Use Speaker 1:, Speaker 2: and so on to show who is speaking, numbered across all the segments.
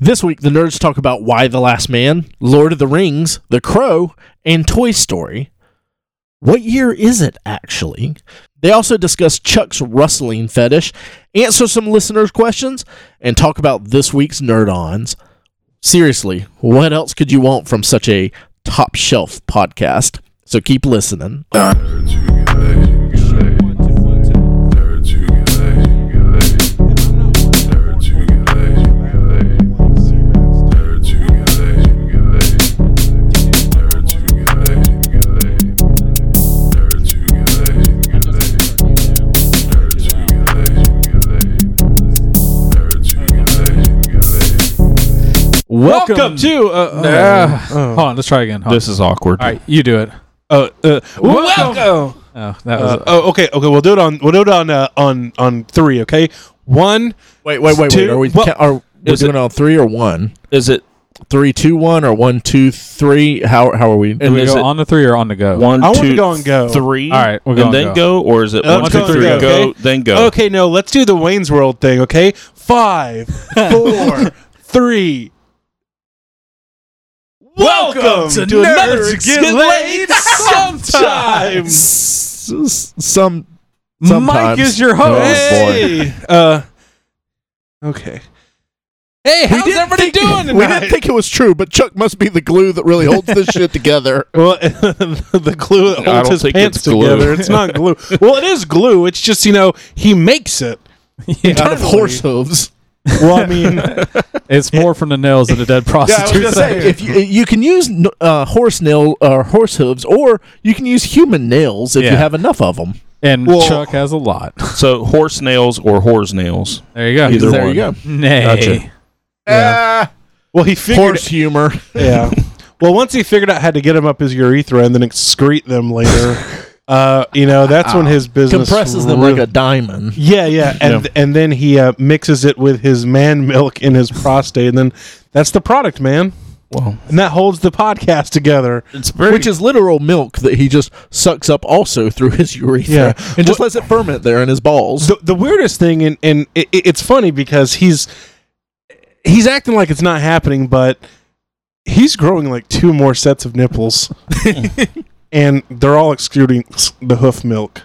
Speaker 1: This week, the nerds talk about Why the Last Man, Lord of the Rings, The Crow, and Toy Story. What year is it, actually? They also discuss Chuck's rustling fetish, answer some listeners' questions, and talk about this week's Nerd Ons. Seriously, what else could you want from such a top shelf podcast? So keep listening.
Speaker 2: Uh,
Speaker 3: Nerds who get laid, nerds who get laid, nerds who get laid, nerds who get laid, nerds who get laid, nerds who get laid, nerds who get laid, nerds who get laid.
Speaker 1: Welcome,
Speaker 4: Welcome to. Uh, oh, hold on, let's try again. Hold
Speaker 2: This is awkward.
Speaker 4: on. All right, you do it.
Speaker 2: Uh, uh,
Speaker 4: Welcome.
Speaker 2: welcome.
Speaker 4: Oh, that was.
Speaker 2: Uh, oh, okay, okay. We'll do it on. We'll do it on. Uh, on on three. Okay. One.
Speaker 1: Wait, wait, wait, wait.
Speaker 2: Two-
Speaker 1: Are we
Speaker 2: well,
Speaker 1: ca- are we
Speaker 2: is
Speaker 1: doing it on three or one?
Speaker 2: Is it
Speaker 1: Three, two, one, or one, two, three? How how are we?
Speaker 4: do we
Speaker 2: is
Speaker 4: go
Speaker 2: it-
Speaker 4: on the three or on the go?
Speaker 5: One,
Speaker 2: I wanna
Speaker 5: two,
Speaker 2: go and go.
Speaker 5: three.
Speaker 4: All right, we're
Speaker 5: and
Speaker 4: going
Speaker 5: then go. or is it
Speaker 2: Uh,
Speaker 5: one,
Speaker 2: let's
Speaker 5: two,
Speaker 2: go and
Speaker 5: three?
Speaker 2: go,
Speaker 5: Go,
Speaker 2: okay?
Speaker 5: then go.
Speaker 2: Okay. No. Let's do the Wayne's World thing. Okay. Five, four, three. Welcome, to, another
Speaker 4: Nerds
Speaker 2: Get
Speaker 4: Get
Speaker 2: Laid
Speaker 4: Laid
Speaker 2: sometime.
Speaker 1: S- s- some
Speaker 4: Mike
Speaker 1: sometimes.
Speaker 4: is your host.
Speaker 2: Hey. Oh, Uh. Okay. Hey, how's
Speaker 1: didn't
Speaker 2: everybody
Speaker 1: think-
Speaker 2: doing tonight?
Speaker 1: We didn't think it was true, but Chuck must be the glue that really holds this shit together.
Speaker 2: Well, the glue that
Speaker 5: I
Speaker 2: holds
Speaker 5: don't
Speaker 2: his
Speaker 5: think
Speaker 2: pants
Speaker 5: it's glue.
Speaker 2: together. It's not glue. well, it is glue. It's just, you know, he makes it.
Speaker 4: Yeah.
Speaker 1: Out of horse hooves.
Speaker 2: Well, I mean,
Speaker 4: It's more from the nails than the dead prostitute.
Speaker 1: if you, you can use n- uh, horse nail or horse hooves, or you can use human nails if you
Speaker 4: Yeah.
Speaker 1: have enough of them.
Speaker 4: and
Speaker 2: Well-
Speaker 4: Chuck has a lot.
Speaker 5: So horse nails or whores nails.
Speaker 4: There you go.
Speaker 5: Either
Speaker 1: there you
Speaker 5: one.
Speaker 1: go.
Speaker 4: Nay.
Speaker 5: Gotcha.
Speaker 2: well, he figured.
Speaker 1: Horse humor.
Speaker 2: Yeah. Well, once he figured out how to get them up his urethra and then excrete them later, uh, you know, that's when his business
Speaker 1: Ah. Compresses them
Speaker 2: really-
Speaker 1: like a diamond.
Speaker 2: Yeah, yeah, and
Speaker 5: Yeah.
Speaker 2: and then he uh, mixes it with his man milk in his prostate, and then that's the product, man.
Speaker 5: Wow.
Speaker 2: And that holds the podcast together.
Speaker 5: It's very.
Speaker 1: Which is literal milk that he just sucks up also through his urethra
Speaker 2: Yeah.
Speaker 1: and just lets it ferment there in his balls.
Speaker 2: the, the weirdest thing and and it, it- it's funny because he's he's acting like it's not happening but he's growing like two more sets of nipples and they're all excluding s- the hoof milk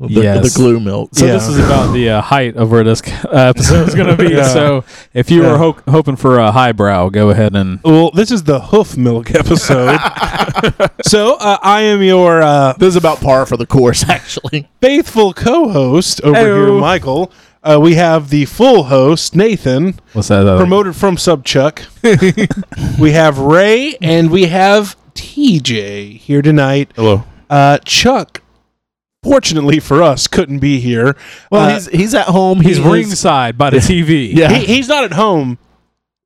Speaker 1: The,
Speaker 4: Yes.
Speaker 1: the glue milk.
Speaker 4: So
Speaker 2: Yeah.
Speaker 4: this is about the uh, height of where this uh, episode is going to be.
Speaker 2: Yeah.
Speaker 4: So if you
Speaker 2: Yeah.
Speaker 4: were ho- hoping for a highbrow, go ahead and
Speaker 2: well this is the hoof milk episode so uh, i am your uh,
Speaker 1: This is about par for the course, actually.
Speaker 2: faithful co-host over here
Speaker 4: Heyo.
Speaker 2: michael uh, we have the full host nathan
Speaker 4: what's that? other-
Speaker 2: promoted from subchuck we have ray and we have tj here tonight
Speaker 1: Oh.
Speaker 5: Hello.
Speaker 2: Uh, Chuck, fortunately for us, couldn't be here.
Speaker 1: Well,
Speaker 2: Uh,
Speaker 1: he's uh, he's at home.
Speaker 4: He's
Speaker 1: he is-
Speaker 4: ringside by the TV.
Speaker 1: Yeah.
Speaker 2: he, he's not at home.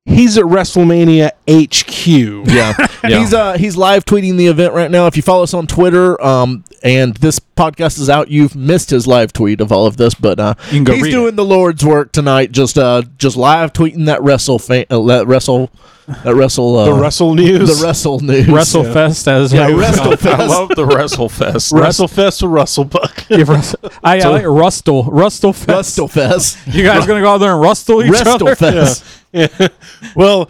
Speaker 2: He's at WrestleMania HQ.
Speaker 1: Yeah.
Speaker 5: Yeah.
Speaker 1: He's uh he's live tweeting the event right now. If you follow us on Twitter, um and this podcast is out, you've missed his live tweet of all of this, but uh
Speaker 4: You can go
Speaker 1: he's
Speaker 4: read
Speaker 1: doing the Lord's work tonight, just uh just live tweeting that wrestle fa- uh, that wrestle that wrestle uh,
Speaker 2: The Wrestle News.
Speaker 1: the wrestle news.
Speaker 4: WrestleFest as
Speaker 1: uh, yeah,
Speaker 4: well.
Speaker 1: wrestle
Speaker 5: I love the Wrestle Fest.
Speaker 2: WrestleFest with Russell Buck.
Speaker 4: Give us- I, I like Rustle. Rustle Fest.
Speaker 1: Wrestle Fest.
Speaker 4: You guys gonna go out there and rustle each
Speaker 1: Wrestle
Speaker 4: other?
Speaker 1: Fest.
Speaker 2: Yeah. well,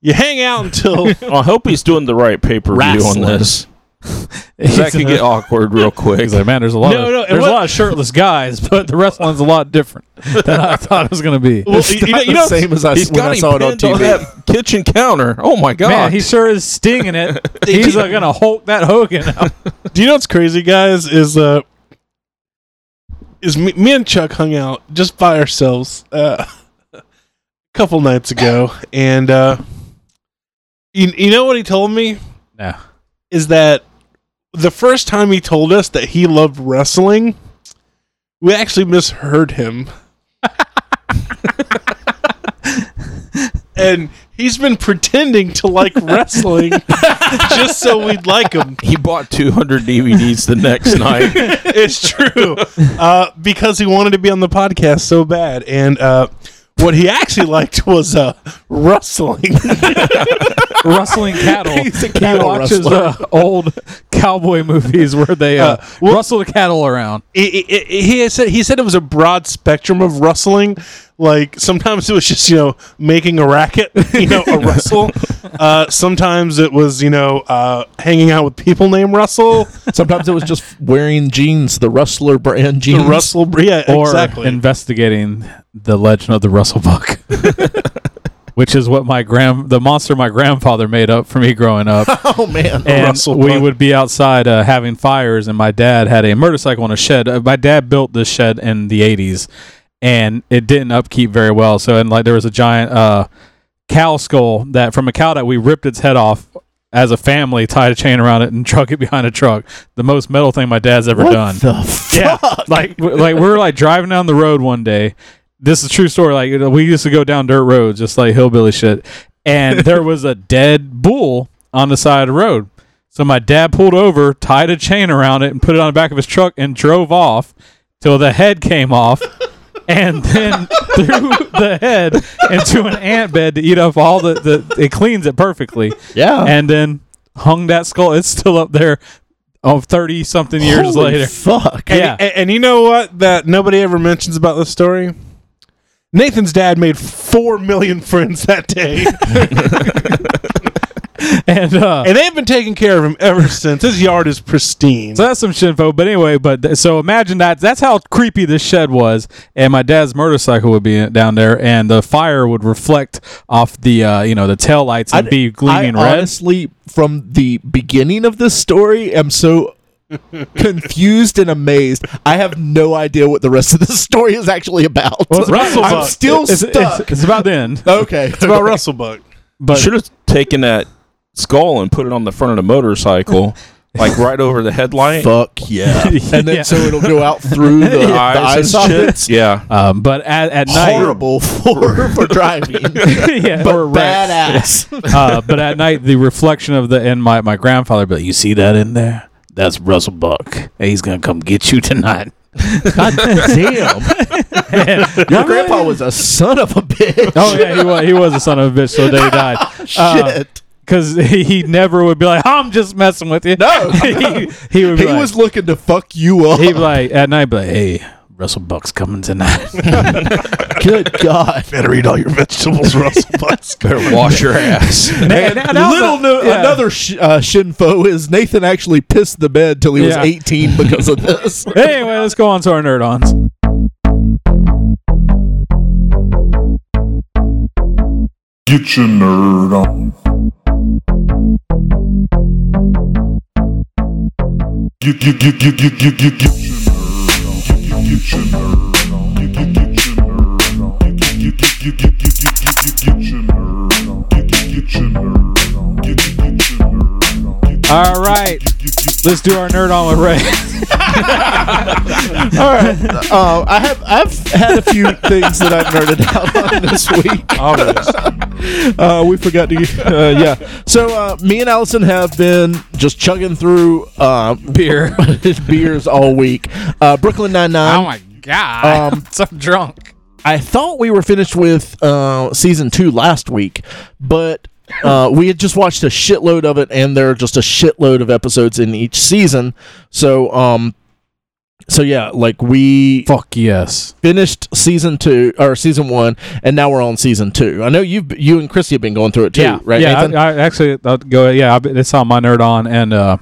Speaker 2: you hang out until
Speaker 5: I hope he's doing the right pay per view on
Speaker 1: Wrestling.
Speaker 5: this. 'Cause That can get awkward real quick.
Speaker 4: He's like, man, there's a lot.
Speaker 2: No,
Speaker 4: of,
Speaker 2: no, it
Speaker 4: there's
Speaker 2: wa-
Speaker 4: a lot of shirtless guys, but the wrestling's a lot different than I thought it was gonna be.
Speaker 2: Well,
Speaker 1: It's not the same as I,
Speaker 5: He's
Speaker 1: s- when
Speaker 5: got
Speaker 1: I
Speaker 5: him
Speaker 1: saw it on
Speaker 5: pinned on,
Speaker 1: TV.
Speaker 5: that kitchen counter. Oh my god!
Speaker 4: Man, he sure is stinging it. He's uh, gonna Hulk that Hogan. out.
Speaker 2: Do you know what's crazy, guys? Is uh, is me, me and Chuck hung out just by ourselves uh, a couple nights ago, and uh, you, you know what he told me
Speaker 4: no,
Speaker 2: is that the first time he told us that he loved wrestling, we actually misheard him. and he's been pretending to like wrestling just so we'd like him.
Speaker 5: he bought 200 DVDs the next night.
Speaker 2: It's true. Uh, because he wanted to be on the podcast so bad. And uh, what he actually liked was uh, wrestling.
Speaker 4: rustling cattle.
Speaker 1: He's a
Speaker 4: he
Speaker 1: cattle
Speaker 4: watches
Speaker 1: wrestler.
Speaker 4: uh, old cowboy movies where they uh,
Speaker 2: Uh, well-
Speaker 4: rustle the cattle around.
Speaker 2: it, it, it- he said he said it was a broad spectrum of rustling. Like sometimes it was just you know making a racket, you know, a rustle. Uh, sometimes it was you know uh, hanging out with people named Russell,
Speaker 1: Sometimes it was just wearing jeans, the Rustler brand
Speaker 2: the
Speaker 1: jeans.
Speaker 2: Russell. Yeah,
Speaker 4: Or
Speaker 2: exactly.
Speaker 4: investigating the legend of the Russell Buck. Which is what my grand the monster my grandfather made up for me growing up.
Speaker 1: oh man,
Speaker 4: and
Speaker 2: Russell
Speaker 4: we
Speaker 2: Buck.
Speaker 4: would be outside uh, having fires and my dad had a motorcycle in a shed uh, my dad built this shed in the 80s and it didn't upkeep very well so and like there was a giant uh, cow skull that from a cow that we ripped its head off as a family tied a chain around it and truck it behind a truck the most metal thing my dad's ever
Speaker 1: what
Speaker 4: done
Speaker 1: the fuck?
Speaker 4: yeah like w- like we were like driving down the road one day this is a true story like we used to go down dirt roads just like hillbilly shit and there was a dead bull on the side of the road so my dad pulled over tied a chain around it and put it on the back of his truck and drove off till the head came off and then threw the head into an ant bed to eat up all the, the it cleans it perfectly
Speaker 1: yeah.
Speaker 4: and then hung that skull it's still up there of 30 something years
Speaker 1: Holy
Speaker 4: later
Speaker 1: fuck.
Speaker 2: And-
Speaker 4: yeah.
Speaker 2: and, and you know what that nobody ever mentions about this story. Nathan's dad made four million friends that day,
Speaker 4: and uh
Speaker 2: and they've been taking care of him ever since. His yard is pristine.
Speaker 4: So that's some shinfo. But anyway, but th- so imagine that. That's how creepy this shed was. And my dad's motorcycle would be in- down there, and the fire would reflect off the uh, you know the tail lights and
Speaker 1: I-
Speaker 4: be gleaming
Speaker 1: I
Speaker 4: red.
Speaker 1: honestly, from the beginning of this story, am so confused and amazed. I have no idea what the rest of this story is actually about.
Speaker 4: Well, it's about-
Speaker 1: I'm
Speaker 2: Buck.
Speaker 1: still
Speaker 4: it's, it's-
Speaker 1: stuck.
Speaker 4: it's about the end.
Speaker 1: okay.
Speaker 2: It's about Russell Buck.
Speaker 4: But
Speaker 5: Should have taken that skull and put it on the front of the motorcycle, like right over the headlight.
Speaker 1: Fuck yeah. And then
Speaker 4: Yeah.
Speaker 1: so it'll go out through the, the eye
Speaker 5: Eyes and shit.
Speaker 1: sockets.
Speaker 5: Yeah.
Speaker 4: um, but at, at night,
Speaker 1: Horrible for, for driving.
Speaker 4: yeah,
Speaker 1: but
Speaker 4: or rats.
Speaker 1: badass.
Speaker 4: uh, but at night, the reflection of the and my my grandfather, but you see that in there? That's Russell Buck. Hey, he's gonna come get you tonight.
Speaker 1: Damn. Your grandpa was a son of a bitch.
Speaker 4: Oh yeah, he was he was a son of a bitch. So the day he died. Uh,
Speaker 1: Shit.
Speaker 4: because he, he never would be like, I'm just messing with you.
Speaker 1: No.
Speaker 4: he, he would be
Speaker 1: he
Speaker 4: like,
Speaker 1: was looking to fuck you up.
Speaker 4: he'd be like at night, be like, hey, Russell Buck's coming tonight.
Speaker 1: Good God.
Speaker 2: Better eat all your vegetables, Russell Buck.
Speaker 5: Better wash your ass.
Speaker 1: And
Speaker 4: And that was
Speaker 1: little
Speaker 4: a-
Speaker 1: no,
Speaker 4: yeah.
Speaker 1: another sh- uh, shinfo is Nathan actually pissed the bed till he was
Speaker 4: Yeah.
Speaker 1: 18 because of this.
Speaker 4: anyway, let's go on to our nerd ons.
Speaker 3: Get your nerd on. Get, get, get, get, get, get, get, get your nerd on. Get, get, get your nerd on. Get, get, get your nerd on. Get, get, get, get, get, get, get, get, get, get your nerd on. Get, get, get your nerd on. Get, get, get your nerd on. Get, get,
Speaker 4: All right,
Speaker 3: get, get,
Speaker 4: let's do our nerd on with Ray.
Speaker 1: Uh, I have I've had a few things that I've nerded out on this week. Uh, we forgot to, uh, yeah. So uh, me and Allison have been just chugging through uh, beer beers all week. Uh, Brooklyn Nine Nine.
Speaker 4: Oh, my god,
Speaker 1: Um,
Speaker 4: so drunk.
Speaker 1: I thought we were finished with uh, season two last week, but uh, we had just watched a shitload of it, and there are just a shitload of episodes in each season. So, um, so yeah, like we
Speaker 4: Fuck yes.
Speaker 1: finished season two or season one, and now we're on season two. I know you, have you and Chrissy have been going through it too,
Speaker 4: yeah,
Speaker 1: right?
Speaker 4: Yeah,
Speaker 1: Nathan?
Speaker 4: I, I actually I'll go. Yeah, I, it's on my nerd on, and uh,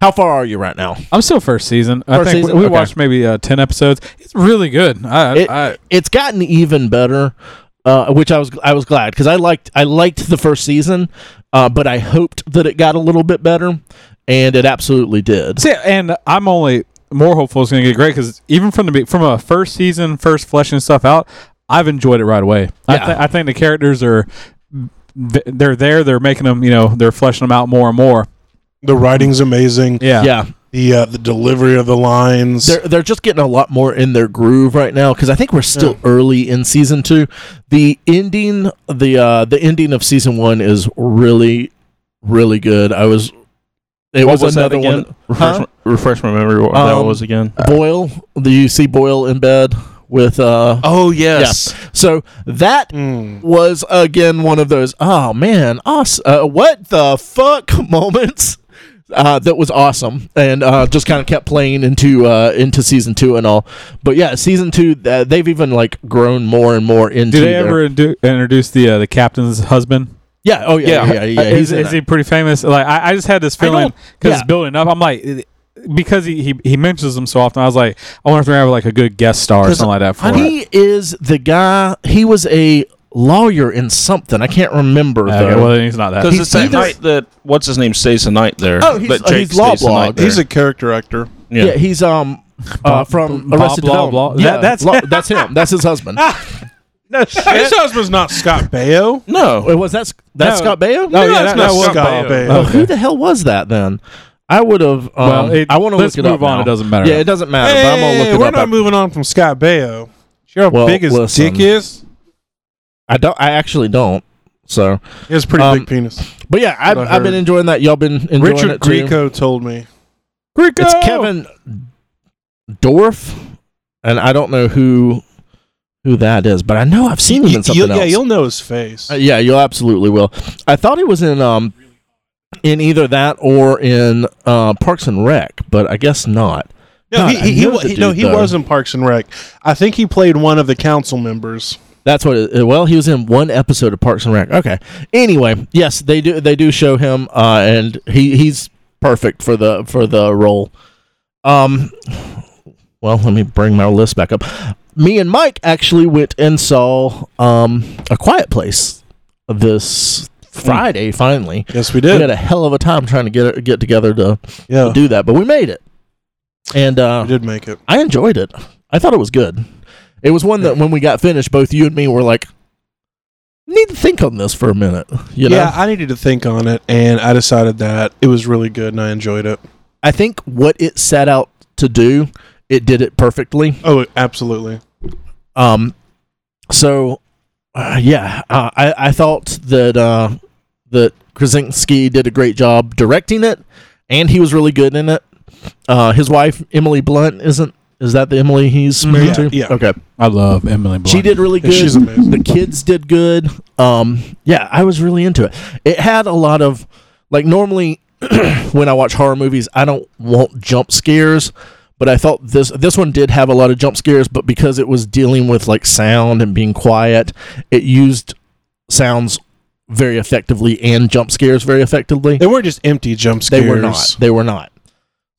Speaker 1: How far are you right now?
Speaker 4: I'm still first season. I
Speaker 1: First
Speaker 4: think
Speaker 1: season?
Speaker 4: we, we
Speaker 1: Okay.
Speaker 4: watched maybe uh, ten episodes. It's really good. I,
Speaker 1: It-
Speaker 4: I,
Speaker 1: it's gotten even better, uh, which I was I was glad because I liked I liked the first season, uh, but I hoped that it got a little bit better, and it absolutely did.
Speaker 4: See, and I'm only more hopeful it's going to get great because even from the be- from a first season, first fleshing stuff out, I've enjoyed it right away. I,
Speaker 1: Yeah.
Speaker 4: th- I think the characters are th- they're there, they're making them, you know, they're fleshing them out more and more.
Speaker 2: The writing's amazing.
Speaker 4: Yeah,
Speaker 1: Yeah,
Speaker 2: The uh, the delivery of the lines.
Speaker 1: they're they're just getting a lot more in their groove right now because I think we're still early in season two. The ending the uh, the ending of season one is really really good. I was it
Speaker 5: What
Speaker 1: was, another
Speaker 5: that again?
Speaker 1: one.
Speaker 5: Refresh,
Speaker 1: Huh?
Speaker 5: refresh my memory what that
Speaker 1: Um,
Speaker 5: was again.
Speaker 1: Boyle, the you see Boyle in bed with uh
Speaker 5: Oh,
Speaker 1: yeah. So that
Speaker 2: Mm.
Speaker 1: was again one of those oh man us uh, what the fuck moments uh, that was awesome, and uh, just kind of kept playing into uh, into season two and all. But yeah, season two, uh, they've even like grown more and more into.
Speaker 4: Did they
Speaker 1: their-
Speaker 4: ever indu- introduce the uh, the captain's husband?
Speaker 1: Yeah. Oh yeah. Yeah.
Speaker 5: Yeah.
Speaker 1: Yeah. yeah,
Speaker 4: Uh, is,
Speaker 1: in
Speaker 4: is
Speaker 1: it.
Speaker 4: he pretty famous? Like I, I just had this feeling
Speaker 1: don't-
Speaker 4: because
Speaker 1: yeah.
Speaker 4: it's building up. I'm like it- because he, he he mentions him so often. I was like, I wonder if they're gonna have like a good guest star or
Speaker 1: 'Cause
Speaker 4: something like that for it.
Speaker 1: He is the guy. He was a lawyer in something. I can't remember
Speaker 4: Okay,
Speaker 1: though.
Speaker 4: well, he's not that.
Speaker 5: Because
Speaker 1: He's
Speaker 5: it's that
Speaker 1: either-
Speaker 5: night that what's his name stays the night there.
Speaker 1: Oh, he's-
Speaker 5: that
Speaker 1: uh, he's
Speaker 5: Jake stays the
Speaker 1: Lawblog.
Speaker 5: night there.
Speaker 2: He's a character actor.
Speaker 1: yeah. he's um uh, from
Speaker 4: Bob
Speaker 1: Arrested
Speaker 4: Law- Law-
Speaker 1: Development.
Speaker 4: that-
Speaker 1: Yeah,
Speaker 4: that's-
Speaker 1: Law- that's him. That's his husband.
Speaker 2: His husband's not Scott Baio.
Speaker 5: no.
Speaker 1: Wait, Oh, was that Sc- that's
Speaker 4: No.
Speaker 1: Scott Baio?
Speaker 4: Oh, yeah,
Speaker 2: that's
Speaker 4: that-
Speaker 2: not
Speaker 4: that was
Speaker 2: Scott
Speaker 5: Baio.
Speaker 2: Baio.
Speaker 4: Oh,
Speaker 1: Who the hell was that then? I would have. Um,
Speaker 4: Well, it-
Speaker 1: I want to
Speaker 4: let's
Speaker 1: look it up
Speaker 4: move on.
Speaker 1: now.
Speaker 4: It doesn't matter.
Speaker 1: Yeah, it doesn't matter.
Speaker 2: Hey,
Speaker 1: but I'm gonna look it
Speaker 2: we're
Speaker 1: up.
Speaker 2: not moving on from Scott Baio. You know how
Speaker 1: Well,
Speaker 2: big his
Speaker 1: listen.
Speaker 2: dick is?
Speaker 1: I don't. I actually don't. So,
Speaker 2: He has a pretty
Speaker 1: Um,
Speaker 2: big penis.
Speaker 1: but yeah, I've,
Speaker 2: What I
Speaker 1: I've been
Speaker 2: heard.
Speaker 1: enjoying that. Y'all been enjoying
Speaker 2: Richard
Speaker 1: it too.
Speaker 2: Grieco told me.
Speaker 4: Greco!
Speaker 1: It's Kevin Dorff, and I don't know who who that is, but I know I've seen him in something
Speaker 2: You'll-
Speaker 1: else.
Speaker 2: yeah, you'll know his face.
Speaker 1: Uh, yeah, you absolutely will. I thought he was in um in either that or in uh, Parks and Rec, but I guess not.
Speaker 2: no, he,
Speaker 1: God, I
Speaker 2: he, he,
Speaker 1: know
Speaker 2: wa-
Speaker 1: the
Speaker 2: he- no,
Speaker 1: dude,
Speaker 2: he
Speaker 1: though.
Speaker 2: was in Parks and Rec. I think he played one of the council members.
Speaker 1: That's what. It, well, he was in one episode of Parks and Rec. Okay. Anyway, yes, they do. They do show him, uh, and he he's perfect for the for the role. Um, well, let me bring my list back up. Me and Mike actually went and saw um a Quiet Place this Friday. Finally,
Speaker 2: Yes, we
Speaker 1: we
Speaker 2: did. Oh.
Speaker 1: had a hell of a time trying to get get together to
Speaker 2: yeah,
Speaker 1: do that, but we made it, and uh,
Speaker 2: we did make it.
Speaker 1: I enjoyed it. I thought it was good. It was one that when we got finished, both you and me were like, "Need to think on this for a minute." You know,
Speaker 2: yeah, I needed to think on it, and I decided that it was really good, and I enjoyed it.
Speaker 1: I think what it set out to do, it did it perfectly.
Speaker 2: Oh, absolutely.
Speaker 1: Um, so uh, yeah, uh, I I thought that uh, that Krasinski did a great job directing it, and he was really good in it. Uh, his wife Emily Blunt isn't is that the Emily he's married
Speaker 2: Yeah,
Speaker 1: to?
Speaker 2: Mm-hmm. yeah.
Speaker 1: Okay,
Speaker 4: I love Emily. Blunt.
Speaker 1: she did really
Speaker 2: Yeah,
Speaker 1: good.
Speaker 2: she's amazing.
Speaker 1: the kids did good um yeah i was really into it it had a lot of like normally when i watch horror movies i don't want jump scares but i thought this this one did have a lot of jump scares but because it was dealing with like sound and being quiet it used sounds very effectively and jump scares very effectively
Speaker 2: They weren't just empty jump
Speaker 1: they
Speaker 2: scares.
Speaker 1: were not they were not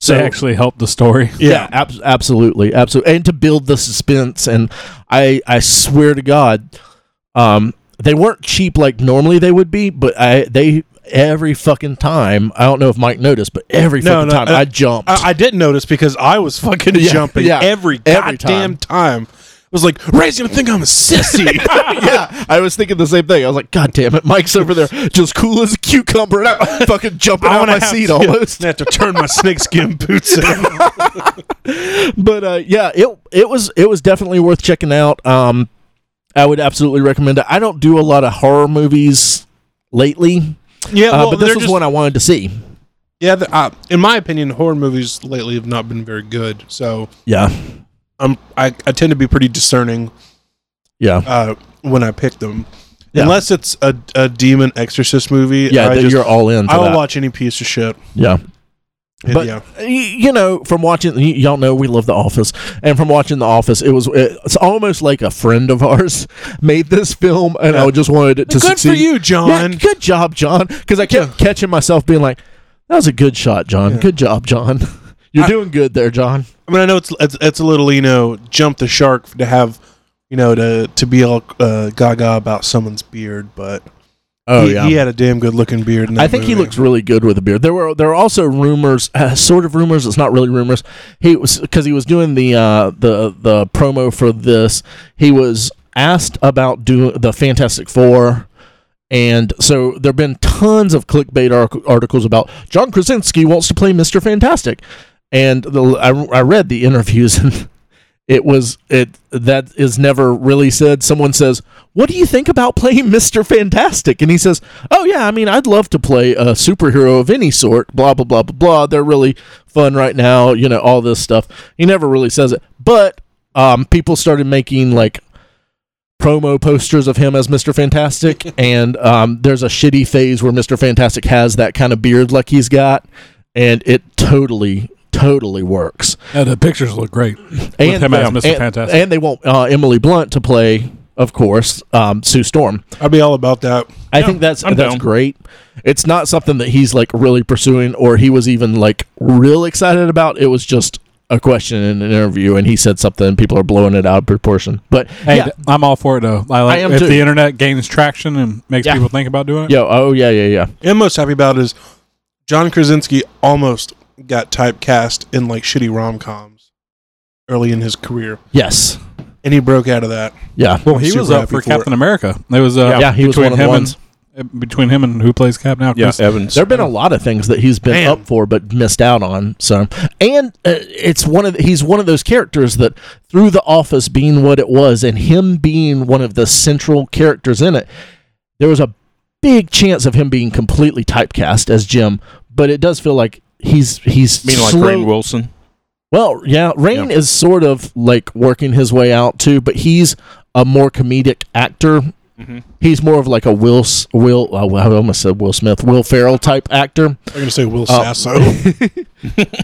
Speaker 4: They actually helped the story.
Speaker 1: yeah, abs- absolutely, absolutely, and to build the suspense. And I, I swear to God, um, they weren't cheap like normally they would be, but I, they every fucking time. I don't know if Mike noticed, but every
Speaker 2: No,
Speaker 1: fucking
Speaker 2: no,
Speaker 1: time
Speaker 2: uh,
Speaker 1: I jumped.
Speaker 2: I, I didn't notice because I was fucking
Speaker 1: Yeah,
Speaker 2: jumping
Speaker 1: yeah.
Speaker 2: every,
Speaker 1: Every
Speaker 2: goddamn time. I was like, Ray's gonna think I'm a sissy.
Speaker 1: yeah, I was thinking the same thing. I was like, God damn it, Mike's over there, just cool as a cucumber, and I'm fucking jumping out of
Speaker 2: wanna
Speaker 1: my
Speaker 2: have
Speaker 1: seat
Speaker 2: to-
Speaker 1: almost.
Speaker 2: I have to turn my snakeskin boots in. Uh,
Speaker 1: but uh, yeah, it it was it was definitely worth checking out. Um, I would absolutely recommend it. I don't do a lot of horror movies lately,
Speaker 2: Yeah,
Speaker 1: uh,
Speaker 2: well,
Speaker 1: but this
Speaker 2: they're
Speaker 1: was
Speaker 2: just-
Speaker 1: one I wanted to see.
Speaker 2: Yeah, the- uh, in my opinion, horror movies lately have not been very good. So
Speaker 1: Yeah,
Speaker 2: I'm I, I tend to be pretty discerning
Speaker 1: yeah,
Speaker 2: uh, when I pick them,
Speaker 1: Yeah.
Speaker 2: unless it's a, a demon exorcist movie.
Speaker 1: yeah.
Speaker 2: I
Speaker 1: that
Speaker 2: just-
Speaker 1: you're all in. For
Speaker 2: I will
Speaker 1: that.
Speaker 2: watch any piece of shit.
Speaker 1: Yeah,
Speaker 2: And
Speaker 1: But-
Speaker 2: yeah,
Speaker 1: Y- you know, from watching, y- y'all know we love The Office, and from watching The Office, it was it's almost like a friend of ours made this film, and I just wanted it to
Speaker 2: good
Speaker 1: succeed.
Speaker 2: for you, John.
Speaker 1: Yeah, good job, John. Because I kept catching myself being like, "That was a good shot, John. Good job, John. You're
Speaker 2: I-
Speaker 1: doing good there, John."
Speaker 2: I mean, I know it's, it's it's a little you know jump the shark to have you know to to be all uh, gaga about someone's beard, but
Speaker 1: Oh
Speaker 2: he, he had a damn good looking beard. In that
Speaker 1: I think he
Speaker 2: movie.
Speaker 1: looks really good with a beard. There were there are also rumors, uh, sort of rumors. It's not really rumors. He was because he was doing the uh, the the promo for this. He was asked about do the Fantastic Four, and so there've been tons of clickbait arc- articles about John Krasinski wants to play Mister Fantastic, and the, I I read the interviews and. It was it that is never really said. Someone says, "What do you think about playing Mr. Fantastic?" And he says, "Oh yeah, I mean, I'd love to play a superhero of any sort, blah blah blah blah blah. They're really fun right now, you know, all this stuff." He never really says it. But um people started making like promo posters of him as Mr. Fantastic and um there's a shitty phase where Mr. Fantastic has that kind of beard like he's got and it totally totally works.
Speaker 4: Yeah, the pictures look great. With him as Mr.
Speaker 1: and-
Speaker 4: Fantastic.
Speaker 1: and they want uh, Emily Blunt to play, of course, um, Sue Storm.
Speaker 2: I'd be all about that.
Speaker 1: I think that's
Speaker 5: I'm
Speaker 1: that's
Speaker 5: down.
Speaker 1: great. It's not something that he's like really pursuing, or he was even like real excited about. It was just a question in an interview, and he said something, and people are blowing it out of proportion. But
Speaker 4: Hey,
Speaker 1: yeah,
Speaker 4: th- I'm all for it though. I
Speaker 1: I
Speaker 4: like
Speaker 1: am
Speaker 4: if
Speaker 1: too.
Speaker 4: the internet gains traction and makes
Speaker 1: Yeah.
Speaker 4: people think about doing it.
Speaker 1: yo, oh yeah, yeah, yeah.
Speaker 2: And most happy about is John Krasinski almost got typecast in like shitty rom coms early in his career,
Speaker 1: Yes,
Speaker 2: and he broke out of that.
Speaker 1: yeah,
Speaker 4: Well, he
Speaker 2: Super
Speaker 4: was up
Speaker 2: happy
Speaker 4: for
Speaker 2: for it.
Speaker 4: Captain America. It was uh,
Speaker 1: yeah. he was one
Speaker 4: between
Speaker 1: of the
Speaker 4: him
Speaker 1: ones.
Speaker 4: and eh, between him and who plays Cap now.
Speaker 5: Yeah,
Speaker 4: Chris-
Speaker 5: Evans.
Speaker 1: There have been a lot of things that he's been
Speaker 2: Man.
Speaker 1: up for but missed out on. So, and uh, it's one of the, he's one of those characters that through the office being what it was and him being one of the central characters in it, there was a big chance of him being completely typecast as Jim. But it does feel like he's he's
Speaker 5: mean like
Speaker 1: slow-
Speaker 5: Rain Wilson.
Speaker 1: Well, yeah, Rain is sort of like working his way out too, but he's a more comedic actor
Speaker 5: Mm-hmm.
Speaker 1: he's more of like a Will S- Will uh, well, I almost said Will Smith Will Ferrell type actor.
Speaker 2: I'm gonna say Will
Speaker 1: Oh.
Speaker 2: Sasso.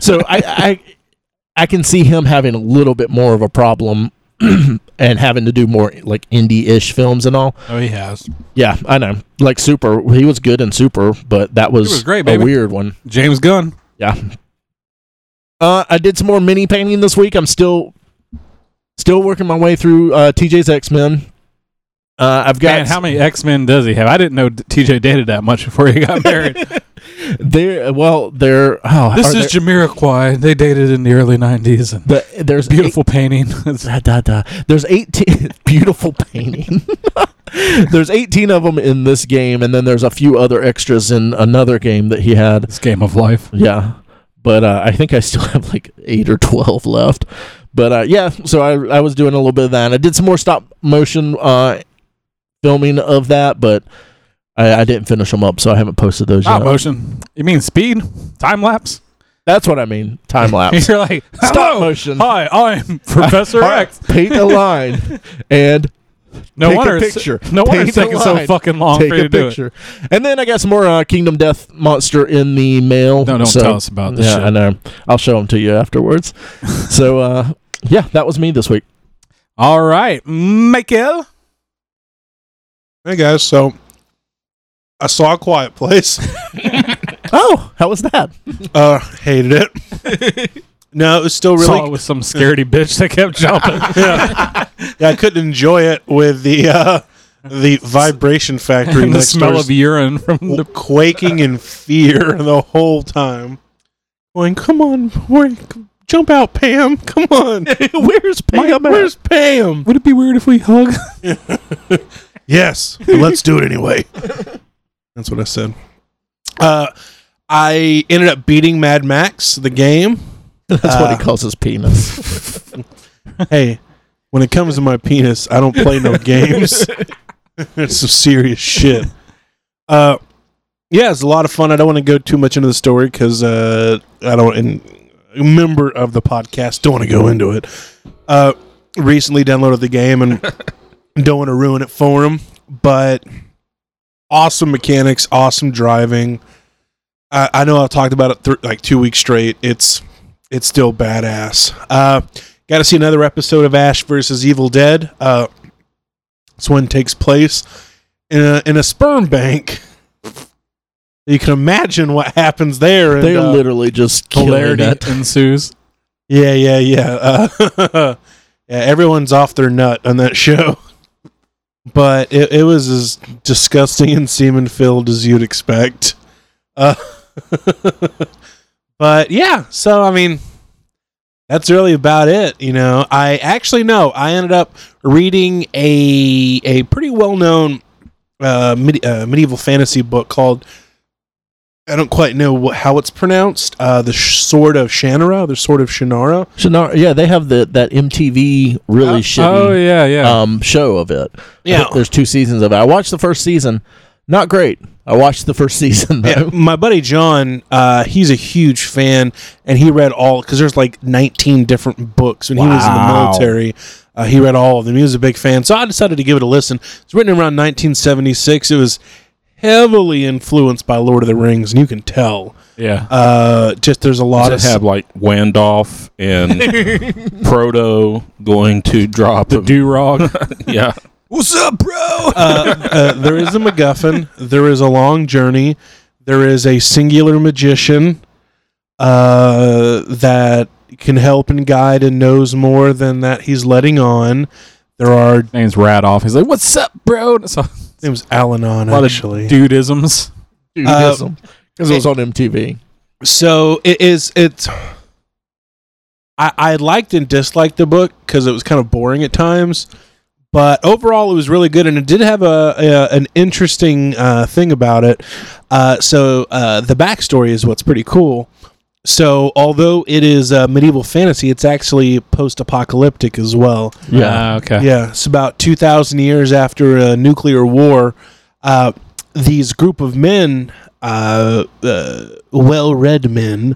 Speaker 1: So I, I I can see him having a little bit more of a problem and having to do more like indie ish films and all.
Speaker 4: oh, he has.
Speaker 1: Yeah, I know. Like Super, he was good in Super, but that was,
Speaker 4: was great,
Speaker 1: a
Speaker 4: baby.
Speaker 1: weird one.
Speaker 4: James Gunn.
Speaker 1: Yeah. Uh, I did some more mini painting this week. I'm still still working my way through uh, TJ's X Men. Uh, I've got
Speaker 4: Man, how many X Men does he have? I didn't know d- TJ dated that much before he got married.
Speaker 1: there. Well, there. Oh,
Speaker 4: this
Speaker 1: are
Speaker 4: is Jamiroquai. They dated in the early '90s and
Speaker 1: there, the, there's eight-
Speaker 4: beautiful painting. It's-
Speaker 1: Da, da, da. There's 18 beautiful painting. there's 18 of them in this game, and then there's a few other extras in another game that he had.
Speaker 4: it's game of life.
Speaker 1: Yeah, but uh, I think I still have like eight or 12 left. But uh, yeah, so I I was doing a little bit of that. And I did some more stop motion uh, filming of that, but I, I didn't finish them up, so I haven't posted those
Speaker 4: Stop
Speaker 1: yet.
Speaker 4: motion. You mean speed? Time lapse?
Speaker 1: That's what I mean. Time lapse.
Speaker 4: You're like
Speaker 1: stop
Speaker 4: hello.
Speaker 1: motion.
Speaker 4: Hi, I'm Professor
Speaker 1: All right,
Speaker 4: X.
Speaker 1: paint a line and
Speaker 4: No
Speaker 1: Take a
Speaker 4: wonder. it's-
Speaker 1: picture.
Speaker 4: No wonder
Speaker 1: Paint
Speaker 4: it's
Speaker 1: a
Speaker 4: taking so
Speaker 1: line.
Speaker 4: fucking long
Speaker 1: take
Speaker 4: for you
Speaker 1: a
Speaker 4: to do it.
Speaker 1: picture. And then I got some more uh, Kingdom Death Monster in the mail.
Speaker 4: No, don't
Speaker 1: So-
Speaker 4: tell us about this
Speaker 1: Yeah,
Speaker 4: shit.
Speaker 1: I know. I'll show them to you afterwards. so, uh, yeah, that was me this week.
Speaker 4: All right, Michael.
Speaker 2: hey guys, so I saw a Quiet Place.
Speaker 1: Oh, how was that?
Speaker 2: Uh, hated it. no, it was still really.
Speaker 4: Saw it with some scaredy bitch that kept jumping.
Speaker 2: Yeah, I couldn't enjoy it with the uh, the vibration factory
Speaker 4: and the
Speaker 2: next
Speaker 4: smell
Speaker 2: door's
Speaker 4: of urine from the.
Speaker 2: quaking in fear the whole time. Going, come on, boy, jump out, Pam. Come on.
Speaker 1: Where's Pam?
Speaker 2: Mike,
Speaker 1: at?"
Speaker 2: where's Pam?
Speaker 4: Would it be weird if we hug?
Speaker 2: Yes, but let's do it anyway. That's what I said. Uh, I ended up beating Mad Max, the game.
Speaker 1: That's what he calls his penis.
Speaker 2: Hey, when it comes to my penis, I don't play no games. It's some serious shit. Uh, yeah, it's a lot of fun. I don't want to go too much into the story because uh, I don't. And a member of the podcast don't want to go into it. Uh, recently downloaded the game and don't want to ruin it for him, but awesome mechanics, awesome driving. I, I know I've talked about it th- like two weeks straight. It's it's still badass. Uh, Got to see another episode of Ash versus Evil Dead. Uh, this one takes place in a, in a sperm bank. You can imagine what happens there. and,
Speaker 1: They're
Speaker 2: uh,
Speaker 1: literally just killing
Speaker 4: Hilarity
Speaker 1: it.
Speaker 4: ensues.
Speaker 2: yeah, yeah, yeah. Uh, yeah, everyone's off their nut on that show. But it, it was as disgusting and semen filled as you'd expect. Uh, but yeah, so I mean, that's really about it. You know, I actually no, I ended up reading a a pretty well known uh, medi- uh, medieval fantasy book called I don't quite know wh- how it's pronounced. Uh, the Sh- Sword of Shannara, the Sword of Shannara.
Speaker 1: Shinar, yeah, they have the that MTV really
Speaker 2: Oh,
Speaker 1: shitty
Speaker 4: Oh yeah, yeah.
Speaker 1: um, show of it.
Speaker 2: Yeah.
Speaker 1: there's two seasons of it. I watched the first season. Not great. I watched the first season though.
Speaker 2: Yeah, my buddy John, uh, he's a huge fan, and he read all because there's like 19 different books when he was in the
Speaker 5: Wow.
Speaker 2: military. Uh, he read all of them. He was a big fan, so I decided to give it a listen. It's written around 1976. It was heavily influenced by Lord of the Rings, and you can tell.
Speaker 4: Yeah.
Speaker 2: Uh, just there's a lot
Speaker 5: Does
Speaker 2: of
Speaker 5: it have like Wandoff and Proto going to drop
Speaker 4: The
Speaker 5: him?
Speaker 4: do rog.
Speaker 5: Yeah,
Speaker 1: What's up, bro?
Speaker 2: uh, uh, there is a MacGuffin. There is a long journey. There is a singular magician uh, that can help and guide and knows more than that he's letting on. There are his
Speaker 4: Name's Radoff. He's like, "What's up, bro?" It's a
Speaker 2: name's Alanon
Speaker 4: lot
Speaker 2: actually.
Speaker 4: of dudeisms.
Speaker 1: Because
Speaker 4: Um,
Speaker 1: it was on MTV.
Speaker 2: so it is it's I, I liked and disliked the book because it was kind of boring at times, but overall it was really good and it did have a, a an interesting uh, thing about it. Uh, so uh, the backstory is what's pretty cool. So although it is uh, medieval fantasy, it's actually post apocalyptic as well.
Speaker 4: Ah, okay.
Speaker 2: Yeah, it's about 2,000 years after a nuclear war. Uh, these group of men, uh, uh, well read men,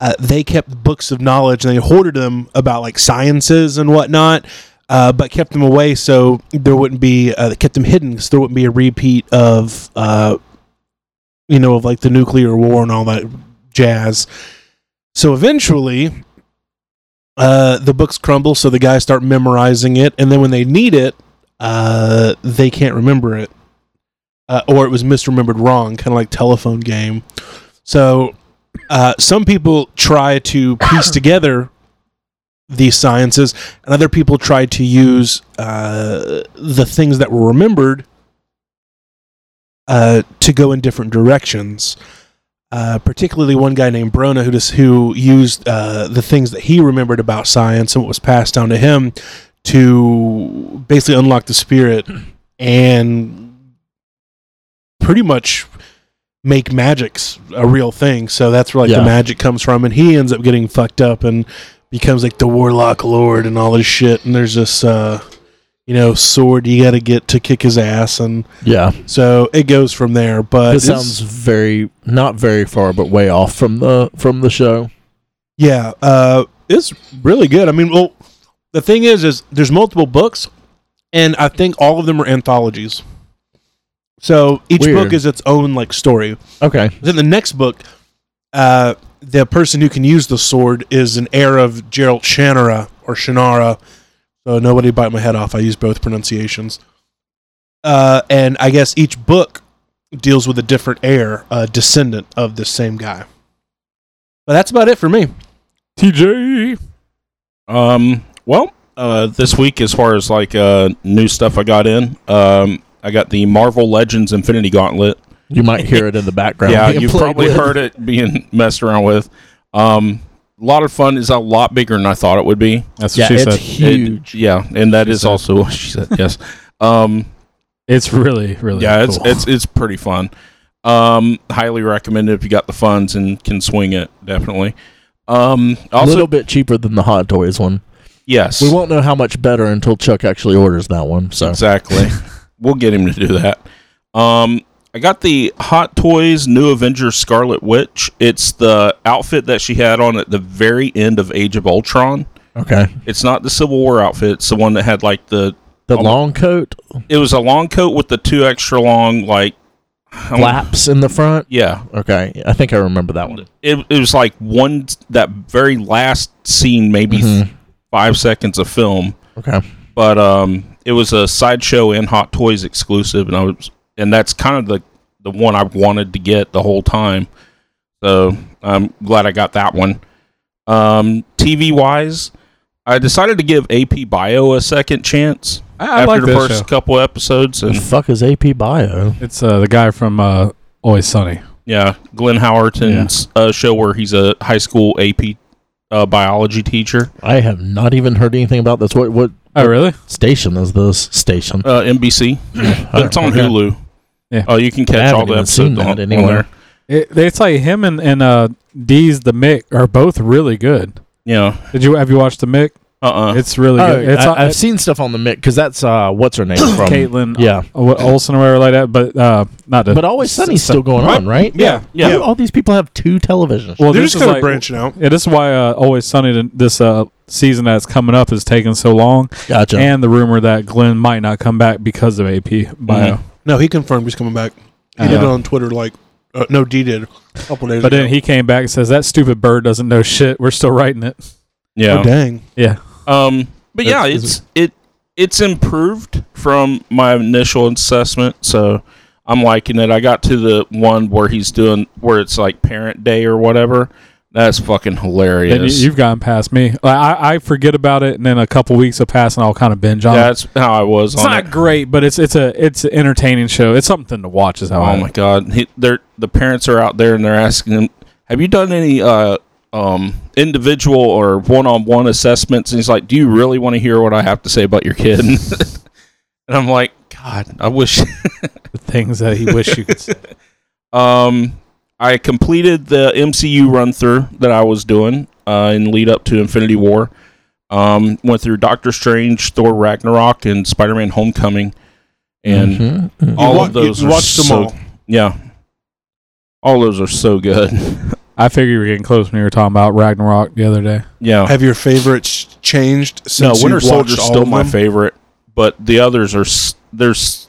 Speaker 2: uh, they kept books of knowledge and they hoarded them about like sciences and whatnot, uh, but kept them away so there wouldn't be, uh, they kept them hidden so there wouldn't be a repeat of, uh, you know, of like the nuclear war and all that jazz. So eventually, uh, the books crumble, so the guys start memorizing it, and then when they need it, uh, they can't remember it, uh, or it was misremembered wrong, kind of like telephone game. So uh, some people try to piece together these sciences, and other people try to use uh, the things that were remembered uh, to go in different directions uh, particularly one guy named Brona who just, who used uh, the things that he remembered about science and what was passed down to him to basically unlock the spirit and pretty much make magics a real thing. So that's where like
Speaker 1: Yeah.
Speaker 2: the magic comes from, and he ends up getting fucked up and becomes like the warlock lord and all this shit. And there's this. Uh, you know, sword you got to get to kick his ass, and
Speaker 1: Yeah.
Speaker 2: so it goes from there. But
Speaker 1: this
Speaker 2: it's-
Speaker 1: sounds very not very far, but way off from the from the show.
Speaker 2: Yeah, uh, it's really good. I mean, well, the thing is, is there's multiple books, and I think all of them are anthologies. So each
Speaker 1: Weird.
Speaker 2: book is its own like story.
Speaker 1: Okay.
Speaker 2: Then the next book, uh, the person who can use the sword is an heir of Gerald Shannara or Shannara. So nobody bite my head off. I use both pronunciations. Uh, and I guess each book deals with a different heir, a descendant of this same guy. But that's about it for me.
Speaker 4: TJ.
Speaker 5: Um, well, uh, this week, as far as like uh, new stuff I got in, um, I got the Marvel Legends Infinity Gauntlet.
Speaker 1: You might hear it in the background.
Speaker 5: Yeah,
Speaker 1: being
Speaker 5: you've
Speaker 1: played
Speaker 5: probably
Speaker 1: with.
Speaker 5: heard it being messed around with. Um, a lot of fun is a lot bigger than I thought it would be.
Speaker 4: That's
Speaker 1: Yeah,
Speaker 4: what she
Speaker 1: it's
Speaker 4: said.
Speaker 1: huge.
Speaker 5: It- yeah, and that
Speaker 4: She
Speaker 5: is
Speaker 4: said.
Speaker 5: also what she said. Yes. Um,
Speaker 4: It's really, really.
Speaker 5: yeah, it's
Speaker 4: cool.
Speaker 5: it's it's pretty fun. Um, highly recommended if you got the funds and can swing it. Definitely. Um,
Speaker 1: a
Speaker 5: also,
Speaker 1: little bit cheaper than the Hot Toys one.
Speaker 5: yes,
Speaker 1: We won't know how much better until Chuck actually orders that one. So
Speaker 5: exactly. we'll get him to do that. Um, I got the Hot Toys New Avengers Scarlet Witch. It's the outfit that she had on at the very end of Age of Ultron.
Speaker 1: okay,
Speaker 5: It's not the Civil War outfit. It's the one that had like the.
Speaker 1: the
Speaker 5: Um,
Speaker 1: long coat
Speaker 5: It was a long coat with the two extra long like. I don't-
Speaker 1: flaps in the front.
Speaker 5: Yeah,
Speaker 1: Okay, I think I remember that one.
Speaker 5: it, it was like one that very last scene, maybe
Speaker 1: Mhm.
Speaker 5: five seconds of film.
Speaker 1: Okay,
Speaker 5: But um, it was a sideshow and Hot Toys exclusive, and I was, and that's kind of the the one I wanted to get the whole time. So I'm glad I got that one. Um, TV wise, I decided to give AP Bio a second chance.
Speaker 4: I, I
Speaker 5: after
Speaker 4: like
Speaker 5: the
Speaker 4: this
Speaker 5: first
Speaker 4: show.
Speaker 5: couple episodes,
Speaker 1: the
Speaker 5: and
Speaker 1: fuck is AP Bio?
Speaker 4: It's uh, the guy from uh, Always Sunny.
Speaker 5: yeah, Glenn Howerton's uh, show where he's a high school AP uh, biology teacher,
Speaker 1: I have not even heard anything about this. What what
Speaker 4: Oh, really?
Speaker 1: station is this station?
Speaker 5: uh, NBC.
Speaker 1: I
Speaker 5: It's
Speaker 1: don't-
Speaker 5: on
Speaker 1: okay.
Speaker 5: Hulu.
Speaker 4: Yeah.
Speaker 5: Oh, you can
Speaker 1: I
Speaker 5: catch
Speaker 1: haven't
Speaker 5: all the
Speaker 1: even seen
Speaker 5: episodes
Speaker 1: that
Speaker 5: on, on
Speaker 1: anywhere.
Speaker 5: there.
Speaker 4: It, it's like him and and uh, D's the Mick are both really good.
Speaker 5: Yeah.
Speaker 4: Did you have you watched the Mick?
Speaker 5: Uh. uh
Speaker 4: It's really
Speaker 1: Oh,
Speaker 4: good. It's
Speaker 1: I,
Speaker 4: on-
Speaker 1: I've seen stuff on the mic because that's uh, what's her name from
Speaker 4: Caitlin.
Speaker 1: Yeah,
Speaker 4: uh, what, Olsen or whatever like that. But uh, not to,
Speaker 1: but Always Sunny's still going on, right?
Speaker 2: Yeah,
Speaker 1: Why do All these people have two televisions.
Speaker 4: Well,
Speaker 2: They're
Speaker 4: this
Speaker 2: just
Speaker 4: is
Speaker 2: kind
Speaker 4: like-
Speaker 2: of branching out.
Speaker 4: Yeah, this is why uh, Always Sunny didn't- this uh, season that's coming up is taking so long,
Speaker 1: Gotcha.
Speaker 4: and the rumor that Glenn might not come back because of AP bio.
Speaker 5: Mhm.
Speaker 2: No, he confirmed he's coming back. He
Speaker 4: Uh,
Speaker 2: did it on Twitter like Uh, no, D did a couple days
Speaker 4: But
Speaker 2: ago.
Speaker 4: then he came back and says, That stupid bird doesn't know shit. We're still writing it.
Speaker 5: Yeah.
Speaker 2: oh, dang.
Speaker 4: Yeah.
Speaker 5: Um, but yeah,
Speaker 4: That's-
Speaker 5: it's it it's improved from my initial assessment, so I'm liking it. I got to the one where he's doing where it's like Parent Day or whatever. That's fucking
Speaker 4: Then you,
Speaker 5: hilarious.
Speaker 4: you've gotten past me. Like, I, I forget about it, and then a couple weeks will pass, and I'll kind of binge on it.
Speaker 5: yeah, that's how I was
Speaker 4: It's
Speaker 5: on
Speaker 4: not
Speaker 5: it.
Speaker 4: great, but it's it's a it's an entertaining show. It's something to watch. Is how I
Speaker 5: Oh my god, he, they're the parents are out there and they're asking him, "Have you done any uh, um, individual or one-on-one assessments?" And he's like, "Do you really want to hear what I have to say about your kid?" and I'm like, "God, I wish."
Speaker 4: the things that he wish you could. say.
Speaker 5: Um, I completed the MCU run through that I was doing uh, in lead up to Infinity War. Um, went through Doctor Strange, Thor Ragnarok, and Spider Man Homecoming, and
Speaker 1: Mm-hmm.
Speaker 5: all
Speaker 2: You wa-
Speaker 5: of those.
Speaker 2: you
Speaker 5: are
Speaker 2: watched them
Speaker 5: so,
Speaker 2: all.
Speaker 5: Yeah, all those are so good.
Speaker 4: I figured you were getting close when you were talking about Ragnarok the other day.
Speaker 5: yeah,
Speaker 2: Have your favorites changed
Speaker 5: no,
Speaker 2: since
Speaker 5: Winter
Speaker 2: you've watched
Speaker 5: Soldier's
Speaker 2: all
Speaker 5: still
Speaker 2: of
Speaker 5: my
Speaker 2: them?
Speaker 5: favorite, but the others are s- they're s-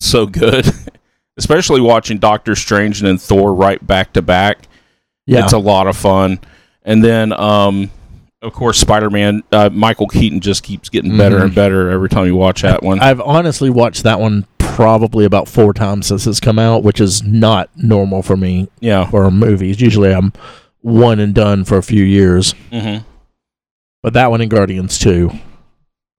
Speaker 5: so good. Especially watching Doctor Strange and then Thor right back to back.
Speaker 1: Yeah.
Speaker 5: It's a lot of fun. And then, um, of course, Spider Man, uh, Michael Keaton just keeps getting better
Speaker 1: Mhm.
Speaker 5: and better every time you watch that one.
Speaker 1: I've honestly watched that one probably about four times since it's come out, which is not normal for me
Speaker 5: yeah.
Speaker 1: for movies. Usually I'm one and done for a few years.
Speaker 5: hmm
Speaker 1: But that one in Guardians 2,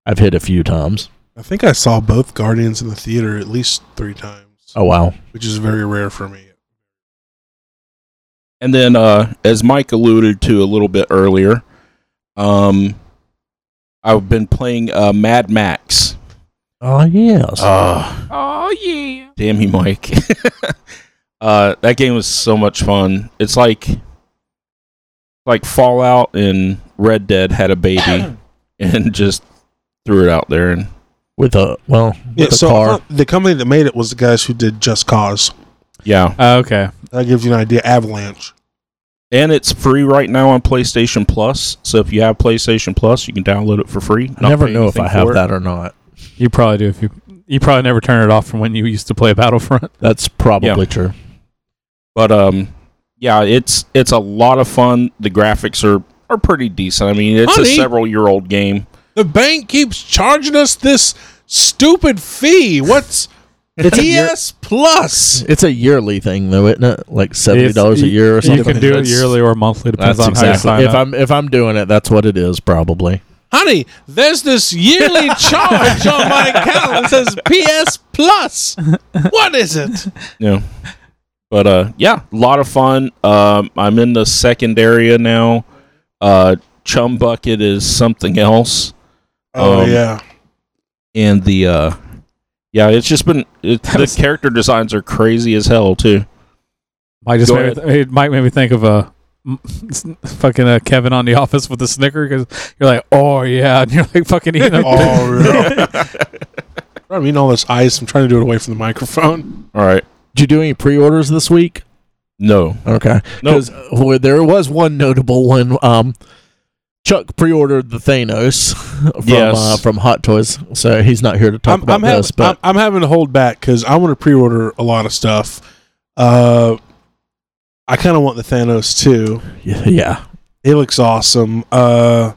Speaker 1: I've hit a few times.
Speaker 2: I think I saw both Guardians in the theater at least three times,
Speaker 1: Oh, wow.
Speaker 2: which is very rare for me.
Speaker 5: And then, uh, as Mike alluded to a little bit earlier, um, I've been playing uh, Mad Max.
Speaker 1: Oh, yes.
Speaker 5: Uh,
Speaker 4: Oh yeah.
Speaker 5: damn you, Mike. uh, that game was so much fun. It's like like Fallout and Red Dead had a baby and just threw it out there and
Speaker 1: with a, well, with
Speaker 2: Yeah,
Speaker 1: a
Speaker 2: so
Speaker 1: car.
Speaker 2: uh, the company that made it was the guys who did Just Cause.
Speaker 5: yeah.
Speaker 4: Oh, okay.
Speaker 2: That gives you an idea. Avalanche.
Speaker 5: And it's free right now on PlayStation Plus. So if you have PlayStation Plus, you can download it for free.
Speaker 1: I never know if I have
Speaker 5: that.
Speaker 1: that or not.
Speaker 4: You probably do if you. You probably never turn it off from when you used to play Battlefront.
Speaker 1: That's probably
Speaker 5: Yeah.
Speaker 1: true.
Speaker 5: But um, yeah, it's it's a lot of fun. The graphics are are pretty decent. I mean, it's
Speaker 2: Honey.
Speaker 5: a several year old game.
Speaker 2: The bank keeps charging us this stupid fee. What's
Speaker 1: It's a, year,
Speaker 2: PS Plus?
Speaker 1: it's a yearly thing, though, isn't it? Like $70
Speaker 4: It's-
Speaker 1: a year or something.
Speaker 4: You can do it
Speaker 1: That's-
Speaker 4: yearly or monthly, depends
Speaker 1: That's
Speaker 4: on
Speaker 1: exactly.
Speaker 4: how you
Speaker 1: If
Speaker 4: sign up.
Speaker 1: I'm if I'm doing it, that's what it is probably.
Speaker 2: Honey, there's this yearly charge on my account that says PS Plus. What is it?
Speaker 5: Yeah. But uh, yeah, a lot of fun. Um, I'm in the second area now. Uh, Chum Bucket is something else,
Speaker 2: Oh
Speaker 5: Um,
Speaker 2: yeah.
Speaker 5: and the uh, yeah, it's just been it, the character designs are crazy as hell too.
Speaker 4: Mike just
Speaker 5: Go
Speaker 4: made, me- it might make me think of a fucking uh, Kevin on the Office with the snicker because you're like, oh yeah, and you're like fucking eating. a-
Speaker 2: Oh yeah. I'm eating all this ice. I'm trying to do it away from the microphone.
Speaker 5: All right,
Speaker 1: Did you do any pre-orders this week?
Speaker 5: no,
Speaker 1: Okay.
Speaker 5: no,
Speaker 1: Because there was one notable one. Um, Chuck pre-ordered the Thanos from
Speaker 5: Yes.
Speaker 1: uh, from Hot Toys, so he's not here to talk
Speaker 2: I'm,
Speaker 1: about
Speaker 2: I'm, having,
Speaker 1: this. but
Speaker 2: I'm, I'm having to hold back because I want to pre-order a lot of stuff. Uh, I kind of want the Thanos too.
Speaker 1: yeah,
Speaker 2: It looks awesome. Uh,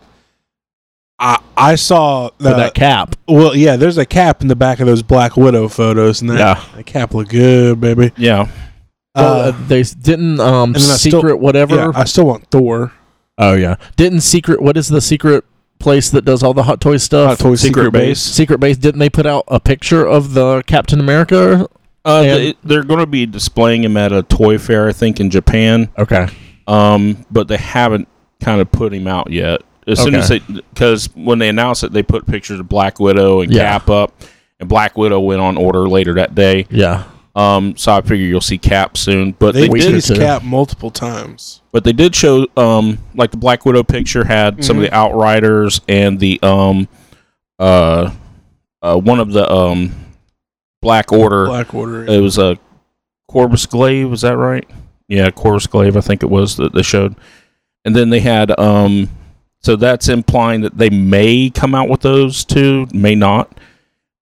Speaker 2: I I saw
Speaker 1: for
Speaker 2: that.
Speaker 1: that cap.
Speaker 2: well, yeah. There's a cap in the back of those Black Widow photos, and that,
Speaker 5: Yeah.
Speaker 2: that cap look good, baby.
Speaker 5: yeah.
Speaker 1: Well, uh,
Speaker 2: Uh,
Speaker 1: they s- didn't um
Speaker 2: and then I still-
Speaker 1: secret whatever.
Speaker 2: yeah, I still want Thor.
Speaker 1: oh yeah, didn't secret. What is the secret place that does all the Hot Toys stuff?
Speaker 2: Hot Toys
Speaker 5: Secret
Speaker 2: Secret
Speaker 5: Base.
Speaker 2: Base.
Speaker 1: Secret base. Didn't they put out a picture of the Captain America?
Speaker 5: Uh,
Speaker 1: And-
Speaker 5: they, they're going to be displaying him at a toy fair, I think, in Japan.
Speaker 1: Okay.
Speaker 5: Um, but they haven't kind of put him out yet. As soon as they, because when they announced it, they put pictures of Black Widow and
Speaker 1: Yeah.
Speaker 5: Cap up, and Black Widow went on order later that day.
Speaker 1: Yeah.
Speaker 5: Um, so I figure you'll see Cap soon. But
Speaker 2: They
Speaker 5: they,
Speaker 1: Week or
Speaker 5: did,
Speaker 2: teased
Speaker 1: two.
Speaker 2: cap multiple times.
Speaker 5: but they did show um, like the Black Widow picture had some of the Outriders and the um, uh, uh, one of the um, Black Order
Speaker 2: Black Order.
Speaker 1: Uh,
Speaker 5: it was a Corvus Glaive, was that right? Yeah, Corvus Glaive, I think it was that they showed. And then they had um so that's implying that they may come out with those two, may not.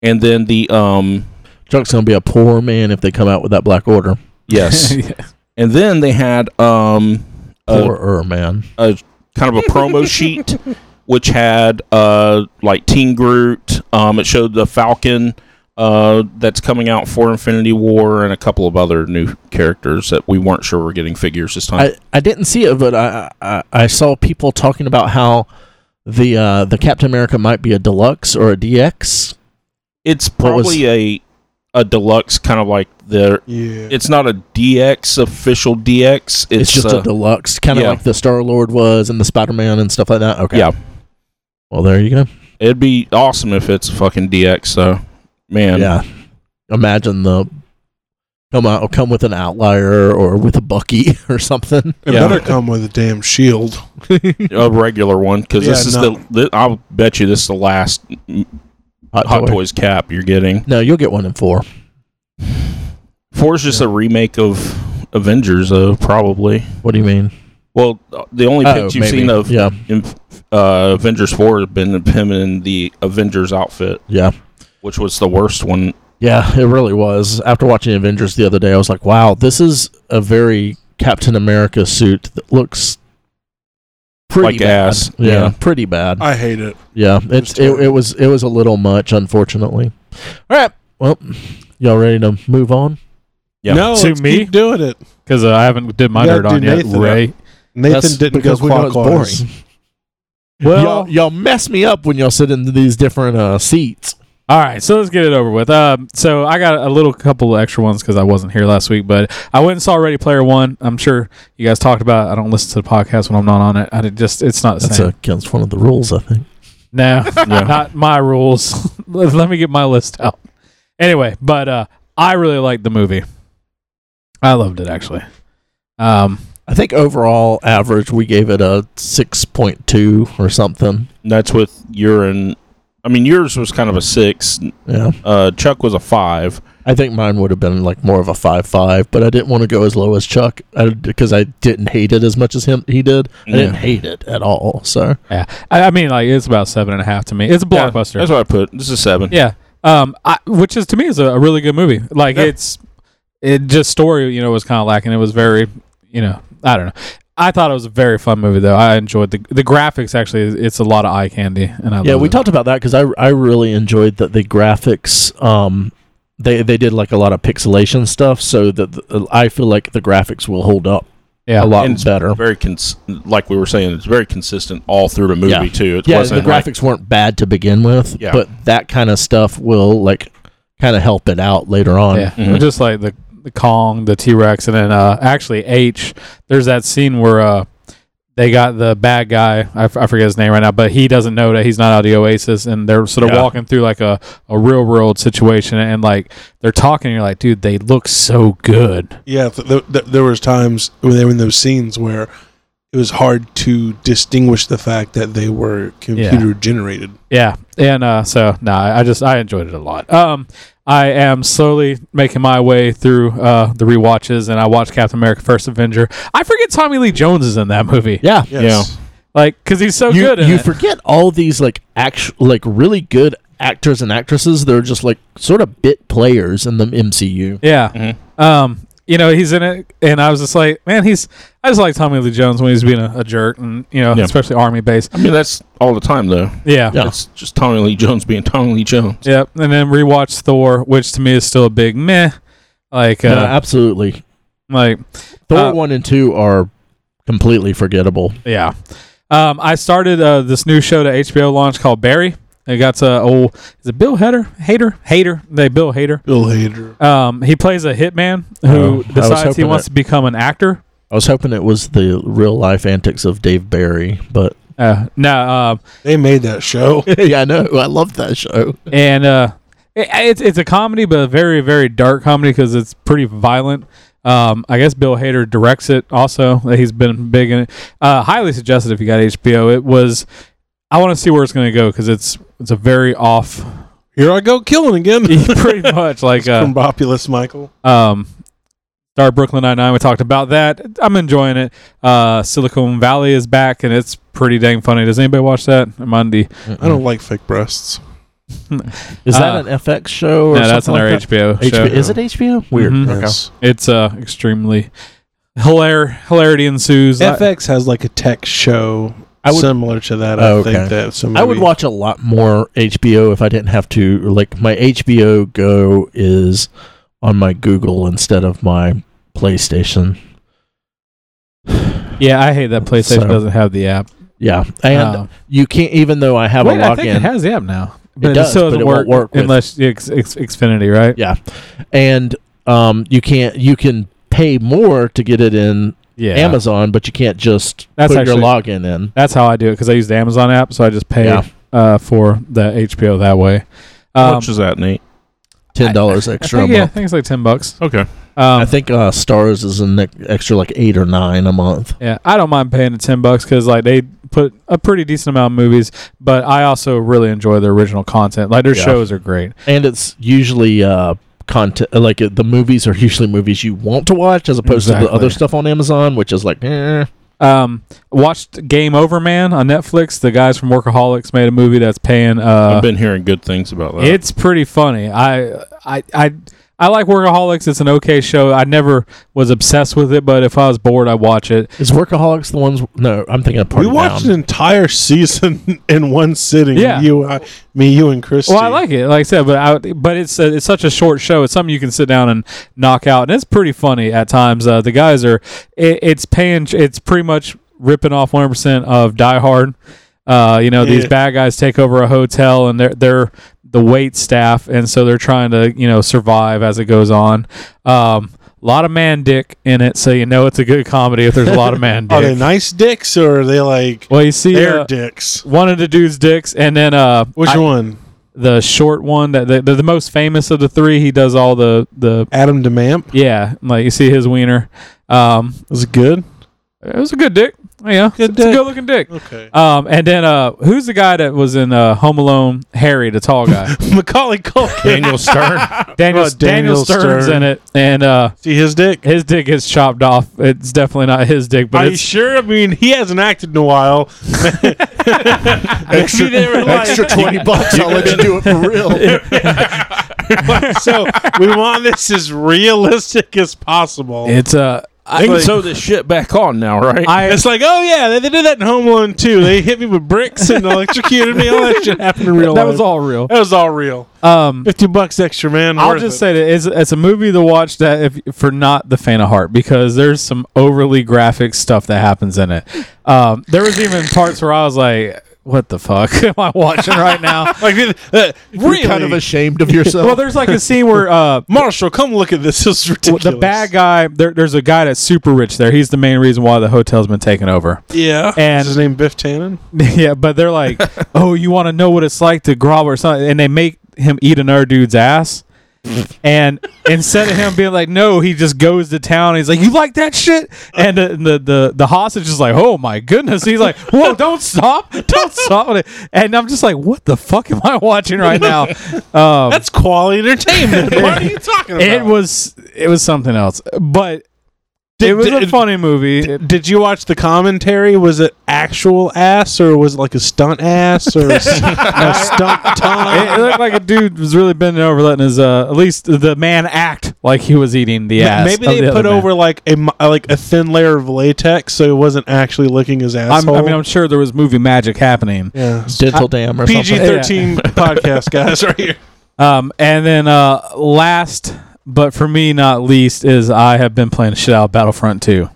Speaker 5: And then the um
Speaker 1: Chuck's gonna be a poor man if they come out with that Black Order.
Speaker 5: yes.
Speaker 4: Yeah.
Speaker 5: And then they had um, a,
Speaker 1: Poorer man.
Speaker 5: kind of a promo sheet, which had uh, like Teen Groot. Um, it showed the Falcon uh, that's coming out for Infinity War and a couple of other new characters that we weren't sure were getting figures this time.
Speaker 1: I, I didn't see it, but I, I I saw people talking about how the uh, the Captain America might be a deluxe or a DX.
Speaker 5: it's
Speaker 1: what was-
Speaker 5: probably a a deluxe kind of like their.
Speaker 2: Yeah.
Speaker 5: It's not a DX official DX. It's,
Speaker 1: It's, just a,
Speaker 5: uh,
Speaker 1: deluxe, kind of
Speaker 5: yeah.
Speaker 1: like the Star Lord was and the Spider Man and stuff like that. Okay.
Speaker 5: yeah.
Speaker 1: Well, there you go.
Speaker 5: It'd be awesome if it's fucking DX. So, man,
Speaker 1: yeah. Imagine the come out come with an outlier or with a Bucky or something.
Speaker 2: It
Speaker 5: Yeah.
Speaker 2: better come with a damn shield.
Speaker 5: a regular one because this
Speaker 2: Yeah,
Speaker 5: is
Speaker 2: no.
Speaker 5: the. thi- I'll bet you this is the last
Speaker 1: Hot,
Speaker 5: Hot
Speaker 1: toy.
Speaker 5: Toys cap you're getting.
Speaker 1: No, you'll get one in four.
Speaker 5: Four is just a remake of Avengers, though, probably.
Speaker 1: What do you mean?
Speaker 5: Well, the only
Speaker 1: Oh,
Speaker 5: pics you've
Speaker 1: maybe.
Speaker 5: seen of
Speaker 1: yeah,
Speaker 5: in, uh, Avengers 4 have been of him in the Avengers outfit,
Speaker 1: yeah,
Speaker 5: which was the worst one.
Speaker 1: yeah. It really was. After watching Avengers the other day, I was like, wow, this is a very Captain America suit that looks pretty
Speaker 5: Like
Speaker 1: bad.
Speaker 5: ass.
Speaker 1: Yeah,
Speaker 5: Yeah.
Speaker 1: pretty bad.
Speaker 2: I hate it.
Speaker 1: yeah, it's it, it was it was a little much, unfortunately. All right, well, y'all ready to move on?
Speaker 5: Yeah.
Speaker 2: No,
Speaker 4: To
Speaker 2: let's
Speaker 4: me?
Speaker 2: keep doing it.
Speaker 4: because uh, I haven't did my
Speaker 2: You gotta
Speaker 4: nerd on
Speaker 2: do
Speaker 4: yet.
Speaker 2: Nathan.
Speaker 4: Ray,
Speaker 2: Nathan
Speaker 1: That's
Speaker 2: didn't
Speaker 1: because
Speaker 2: go
Speaker 1: we know it's
Speaker 2: clockwise.
Speaker 1: boring. y'all, y'all mess me up when y'all sit in these different uh, seats.
Speaker 4: All right, so let's get it over with. Um, so I got a little couple of extra ones because I wasn't here last week, but I went and saw Ready Player One. I'm sure you guys talked about. It. I don't listen to the podcast when I'm not on it. I did- just it's not the
Speaker 1: That's
Speaker 4: same.
Speaker 1: against one of the rules, I think.
Speaker 4: no, not my rules. let, let me get my list out. Anyway, but uh, I really liked the movie. I loved it actually. Um,
Speaker 1: I think overall average we gave it a six point two or something.
Speaker 5: And that's with your and. I mean, yours was kind of a six.
Speaker 1: Yeah,
Speaker 5: Uh, Chuck was a five.
Speaker 1: I think mine would have been like more of a five five, but I didn't want to go as low as Chuck uh, because I didn't hate it as much as him. He did. I didn't
Speaker 5: Yeah.
Speaker 1: hate it at all. So
Speaker 4: yeah, I, I mean, like it's about seven and a half to me. It's a
Speaker 5: Yeah,
Speaker 4: blockbuster.
Speaker 5: that's what I put. This is a seven.
Speaker 4: Yeah. Um, I, which is to me is a, a really good movie. Like
Speaker 5: Yeah.
Speaker 4: it's, it just story you know was kind of lacking. It was very you know I don't know. I thought it was a very fun movie though. I enjoyed the the graphics actually. It's a lot of eye candy and I
Speaker 1: yeah,
Speaker 4: love
Speaker 1: we
Speaker 5: Mm.
Speaker 4: it.
Speaker 1: talked about that because I I really enjoyed that the graphics. Um, they they did like a lot of pixelation stuff, so that the, I feel like the graphics will hold up
Speaker 4: yeah.
Speaker 1: a lot
Speaker 5: And it's
Speaker 1: better.
Speaker 5: Very cons- like we were saying, it's very consistent all through the movie
Speaker 1: Yeah.
Speaker 5: too. It
Speaker 1: yeah, the
Speaker 5: wasn't like-
Speaker 1: graphics weren't bad to begin with,
Speaker 5: Yeah.
Speaker 1: but that kind of stuff will like kind of help it out later on.
Speaker 4: Yeah,
Speaker 5: Mhm.
Speaker 4: just like the the Kong, the T Rex, and then uh, actually H. There's that scene where uh, they got the bad guy. I, f- I forget his name right now, but he doesn't know that he's not out of the Oasis, and they're sort of
Speaker 5: Yeah.
Speaker 4: walking through like a a real world situation, and like they're talking. And you're like, dude, they look so good.
Speaker 2: Yeah, th- th- th- there was times when they were in those scenes where it was hard to distinguish the fact that they were computer generated.
Speaker 4: Yeah, and uh, so no, I I just I enjoyed it a lot. Um, I am slowly making my way through uh, the rewatches, and I watched Captain America: First Avenger. I forget Tommy Lee Jones is in that movie,
Speaker 1: Yeah.
Speaker 2: Yes.
Speaker 4: like because he's so
Speaker 1: you
Speaker 4: good. in
Speaker 1: you
Speaker 4: it.
Speaker 1: forget all these like actual like really good actors and actresses that are just like sort of bit players in the MCU.
Speaker 4: Yeah.
Speaker 5: Mhm.
Speaker 4: Um, you know, he's in it, and I was just like, man, he's. I just like Tommy Lee Jones when he's being a, a jerk, and you know,
Speaker 5: Yeah.
Speaker 4: especially army base.
Speaker 5: I mean, that's all the time though.
Speaker 4: Yeah.
Speaker 1: Yeah.
Speaker 4: yeah.
Speaker 5: It's just Tommy Lee Jones being Tommy Lee Jones.
Speaker 4: And then rewatch Thor, which to me is still a big meh. Like,
Speaker 1: No,
Speaker 4: uh,
Speaker 1: absolutely.
Speaker 4: like,
Speaker 1: Thor
Speaker 4: Uh,
Speaker 1: one and two are completely forgettable.
Speaker 4: yeah. Um, I started uh, this new show that HBO launched called Barry. It got to old is it Bill Hader? Hader? Hader? They Bill Hader.
Speaker 2: Bill Hader.
Speaker 4: Um, he plays a hitman
Speaker 1: Oh, I
Speaker 4: who
Speaker 1: was
Speaker 4: decides he
Speaker 1: hoping
Speaker 4: wants
Speaker 1: that-
Speaker 4: to become an actor.
Speaker 1: I was hoping it was the real life antics of Dave Barry, but
Speaker 4: Uh, no, um,
Speaker 2: They made that show.
Speaker 1: yeah, I know. I love that show.
Speaker 4: and uh, it, it's it's a comedy, but a very very dark comedy because it's pretty violent. Um, I guess Bill Hader directs it. Also, he's been big in it. Uh, highly suggested if you got HBO. It was. I want to see where it's going to go because it's it's a very off,
Speaker 2: Here I go killing again.
Speaker 4: pretty much like uh,
Speaker 2: From Populous Michael.
Speaker 4: um, Star Brooklyn Nine Nine. We talked about that. I'm enjoying it. Uh, Silicon Valley is back and it's pretty dang funny. Does anybody watch that? Monday.
Speaker 2: I don't like fake breasts.
Speaker 1: Is
Speaker 4: uh,
Speaker 1: that an FX show?
Speaker 4: No,
Speaker 1: Or
Speaker 4: that's
Speaker 1: something
Speaker 4: on our
Speaker 1: like that?
Speaker 4: HBO, show. Mm-hmm.
Speaker 1: HBO. Is it HBO? Weird.
Speaker 4: Mhm.
Speaker 1: Mm-hmm. Okay.
Speaker 2: Yes.
Speaker 4: It's uh extremely hilar- hilarity ensues. I-
Speaker 2: FX has like a tech show
Speaker 1: I would-
Speaker 2: similar to that.
Speaker 1: Oh,
Speaker 2: I
Speaker 1: okay.
Speaker 2: think that so
Speaker 1: I would
Speaker 2: maybe-
Speaker 1: watch a lot more HBO if I didn't have to. Like my HBO Go is on my Google instead of my PlayStation.
Speaker 4: yeah, I hate that PlayStation
Speaker 1: So-
Speaker 4: doesn't have the app.
Speaker 1: Yeah, and
Speaker 4: Um,
Speaker 1: you can't. Even though I have
Speaker 4: wait,
Speaker 1: a
Speaker 4: I think it
Speaker 1: login,
Speaker 4: has the app now, but it,
Speaker 1: does, but
Speaker 4: still doesn't
Speaker 1: it
Speaker 4: work,
Speaker 1: won't work with-
Speaker 4: unless you ex- ex- Xfinity, right?
Speaker 1: Yeah. and um, you can't. You can pay more to get it in
Speaker 4: Yeah,
Speaker 1: Amazon, but you can't just
Speaker 4: That's
Speaker 1: put your
Speaker 4: actually-
Speaker 1: login in.
Speaker 4: That's how I do it because I use the Amazon app, so I just pay
Speaker 1: Yeah.
Speaker 4: uh, for the HBO that way.
Speaker 5: How
Speaker 4: Um,
Speaker 5: much is that, Nate?
Speaker 1: Ten dollars
Speaker 4: I
Speaker 1: extra.
Speaker 4: think,
Speaker 1: a
Speaker 4: yeah, I
Speaker 1: month.
Speaker 4: think it's like ten bucks.
Speaker 5: Okay.
Speaker 4: Um,
Speaker 1: I think uh, Stars is an e- extra like eight or nine a month.
Speaker 4: Yeah, I don't mind paying the ten bucks because like they put a pretty decent amount of movies, but I also really enjoy their original content. Like their
Speaker 1: Yeah.
Speaker 4: shows are great.
Speaker 1: and it's usually uh content like uh, the movies are usually movies you want to watch as opposed to the
Speaker 4: Exactly.
Speaker 1: other stuff on Amazon which is like eh.
Speaker 4: Um, watched Game Over Man on Netflix. The guys from Workaholics made a movie that's paying. Uh,
Speaker 5: I've been hearing good things about that.
Speaker 4: it's pretty funny. I I I. I like Workaholics. It's an okay show. I never was obsessed with it, but if I was bored, I'd watch it.
Speaker 1: is Workaholics the ones no I'm thinking of Party
Speaker 2: We watched
Speaker 1: Down.
Speaker 2: an entire season in one sitting.
Speaker 4: Yeah.
Speaker 2: you, I, me, you, and Christy.
Speaker 4: Well, I like it, like I said, but I, but it's uh it's such a short show. It's something you can sit down and knock out, and it's pretty funny at times. Uh, the guys are it, it's paying. It's pretty much ripping off one hundred percent of Die Hard. Uh, you know, these
Speaker 2: Yeah.
Speaker 4: bad guys take over a hotel, and they're they're the wait staff, and so they're trying to you know survive as it goes on. Um, a lot of man dick in it, so you know it's a good comedy if there's a lot of man
Speaker 2: Are they
Speaker 4: dick.
Speaker 2: Oh, nice dicks or are they like
Speaker 4: well, you see,
Speaker 2: their
Speaker 4: uh,
Speaker 2: dicks?
Speaker 4: one of the dudes dicks, and then uh,
Speaker 2: Which
Speaker 4: I-
Speaker 2: one?
Speaker 4: the short one that the, the, the most famous of the three. He does all the the
Speaker 2: Adam DeMamp
Speaker 4: yeah, like you see his wiener. Um,
Speaker 2: was it good.
Speaker 4: it was a good dick. Yeah,
Speaker 2: Good
Speaker 4: it's a
Speaker 2: dick.
Speaker 4: good looking dick.
Speaker 2: Okay,
Speaker 4: Um, and then uh, who's the guy that was in uh, Home Alone? Harry, the tall guy.
Speaker 2: Macaulay Culkin.
Speaker 5: Daniel Stern.
Speaker 4: Daniel
Speaker 2: About
Speaker 4: Daniel
Speaker 2: Oh, Daniel
Speaker 4: Stern's
Speaker 2: Stern.
Speaker 4: in it, and uh,
Speaker 2: See his dick.
Speaker 4: his dick gets chopped off. It's definitely not his dick, but
Speaker 2: Are you
Speaker 4: it's
Speaker 2: sure? I mean, he hasn't acted in a while. Maybe they were like,
Speaker 1: extra 20 bucks I'll let you do it for real
Speaker 2: so we want this as realistic as possible.
Speaker 4: it's uh,
Speaker 5: They
Speaker 4: I,
Speaker 5: can sew this shit back on now, right?
Speaker 4: I
Speaker 2: it's like, oh yeah, they, they did that in Home Alone too. They hit me with bricks and electrocuted me. All that shit happened in real
Speaker 4: that
Speaker 2: life.
Speaker 4: was all real.
Speaker 2: That was all real.
Speaker 4: Um,
Speaker 2: 50 bucks extra, man.
Speaker 4: I'll
Speaker 2: Worth
Speaker 4: just
Speaker 2: it.
Speaker 4: say that it's, it's a movie to watch that if for not the faint of heart because there's some overly graphic stuff that happens in it. Um, there was even parts where I was like, "What the fuck am I watching right now?"
Speaker 2: Like, uh, really?
Speaker 1: You're kind of ashamed of yourself
Speaker 4: well, there's like a scene where uh,
Speaker 2: Marshall, come look at this. This is ridiculous.
Speaker 4: the bad guy there, there's a guy that's super rich there. He's the main reason why the hotel's been taken over.
Speaker 2: Yeah.
Speaker 4: And-
Speaker 2: is his name Biff Tannen?
Speaker 4: yeah, but they're like, "Oh, you want to know what it's like to grovel or something?" And they make him eat another dude's ass. and instead of him being like, "No," he just goes to town. he's like, "You like that shit?" And the, the the the hostage is like, "Oh my goodness!" He's like, "Whoa, don't stop, don't stop!" And I'm just like, "What the fuck am I watching right now?" Um,
Speaker 2: That's quality entertainment. what are you talking about?
Speaker 4: it was it was something else, but it was a
Speaker 2: did-
Speaker 4: funny movie.
Speaker 2: Did you watch the commentary? Was it actual ass or was it like a stunt ass or a, s- a stunt tongue?
Speaker 4: it, it looked like a dude was really bending over, letting his uh, at least the man act like he was eating the ass.
Speaker 2: Maybe
Speaker 4: of
Speaker 2: they
Speaker 4: the
Speaker 2: put
Speaker 4: other man.
Speaker 2: over like a mi- like a thin layer of latex, so it wasn't actually licking his
Speaker 4: I'm,
Speaker 2: asshole.
Speaker 4: I mean, I'm sure there was movie magic happening.
Speaker 2: yeah.
Speaker 1: dental dam or
Speaker 2: PG
Speaker 1: something
Speaker 2: thirteen podcast guys right here.
Speaker 4: Um, and then uh, last, but for me not least, is I have been playing shit out Battlefront Uh, 2.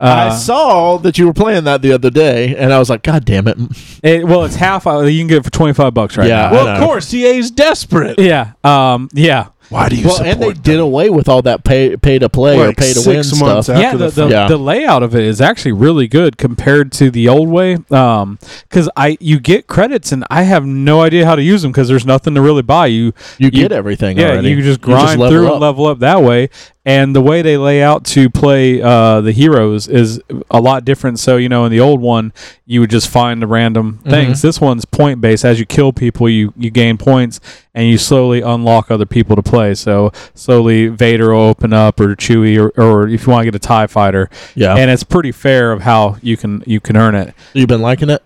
Speaker 1: I saw that you were playing that the other day and I was like god damn it
Speaker 4: it, well, it's half. uh, You can get it for twenty five bucks right
Speaker 1: Yeah.
Speaker 4: now.
Speaker 1: Well,
Speaker 2: Well,
Speaker 1: I
Speaker 2: of
Speaker 1: know.
Speaker 2: course, EA's desperate.
Speaker 4: Yeah. Um, yeah.
Speaker 2: Why do you
Speaker 1: well and they did away with all that pay pay to play or
Speaker 2: Like
Speaker 1: pay to win
Speaker 2: six months
Speaker 1: stuff
Speaker 2: after
Speaker 4: yeah, the,
Speaker 2: the
Speaker 4: the,
Speaker 1: fact. Yeah.
Speaker 4: the layout of it is actually really good compared to the old way. Um, because I you get credits and I have no idea how to use them because there's nothing to really buy. You
Speaker 1: you
Speaker 4: You-
Speaker 1: get everything
Speaker 4: yeah,
Speaker 1: already
Speaker 4: you can just grind
Speaker 1: level
Speaker 4: through
Speaker 1: up.
Speaker 4: and level up that way. And the way they lay out to play uh, the heroes is a lot different. So you know, in the old one, you would just find the random things. This one's point based. As you kill people, you you gain points, and you slowly unlock other people to play. So slowly, Vader will open up, or Chewie, or, or if you want to get a Tie Fighter,
Speaker 1: yeah
Speaker 4: and it's pretty fair of how you can you can earn it.
Speaker 1: you've been liking it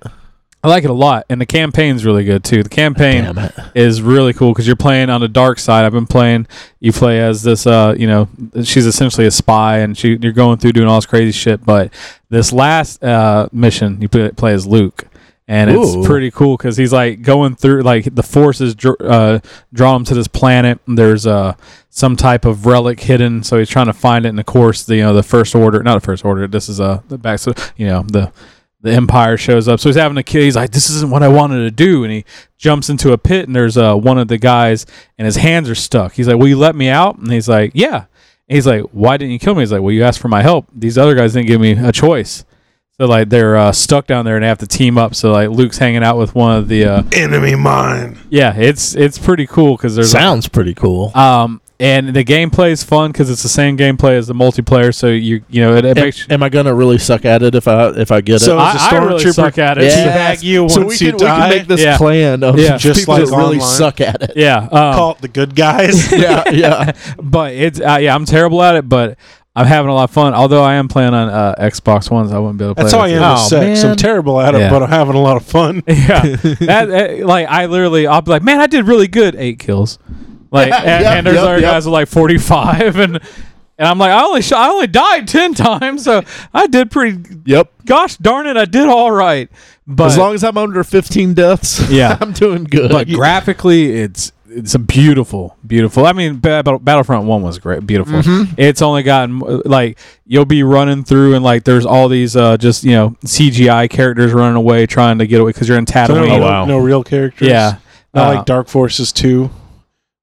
Speaker 4: I like it a lot, and the campaign's really good too. The campaign
Speaker 1: Damn it.
Speaker 4: is really cool because you're playing on the dark side. I've been playing. You play as this, uh, you know, she's essentially a spy, and she you're going through doing all this crazy shit. But this last uh, mission, you play, play as Luke, and
Speaker 1: Ooh.
Speaker 4: it's pretty cool because he's like going through like the forces dr- uh, draw him to this planet. and There's uh, some type of relic hidden, so he's trying to find it. And of course, the, you know, the first order, not the first order. This is uh, the back, so you know the. The Empire shows up, so he's having a kid. He's like, "This isn't what I wanted to do," and he jumps into a pit and there's uh, one of the guys and his hands are stuck. He's like, "Will you let me out?" And he's like, "Yeah." And he's like, "Why didn't you kill me?" He's like, "Well, you asked for my help. These other guys didn't give me a choice." So like they're uh, stuck down there and they have to team up. So like Luke's hanging out with one of the uh,
Speaker 2: Enemy mine.
Speaker 4: yeah, it's it's pretty cool because there's
Speaker 1: Sounds pretty cool.
Speaker 4: um and the gameplay is fun because it's the same gameplay as the multiplayer. So you you know it, it
Speaker 1: Am,
Speaker 4: makes
Speaker 1: am I gonna really suck at it if I if I get
Speaker 2: So-
Speaker 1: it?
Speaker 4: I, I really
Speaker 2: stormtrooper.
Speaker 4: suck at it.
Speaker 1: Yeah.
Speaker 2: Bag you
Speaker 1: So we
Speaker 2: once you
Speaker 1: can, we can
Speaker 2: die.
Speaker 1: make this
Speaker 4: Yeah.
Speaker 1: plan of
Speaker 4: Yeah.
Speaker 1: just
Speaker 2: Just
Speaker 1: people
Speaker 2: like
Speaker 1: that really
Speaker 2: online.
Speaker 1: suck at it.
Speaker 4: Yeah, um,
Speaker 2: Call it the good guys.
Speaker 1: Yeah, yeah.
Speaker 4: but it's uh, yeah, I'm terrible at it, but I'm having a lot of fun. Although I am playing on uh, Xbox Ones, I wouldn't be able to play.
Speaker 2: That's how I am
Speaker 1: Oh,
Speaker 2: with sex.
Speaker 1: man.
Speaker 2: I'm terrible at it,
Speaker 4: Yeah.
Speaker 2: but I'm having a lot of fun.
Speaker 4: Yeah, That- that- like I literally, I'll be like, man, I did really good, eight kills. Like, and,
Speaker 1: Yep,
Speaker 4: and there's
Speaker 1: yep,
Speaker 4: other
Speaker 1: yep.
Speaker 4: guys with like 45, and and I'm like, I only shot, I only died 10 times, so I did pretty.
Speaker 1: Yep.
Speaker 4: Gosh darn it, I did all right. But
Speaker 1: as long as I'm under 15 deaths,
Speaker 4: Yeah.
Speaker 1: I'm doing good.
Speaker 4: but graphically it's it's a beautiful beautiful i mean Ba- Ba- battlefront 1 was great beautiful
Speaker 1: Mm-hmm.
Speaker 4: it's only gotten like you'll be running through and like there's all these uh just you know cgi characters running away trying to get away because you're in
Speaker 2: So
Speaker 4: tatooine
Speaker 2: no,
Speaker 5: Oh, wow.
Speaker 2: no real characters.
Speaker 4: yeah
Speaker 2: Not
Speaker 4: Uh,
Speaker 2: like Dark Forces 2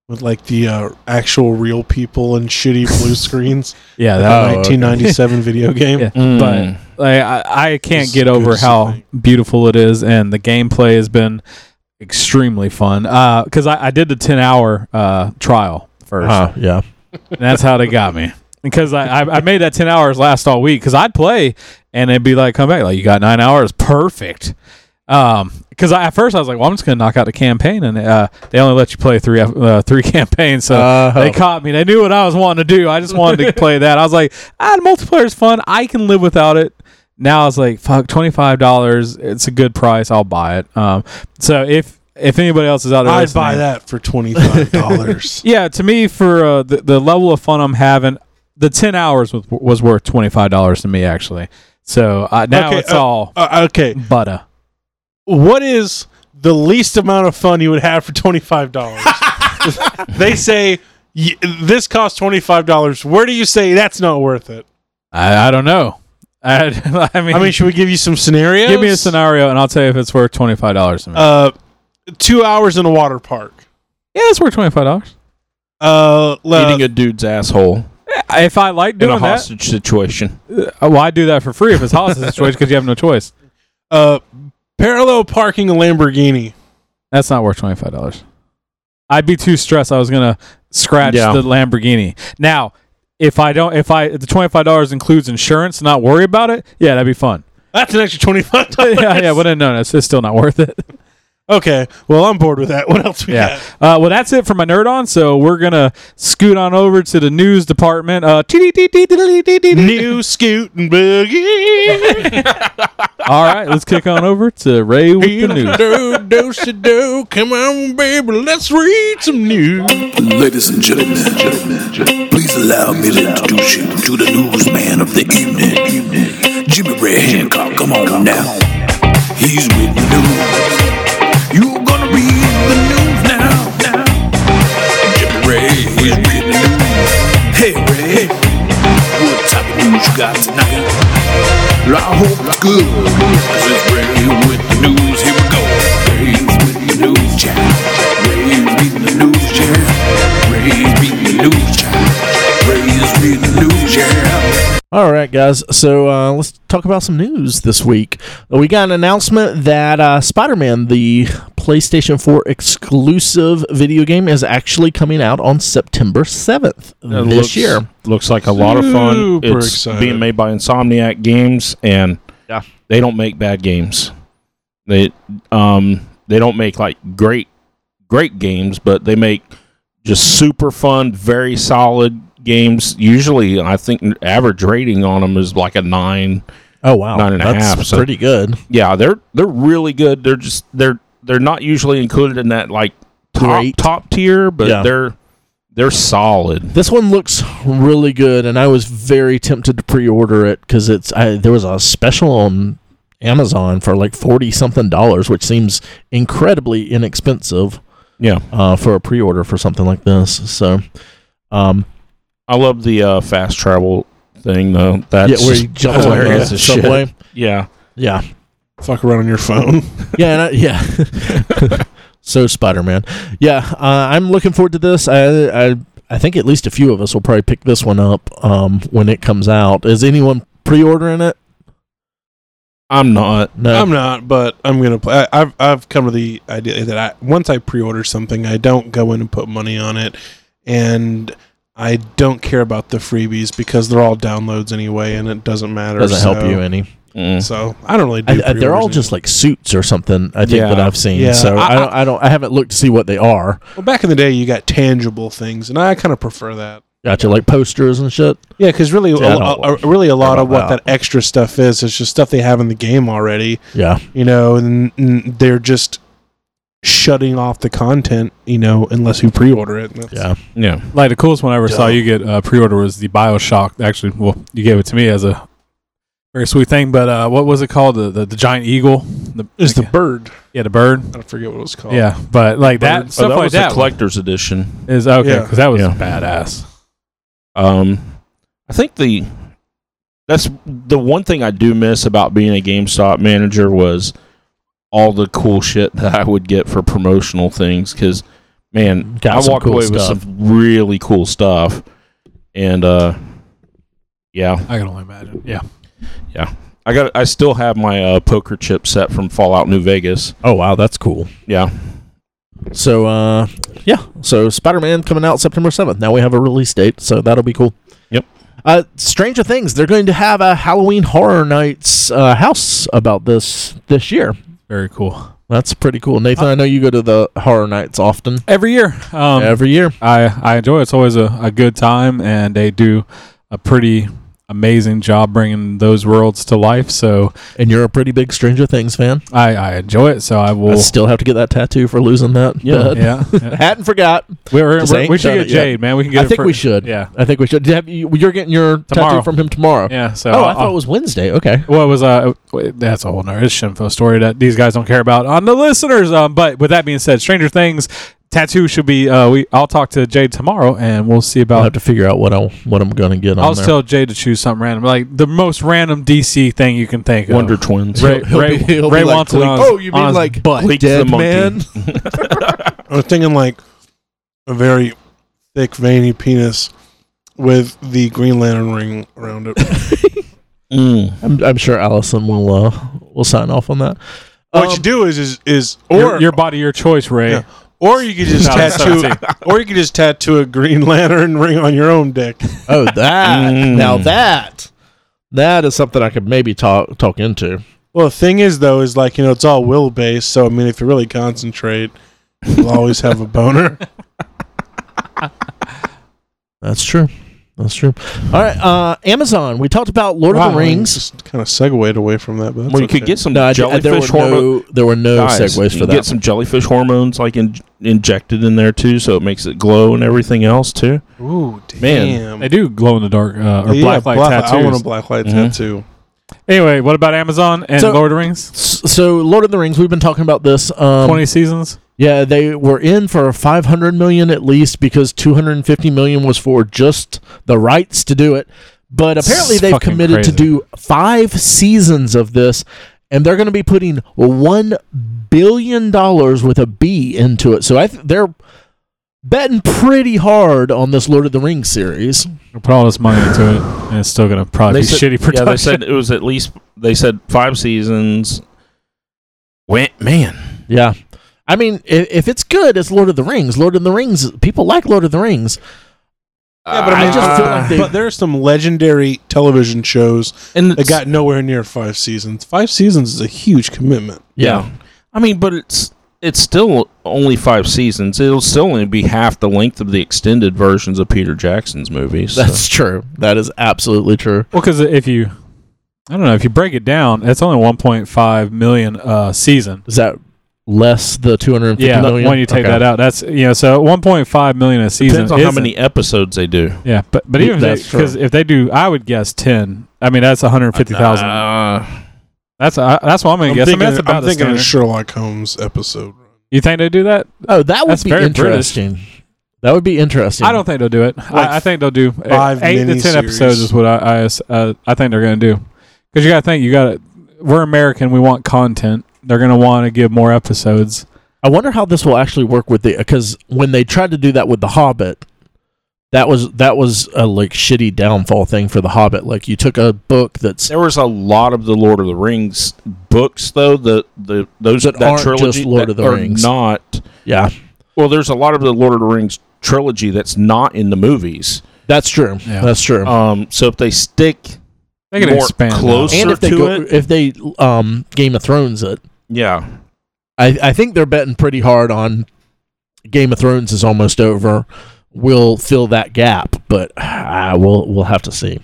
Speaker 2: with like the uh, actual real people and shitty blue screens.
Speaker 4: yeah
Speaker 2: That
Speaker 4: that,
Speaker 2: 1997 video game.
Speaker 4: Oh, yeah.
Speaker 5: Mm.
Speaker 4: but like, I, I can't
Speaker 2: It's
Speaker 4: get
Speaker 2: good
Speaker 4: over
Speaker 2: to see
Speaker 4: how
Speaker 2: things.
Speaker 4: beautiful it is and the gameplay has been extremely fun Uh 'cause because I, I did the 10 hour uh trial 1st
Speaker 1: Uh, yeah.
Speaker 4: And that's how they got me. Because I, I, I made that 10 hours last all week because I'd play and it'd be like, come back, like, you got nine hours. Perfect. Um, because at first I was like, well, I'm just going to knock out the campaign. And uh, they only let you play three, uh, three campaigns. So
Speaker 1: Uh-huh.
Speaker 4: they caught me. They knew what I was wanting to do. I just wanted to play that. I was like, ah, the multiplayer's fun. I can live without it. Now I was like, fuck, $25. It's a good price. I'll buy it. Um, so if, if anybody else is out there,
Speaker 2: I'd
Speaker 4: listening-
Speaker 2: buy that for $25.
Speaker 4: yeah, to me, for uh, the the level of fun I'm having, the ten hours was, was worth twenty five dollars to me actually. So uh, now
Speaker 2: Okay,
Speaker 4: it's
Speaker 2: uh,
Speaker 4: all
Speaker 2: Uh, okay.
Speaker 4: butter.
Speaker 2: What is the least amount of fun you would have for $25? they say y- this costs $25. Where do you say that's not worth it?
Speaker 4: I, I don't know. I, I mean,
Speaker 2: I mean, should we give you some scenarios?
Speaker 4: give me a scenario and I'll tell you if it's worth twenty five dollars to me.
Speaker 2: Uh, two hours in a water park.
Speaker 4: yeah, it's worth twenty five dollars.
Speaker 2: Uh, le-
Speaker 5: Mm. eating a dude's asshole
Speaker 4: If I like
Speaker 5: in
Speaker 4: doing
Speaker 5: a
Speaker 4: that,
Speaker 5: hostage situation.
Speaker 4: uh, well, I do that for free if it's hostage situation because you have no choice.
Speaker 2: uh, parallel parking a Lamborghini.
Speaker 4: That's not worth twenty five dollars. I'd be too stressed. I was gonna scratch
Speaker 5: Yeah.
Speaker 4: the Lamborghini. Now, if I don't, if I the twenty five dollars includes insurance, not worry about it. Yeah, that'd be fun.
Speaker 2: That's an extra twenty five dollars.
Speaker 4: yeah, yeah. But no, no, it's, it's still not worth it.
Speaker 2: okay. Well, I'm bored with that. What else we
Speaker 4: Yeah.
Speaker 2: got?
Speaker 4: Uh, well, that's it for my nerd on. So we're gonna scoot on over to the news department. Uh,
Speaker 2: New scoot and boogie.
Speaker 4: all right, let's kick on over to Ray with the news.
Speaker 2: do do si, do. Come on, baby, let's read some news.
Speaker 6: Ladies and gentlemen, please allow me to introduce you to the newsman of the evening, Jimmy Ray Hancock. Come on now, he's with the news. You're gonna read the news now. Jimmy Ray is with the news. Hey Ray, what type of news you got tonight? Well, I hope it's good. This is Ray with the news. Here we go. Ray's with the news chat. Ray's with the news chat. Ray's with the news chat. Ray's with the news chat.
Speaker 1: All right, guys. So uh, let's talk about some news this week. We got an announcement that uh, Spider Man, the PlayStation 4 exclusive video game, is actually coming out on September 7th
Speaker 5: It
Speaker 1: this
Speaker 5: looks,
Speaker 1: year.
Speaker 5: Looks like a lot of fun.
Speaker 2: Super
Speaker 5: it's
Speaker 2: excited.
Speaker 5: being made by Insomniac Games, and
Speaker 1: Yeah.
Speaker 5: they don't make bad games. They um they don't make like great great games, but they make just super fun, very solid games. Usually, I think average rating on them is like a nine
Speaker 1: Oh wow,
Speaker 5: Nine and a
Speaker 1: that's
Speaker 5: half, so-
Speaker 1: pretty good.
Speaker 5: Yeah, they're they're really good. They're just they're they're not usually included in that like top
Speaker 1: Great.
Speaker 5: top tier, but
Speaker 1: Yeah.
Speaker 5: they're they're solid.
Speaker 1: This one looks really good, and I was very tempted to pre-order it because it's I, there was a special on Amazon for like forty something dollars, which seems incredibly inexpensive
Speaker 5: Yeah,
Speaker 1: uh, for a pre-order for something like this. So, um,
Speaker 5: I love the uh, fast travel thing though. That's
Speaker 1: yeah, where you jump on the
Speaker 5: hilarious as shit.
Speaker 1: subway,
Speaker 5: yeah.
Speaker 1: yeah,
Speaker 2: Fuck around on your phone.
Speaker 1: yeah, and I, yeah. so Spider Man, yeah, uh, I'm looking forward to this. I, I I think at least a few of us will probably pick this one up um, when it comes out. Is anyone pre-ordering it?
Speaker 5: I'm not.
Speaker 1: No,
Speaker 2: I'm not, but I'm gonna play. I, I've I've come to the idea that I once I pre-order something, I don't go in and put money on it, and I don't care about the freebies because they're all downloads anyway, and it doesn't matter.
Speaker 1: doesn't help
Speaker 2: so-
Speaker 1: you any.
Speaker 5: Mm.
Speaker 2: So I don't really do.
Speaker 1: I, I, they're all
Speaker 2: pre-orders
Speaker 1: just like suits or something. I think
Speaker 5: Yeah.
Speaker 1: that I've seen.
Speaker 2: Yeah.
Speaker 1: So I,
Speaker 2: I-
Speaker 1: don't. I don't. I haven't looked to see what they are.
Speaker 2: anymore. well, back in the day, you got tangible things, and I kind of prefer that.
Speaker 1: Gotcha. Like posters and shit.
Speaker 2: Yeah, because really,
Speaker 1: Yeah, I
Speaker 2: a,
Speaker 1: don't
Speaker 2: a- really a lot
Speaker 1: care
Speaker 2: of
Speaker 1: about
Speaker 2: what that extra stuff is is just stuff they have in the game already.
Speaker 1: Yeah.
Speaker 2: you know, and, and they're just shutting off the content, you know, unless you pre-order it. and that's-
Speaker 1: Yeah.
Speaker 5: Yeah.
Speaker 4: Like the coolest one I ever saw you get uh, pre-order was the Bioshock. Actually, well, you gave it to me as a very sweet thing. But uh, what was it called? The the, the giant eagle. The,
Speaker 2: It's the bird.
Speaker 4: yeah the bird.
Speaker 2: I forget what it's called.
Speaker 4: Yeah, but like that
Speaker 5: Oh,
Speaker 4: stuff
Speaker 5: that
Speaker 4: like
Speaker 5: was
Speaker 4: that
Speaker 5: the collector's edition.
Speaker 4: is okay
Speaker 2: Yeah.
Speaker 4: because that was
Speaker 5: Yeah.
Speaker 4: badass.
Speaker 5: Um, I think the that's the one thing I do miss about being a GameStop manager was all the cool shit that I would get for promotional things. Because man,
Speaker 1: Got
Speaker 5: I
Speaker 1: some
Speaker 5: walked
Speaker 1: cool
Speaker 5: away with
Speaker 1: stuff.
Speaker 5: some really cool stuff, and uh, yeah,
Speaker 4: I can only imagine. Yeah,
Speaker 5: I got I still have my uh, poker chip set from Fallout New Vegas.
Speaker 1: Oh wow, that's cool.
Speaker 5: Yeah,
Speaker 1: So uh, yeah. So Spider Man coming out September seventh. Now we have a release date, so that'll be cool.
Speaker 5: Yep.
Speaker 1: Uh, Stranger Things. They're going to have a Halloween Horror Nights uh, house about this this year.
Speaker 4: very cool.
Speaker 1: That's pretty cool, Nathan. I know you go to the horror nights often
Speaker 4: Every year, um,
Speaker 1: every year.
Speaker 4: I I enjoy it. It's always a, a good time, and they do a pretty amazing job bringing those worlds to life. So
Speaker 1: And you're a pretty big Stranger Things fan.
Speaker 4: I, I enjoy it. So I will.
Speaker 1: I still have to get that tattoo for losing that.
Speaker 4: yeah,
Speaker 1: but-
Speaker 4: yeah, yeah.
Speaker 1: Hadn't forgot.
Speaker 4: We, we're,
Speaker 1: Just
Speaker 4: we're-
Speaker 1: ain't
Speaker 4: we should
Speaker 1: done
Speaker 4: get
Speaker 1: it yet.
Speaker 4: Jade, man. We can get.
Speaker 1: I
Speaker 4: it
Speaker 1: think
Speaker 4: for-
Speaker 1: we should.
Speaker 4: Yeah.
Speaker 1: I think we should. Have you, you're getting your
Speaker 4: Tomorrow.
Speaker 1: tattoo from him tomorrow.
Speaker 4: Yeah. So.
Speaker 1: Oh,
Speaker 4: I'll-
Speaker 1: I thought it was Wednesday. Okay.
Speaker 4: Well, it was uh, wait, that's a whole nother it's a shinfo story that these guys don't care about on the listeners. Um, but with that being said, Stranger Things tattoo should be. Uh, we I'll talk to Jade tomorrow, and we'll see
Speaker 1: I'll
Speaker 4: about.
Speaker 1: have to figure out what I what I'm gonna get on
Speaker 4: I'll
Speaker 1: there.
Speaker 4: just tell Jade to choose something random, like the most random DC thing you can think
Speaker 5: Wonder
Speaker 4: of.
Speaker 5: Twins.
Speaker 4: Ray,
Speaker 1: He'll
Speaker 4: Ray,
Speaker 1: be- he'll be
Speaker 4: Ray
Speaker 1: like,
Speaker 4: wants it
Speaker 1: "Bleep."
Speaker 4: on.
Speaker 1: Oh, you
Speaker 4: on
Speaker 1: mean
Speaker 4: his
Speaker 1: like butt
Speaker 5: Bleep the
Speaker 1: dead
Speaker 5: monkey.
Speaker 1: man?
Speaker 2: I was thinking like a very thick, veiny penis with the Green Lantern ring around it.
Speaker 5: Mm.
Speaker 1: I'm, I'm sure Allison will uh, will sign off on that.
Speaker 2: what
Speaker 1: Um,
Speaker 2: you do is is is or
Speaker 4: your, your body, your choice, Ray.
Speaker 2: Yeah. or you could just tattoo
Speaker 4: 2017.
Speaker 2: or you could just tattoo a Green Lantern ring on your own dick.
Speaker 1: Oh, that
Speaker 5: Mm.
Speaker 1: now that that is something I could maybe talk talk into.
Speaker 2: Well, the thing is though is like you know it's all will based, so I mean if you really concentrate, you'll always have a boner.
Speaker 1: That's true. That's true. All right, uh, Amazon. We talked about Lord of the
Speaker 2: Wow,
Speaker 1: Rings.
Speaker 2: Just kind of segued away from that, but that's
Speaker 5: Well, you
Speaker 2: okay.
Speaker 5: could get some
Speaker 1: No, I, d- I-
Speaker 5: jellyfish
Speaker 1: there were
Speaker 5: hormone-
Speaker 1: no there were no
Speaker 5: Guys,
Speaker 1: segues
Speaker 5: you
Speaker 1: for
Speaker 5: can
Speaker 1: that.
Speaker 5: Get some jellyfish hormones like in, injected in there too, so it makes it glow and everything else too.
Speaker 2: Ooh, damn.
Speaker 5: Man.
Speaker 4: They do glow in the dark uh, or
Speaker 2: Yeah,
Speaker 4: black light
Speaker 2: black- I want
Speaker 4: tattoos. Mm-hmm.
Speaker 2: a black light
Speaker 5: Mhm.
Speaker 2: tattoo.
Speaker 4: Anyway, what about Amazon and
Speaker 1: So-
Speaker 4: Lord of the Rings?
Speaker 1: S- so Lord of the Rings. We've been talking about this. Um,
Speaker 4: Twenty seasons.
Speaker 1: Yeah, they were in for 500 million at least because 250 million was for just the rights to do it. But apparently
Speaker 4: It's
Speaker 1: they've
Speaker 4: fucking
Speaker 1: committed to
Speaker 4: crazy.
Speaker 1: do 5 seasons of this and they're going to be putting 1 billion dollars with a B into it. So I th- they're betting pretty hard on this Lord of the Rings series.
Speaker 4: We'll put all this money into it, and it's still gonna probably be shitty production.
Speaker 5: Yeah, they said it was at least they said five seasons. Went man,
Speaker 1: Yeah. I mean, if, if it's good, it's Lord of the Rings. Lord of the Rings, people like Lord of the Rings.
Speaker 2: Yeah, but I, mean, uh,
Speaker 1: just feel
Speaker 4: Ah.
Speaker 1: like they-
Speaker 2: but there are some legendary television shows
Speaker 5: and
Speaker 2: that
Speaker 5: it's-
Speaker 2: got nowhere near five seasons. Five seasons is a huge commitment.
Speaker 5: yeah. I mean, but it's it's still only five seasons. It'll still only be half the length of the extended versions of Peter Jackson's movies. so-
Speaker 1: That's true. That is absolutely true.
Speaker 4: Well, because if you I don't know. If you break it down, it's only 1.5 million uh, season.
Speaker 1: Is that less the two hundred and fifty
Speaker 4: Yeah,
Speaker 1: million?
Speaker 4: when you take
Speaker 5: Okay.
Speaker 4: that out, that's you know, so 1.5 million a season.
Speaker 5: Depends on how
Speaker 4: isn't-
Speaker 5: many episodes they do.
Speaker 4: Yeah, but but
Speaker 1: Yeah,
Speaker 4: even
Speaker 1: that's true.
Speaker 4: because if they do, I would guess 10. I mean, that's 150,000.
Speaker 5: Uh,
Speaker 4: that's uh, that's what I'm gonna
Speaker 2: I'm
Speaker 4: guess. I
Speaker 2: thinking,
Speaker 4: mean, that's about
Speaker 2: I'm
Speaker 4: the
Speaker 2: thinking a
Speaker 4: standard.
Speaker 2: Sherlock Holmes episode.
Speaker 4: You think they do that?
Speaker 1: Oh, that would
Speaker 4: That's
Speaker 1: be
Speaker 4: very
Speaker 1: interesting. That would be interesting.
Speaker 4: I don't think they'll do it.
Speaker 2: Like
Speaker 4: I, I think they'll do uh,
Speaker 2: five
Speaker 4: eight to ten
Speaker 2: miniseries.
Speaker 4: episodes is what I I, uh, I think they're going to do. Because you got to think you got to We're American. We want content. They're going to want to give more episodes.
Speaker 1: I wonder how this will actually work with the because when they tried to do that with the Hobbit, that was that was a like shitty downfall thing for the Hobbit. Like you took a book that's
Speaker 5: there was a lot of the Lord of the Rings books, though. The the those
Speaker 1: That
Speaker 5: that,
Speaker 1: aren't
Speaker 5: trilogy
Speaker 1: just Lord
Speaker 5: that
Speaker 1: of the
Speaker 5: are
Speaker 1: Rings.
Speaker 5: not.
Speaker 1: yeah,
Speaker 5: Well, there's a lot of the Lord of the Rings trilogy that's not in the movies.
Speaker 1: that's true.
Speaker 4: Yeah.
Speaker 1: That's true.
Speaker 5: Um, so if they stick,
Speaker 4: They can
Speaker 5: More
Speaker 4: expand. that.
Speaker 5: close-
Speaker 1: and if they
Speaker 5: to
Speaker 1: go,
Speaker 5: it-
Speaker 1: if they um Game of Thrones it,
Speaker 5: yeah,
Speaker 1: I I think they're betting pretty hard on Game of Thrones is almost over. We'll fill that gap, but ah, we'll we'll have to see.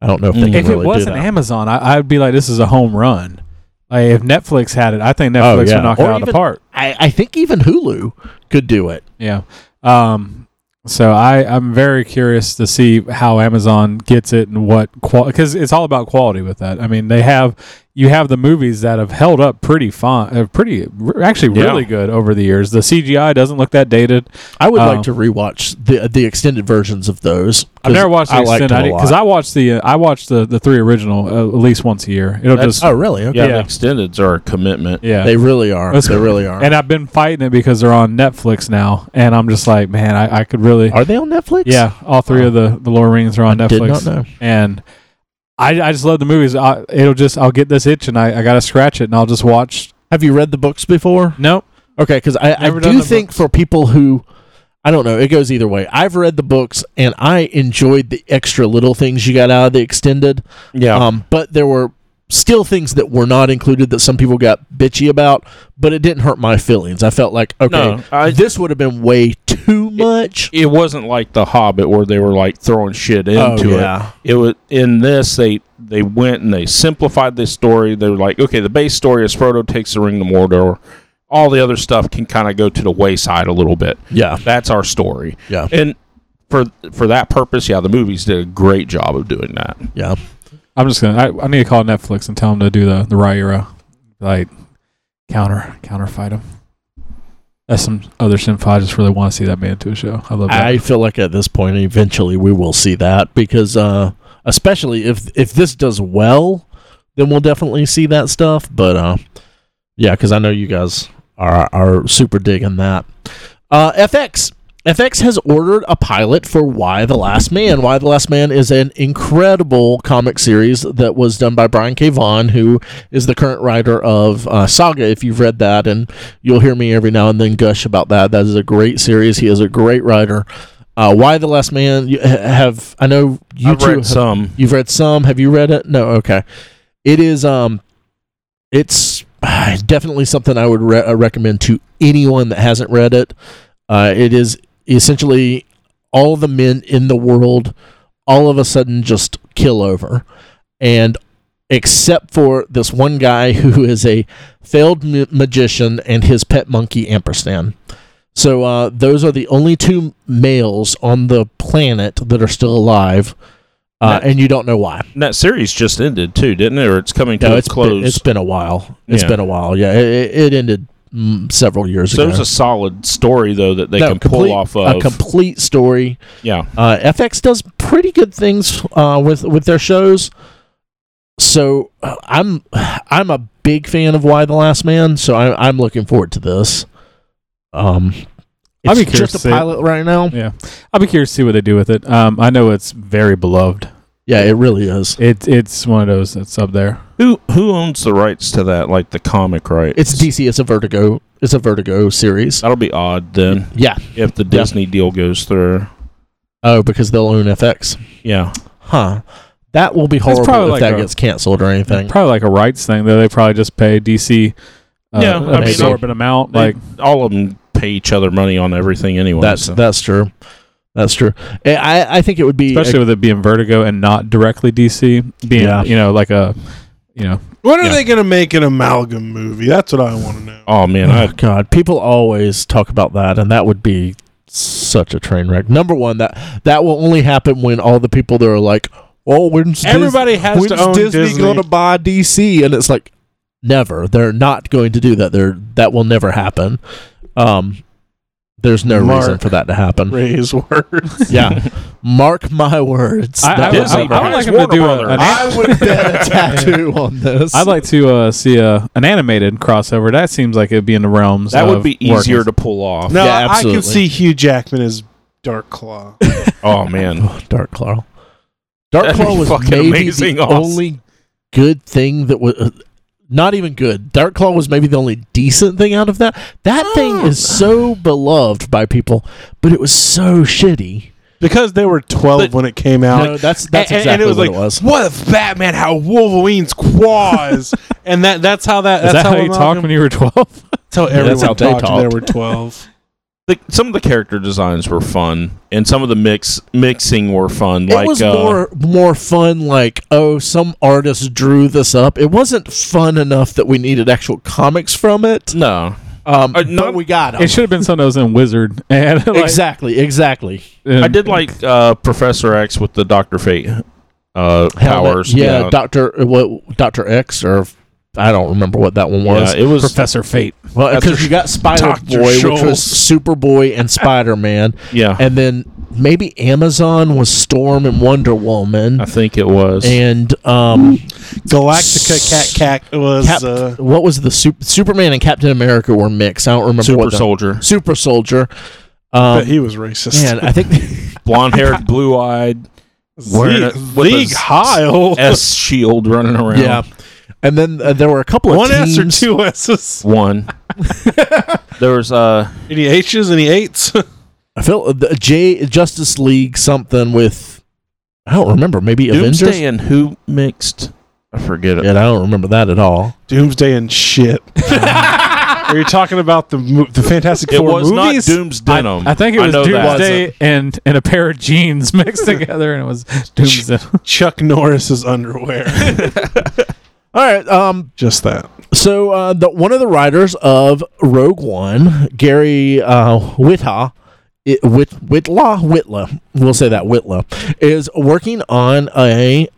Speaker 1: I don't know if they
Speaker 5: Mm.
Speaker 1: can
Speaker 4: If
Speaker 1: really
Speaker 4: it
Speaker 1: do
Speaker 4: wasn't
Speaker 1: that.
Speaker 4: Amazon, I, I'd be like, this is a home run. Like if Netflix had it, I think Netflix
Speaker 1: yeah.
Speaker 4: would knock it
Speaker 1: Or
Speaker 4: out of
Speaker 1: even-
Speaker 4: the park.
Speaker 1: I, I think even Hulu could do it.
Speaker 4: Yeah. Um, so I, I'm very curious to see how Amazon gets it and what quality because it's all about quality with that. I mean, they have you have the movies that have held up pretty fine, uh, pretty r- actually
Speaker 5: Yeah.
Speaker 4: really good over the years. The CGI doesn't look that dated.
Speaker 1: I would like
Speaker 4: Oh.
Speaker 1: to rewatch the the extended versions of those.
Speaker 4: I've never watched the
Speaker 1: liked them a
Speaker 4: extended because
Speaker 1: lot.
Speaker 4: I watched the uh, I watched the the three original uh, at least once a year. It'll
Speaker 5: That's-
Speaker 4: just
Speaker 1: oh really? Okay.
Speaker 5: yeah,
Speaker 4: Yeah.
Speaker 5: The extendeds are a commitment.
Speaker 4: yeah.
Speaker 1: They really are.
Speaker 4: That's-
Speaker 1: they really are.
Speaker 4: and I've been fighting it because they're on Netflix now, and I'm just like, man, I, I could really
Speaker 1: are they on Netflix?
Speaker 4: Yeah, all three of the the Lord of the Rings are on
Speaker 1: I
Speaker 4: Netflix.
Speaker 1: did not know.
Speaker 4: And I I just love the movies. I, it'll just I'll get this itch and I, I gotta scratch it and I'll just watch.
Speaker 1: Have you read the books before?
Speaker 4: Nope.
Speaker 1: Okay, because I, I
Speaker 4: Never done
Speaker 1: do
Speaker 4: the
Speaker 1: think
Speaker 4: books.
Speaker 1: for people who, I don't know, it goes either way. I've read the books and I enjoyed the extra little things you got out of the extended.
Speaker 5: Yeah.
Speaker 1: Um, but there were still things that were not included that some people got bitchy about, but it didn't hurt my feelings. I felt like, okay,
Speaker 5: No, I-
Speaker 1: this would have been way too much.
Speaker 5: it wasn't like the Hobbit where they were like throwing shit into
Speaker 1: Oh,
Speaker 5: it.
Speaker 1: yeah.
Speaker 5: It was in this they they went and they simplified this story. They were like, okay, the base story is Frodo takes the ring to Mordor. All the other stuff can kind of go to the wayside a little bit.
Speaker 1: yeah.
Speaker 5: That's our story.
Speaker 1: Yeah.
Speaker 5: And for for that purpose, yeah, the movies did a great job of doing that.
Speaker 1: Yeah.
Speaker 4: I'm just gonna I, I need to call Netflix and tell them to do the the Ryra, like counter counter fight him. That's some other Shinfa. I just really want to see that made into a show. I love that.
Speaker 1: I feel like at this point, eventually we will see that because, uh, especially if if this does well, then we'll definitely see that stuff. But uh, yeah, because I know you guys are are super digging that. Uh, FX FX has ordered a pilot for Why the Last Man. Why the Last Man is an incredible comic series that was done by Brian K. Vaughan, who is the current writer of uh, Saga. If you've read that, and you'll hear me every now and then gush about that. That is a great series. He is a great writer. Uh, Why the Last Man? You ha- have I know you
Speaker 5: I've
Speaker 1: two
Speaker 5: read
Speaker 1: have-
Speaker 5: some.
Speaker 1: Mm-hmm. You've read some. Have you read it? No. Okay. It is. Um, it's ah, definitely something I would re- uh, recommend to anyone that hasn't read it. Uh, it is essentially all the men in the world all of a sudden just kill over, and except for this one guy who is a failed ma- magician and his pet monkey Ampersand. So uh, those are the only two males on the planet that are still alive, uh, and you don't know why.
Speaker 5: And that series just ended too, didn't it? Or it's coming to
Speaker 1: No,
Speaker 5: a
Speaker 1: it's
Speaker 5: close.
Speaker 1: been, it's been a while. It's
Speaker 5: Yeah.
Speaker 1: been a while. Yeah, it, it ended mm, several years
Speaker 5: so
Speaker 1: ago.
Speaker 5: it's a solid story though that they
Speaker 1: No,
Speaker 5: can
Speaker 1: complete-
Speaker 5: pull off
Speaker 1: a
Speaker 5: of.
Speaker 1: complete story.
Speaker 5: yeah.
Speaker 1: Uh, FX does pretty good things uh, with with their shows. So uh, I'm I'm a big fan of Why the Last Man. So I'm I'm looking forward to this. Um,
Speaker 4: I'd
Speaker 1: it's
Speaker 4: be curious to
Speaker 1: just
Speaker 4: see
Speaker 1: a
Speaker 4: it.
Speaker 1: pilot right now.
Speaker 4: yeah, I'll be curious to see what they do with it. Um, I know it's very beloved.
Speaker 1: Yeah, it really is.
Speaker 4: It it's one of those that's up there.
Speaker 5: Who who owns the rights to that? Like the comic rights?
Speaker 1: It's DC. It's a Vertigo. It's a Vertigo series.
Speaker 5: That'll be odd then
Speaker 1: Yeah.
Speaker 5: if the Disney deal goes through.
Speaker 1: Oh, because they'll own FX.
Speaker 5: Yeah.
Speaker 1: Huh. That will be horrible
Speaker 4: probably
Speaker 1: if
Speaker 4: like
Speaker 1: that
Speaker 4: a-
Speaker 1: gets canceled or anything.
Speaker 4: Probably like a rights thing though. They probably just pay DC. Uh,
Speaker 5: Yeah, I
Speaker 4: an
Speaker 1: mean,
Speaker 4: exorbitant amount.
Speaker 5: They-
Speaker 4: Like
Speaker 5: all of them pay each other money on everything anyway.
Speaker 1: That's
Speaker 5: so.
Speaker 1: that's true. That's true. I- I, I think it would be
Speaker 4: especially with it being Vertigo and not directly DC, being
Speaker 1: Yeah.
Speaker 4: you know like a you know
Speaker 2: When are
Speaker 4: Yeah.
Speaker 2: they going to make an amalgam movie? That's what I want to know.
Speaker 5: Oh man,
Speaker 1: Oh
Speaker 5: I
Speaker 1: God, people always talk about that, and that would be such a train wreck. Number one, that that will only happen when all the people that are like, "Oh, when's Dis-
Speaker 2: Everybody has
Speaker 1: when's
Speaker 2: to own
Speaker 1: Disney,
Speaker 2: Disney.
Speaker 1: going to buy DC?" And it's like, never. They're not going to do that. They're that will never happen. Um, there's no
Speaker 2: Mark.
Speaker 1: reason for that to happen.
Speaker 2: Ray's words.
Speaker 1: Yeah, mark my words.
Speaker 4: I, I,
Speaker 1: that
Speaker 4: would-
Speaker 1: was
Speaker 4: I,
Speaker 1: a-
Speaker 4: I would like
Speaker 5: Warner
Speaker 4: him to do a,
Speaker 5: Brothers.
Speaker 4: an
Speaker 1: I would bet a tattoo on this.
Speaker 4: I'd like to uh, see a, an animated crossover. That seems like it'd be in the realms.
Speaker 5: that would
Speaker 4: of
Speaker 5: be
Speaker 4: working.
Speaker 5: easier to pull off.
Speaker 2: No,
Speaker 1: Yeah,
Speaker 2: I
Speaker 1: absolutely.
Speaker 2: can see Hugh Jackman as Dark Claw.
Speaker 5: Oh man,
Speaker 1: Dark Claw. Dark
Speaker 5: That'd be
Speaker 1: Claw was
Speaker 5: fucking
Speaker 1: maybe
Speaker 5: amazing
Speaker 1: the
Speaker 5: awesome.
Speaker 1: only good thing that was uh, not even good. Dark Claw was maybe the only decent thing out of that. That
Speaker 5: Oh.
Speaker 1: thing is so beloved by people, but it was so shitty.
Speaker 2: because they were 12
Speaker 1: But-
Speaker 2: when it came out.
Speaker 1: no, that's that's
Speaker 2: And-
Speaker 1: exactly
Speaker 2: and, and it was
Speaker 1: what
Speaker 2: like,
Speaker 1: it was.
Speaker 2: what if Batman how Wolverine's claw is? and that that's how that
Speaker 4: Is
Speaker 2: that's
Speaker 4: that how, you
Speaker 2: amalgam-
Speaker 4: talked when you were twelve?
Speaker 2: That's how everyone
Speaker 1: that's how they
Speaker 2: talked. when They
Speaker 1: talked.
Speaker 2: were 12.
Speaker 5: the, some of the character designs were fun, and some of the mix mixing were fun.
Speaker 1: it
Speaker 5: like
Speaker 1: was
Speaker 5: uh,
Speaker 1: more more fun. Like, oh, some artist drew this up. It wasn't fun enough that we needed actual comics from it.
Speaker 5: no,
Speaker 1: Um,
Speaker 5: Mm. Uh,
Speaker 1: but
Speaker 5: not-
Speaker 1: we got 'em.
Speaker 4: it should have been something that was in Wizard. And like,
Speaker 1: exactly, exactly.
Speaker 4: and-
Speaker 5: I did like uh, Professor X with the Doctor Fate uh,
Speaker 1: Hell, that-
Speaker 5: powers.
Speaker 1: yeah, Doctor uh, what Doctor X or I don't remember what that one was.
Speaker 5: Yeah, it was
Speaker 4: Professor Fate.
Speaker 1: well,
Speaker 5: Dr.
Speaker 1: because you got Spider
Speaker 5: Dr.
Speaker 1: Boy, which was
Speaker 5: Scholes.
Speaker 1: Superboy and Spider Man,
Speaker 5: yeah.
Speaker 1: and then maybe Amazon was Storm and Wonder Woman,
Speaker 5: I think it was.
Speaker 1: and um,
Speaker 2: Galactica Cat Cat was
Speaker 1: Cap-
Speaker 2: uh,
Speaker 1: what was the Sup- Superman and Captain America were mixed. I don't remember
Speaker 5: Super
Speaker 1: what the-
Speaker 5: Soldier,
Speaker 1: Super Soldier.
Speaker 2: but
Speaker 1: Um,
Speaker 2: he was racist.
Speaker 1: man, I think
Speaker 5: blonde haired, blue eyed, wearing
Speaker 2: League,
Speaker 5: it with
Speaker 2: League
Speaker 5: a s-
Speaker 2: Heil.
Speaker 5: S shield running around.
Speaker 1: yeah, and then uh, there were a couple of
Speaker 2: One S or
Speaker 1: teams-
Speaker 2: two S's?
Speaker 5: one. there was uh,
Speaker 2: Any H's? Any eights?
Speaker 1: I feel uh, the J Justice League something with I don't remember maybe Avengers.
Speaker 5: Doomsday and who mixed. I forget it.
Speaker 1: Yeah, I don't remember that at all.
Speaker 2: Doomsday and shit. Are you talking about the mo- the Fantastic
Speaker 5: It
Speaker 2: Four
Speaker 5: was
Speaker 2: movies?
Speaker 5: not Doomsday.
Speaker 4: I think it was
Speaker 5: know that.
Speaker 4: Doomsday and, and a pair of jeans mixed together, and it was Doomsday.
Speaker 2: Chuck Norris's underwear.
Speaker 1: All right. Um.
Speaker 2: Just that.
Speaker 1: So uh, the one of the writers of Rogue One, Gary uh, Whitta, it, Whit, Whitlaw, Whitla, we'll say that Whitla, is working on a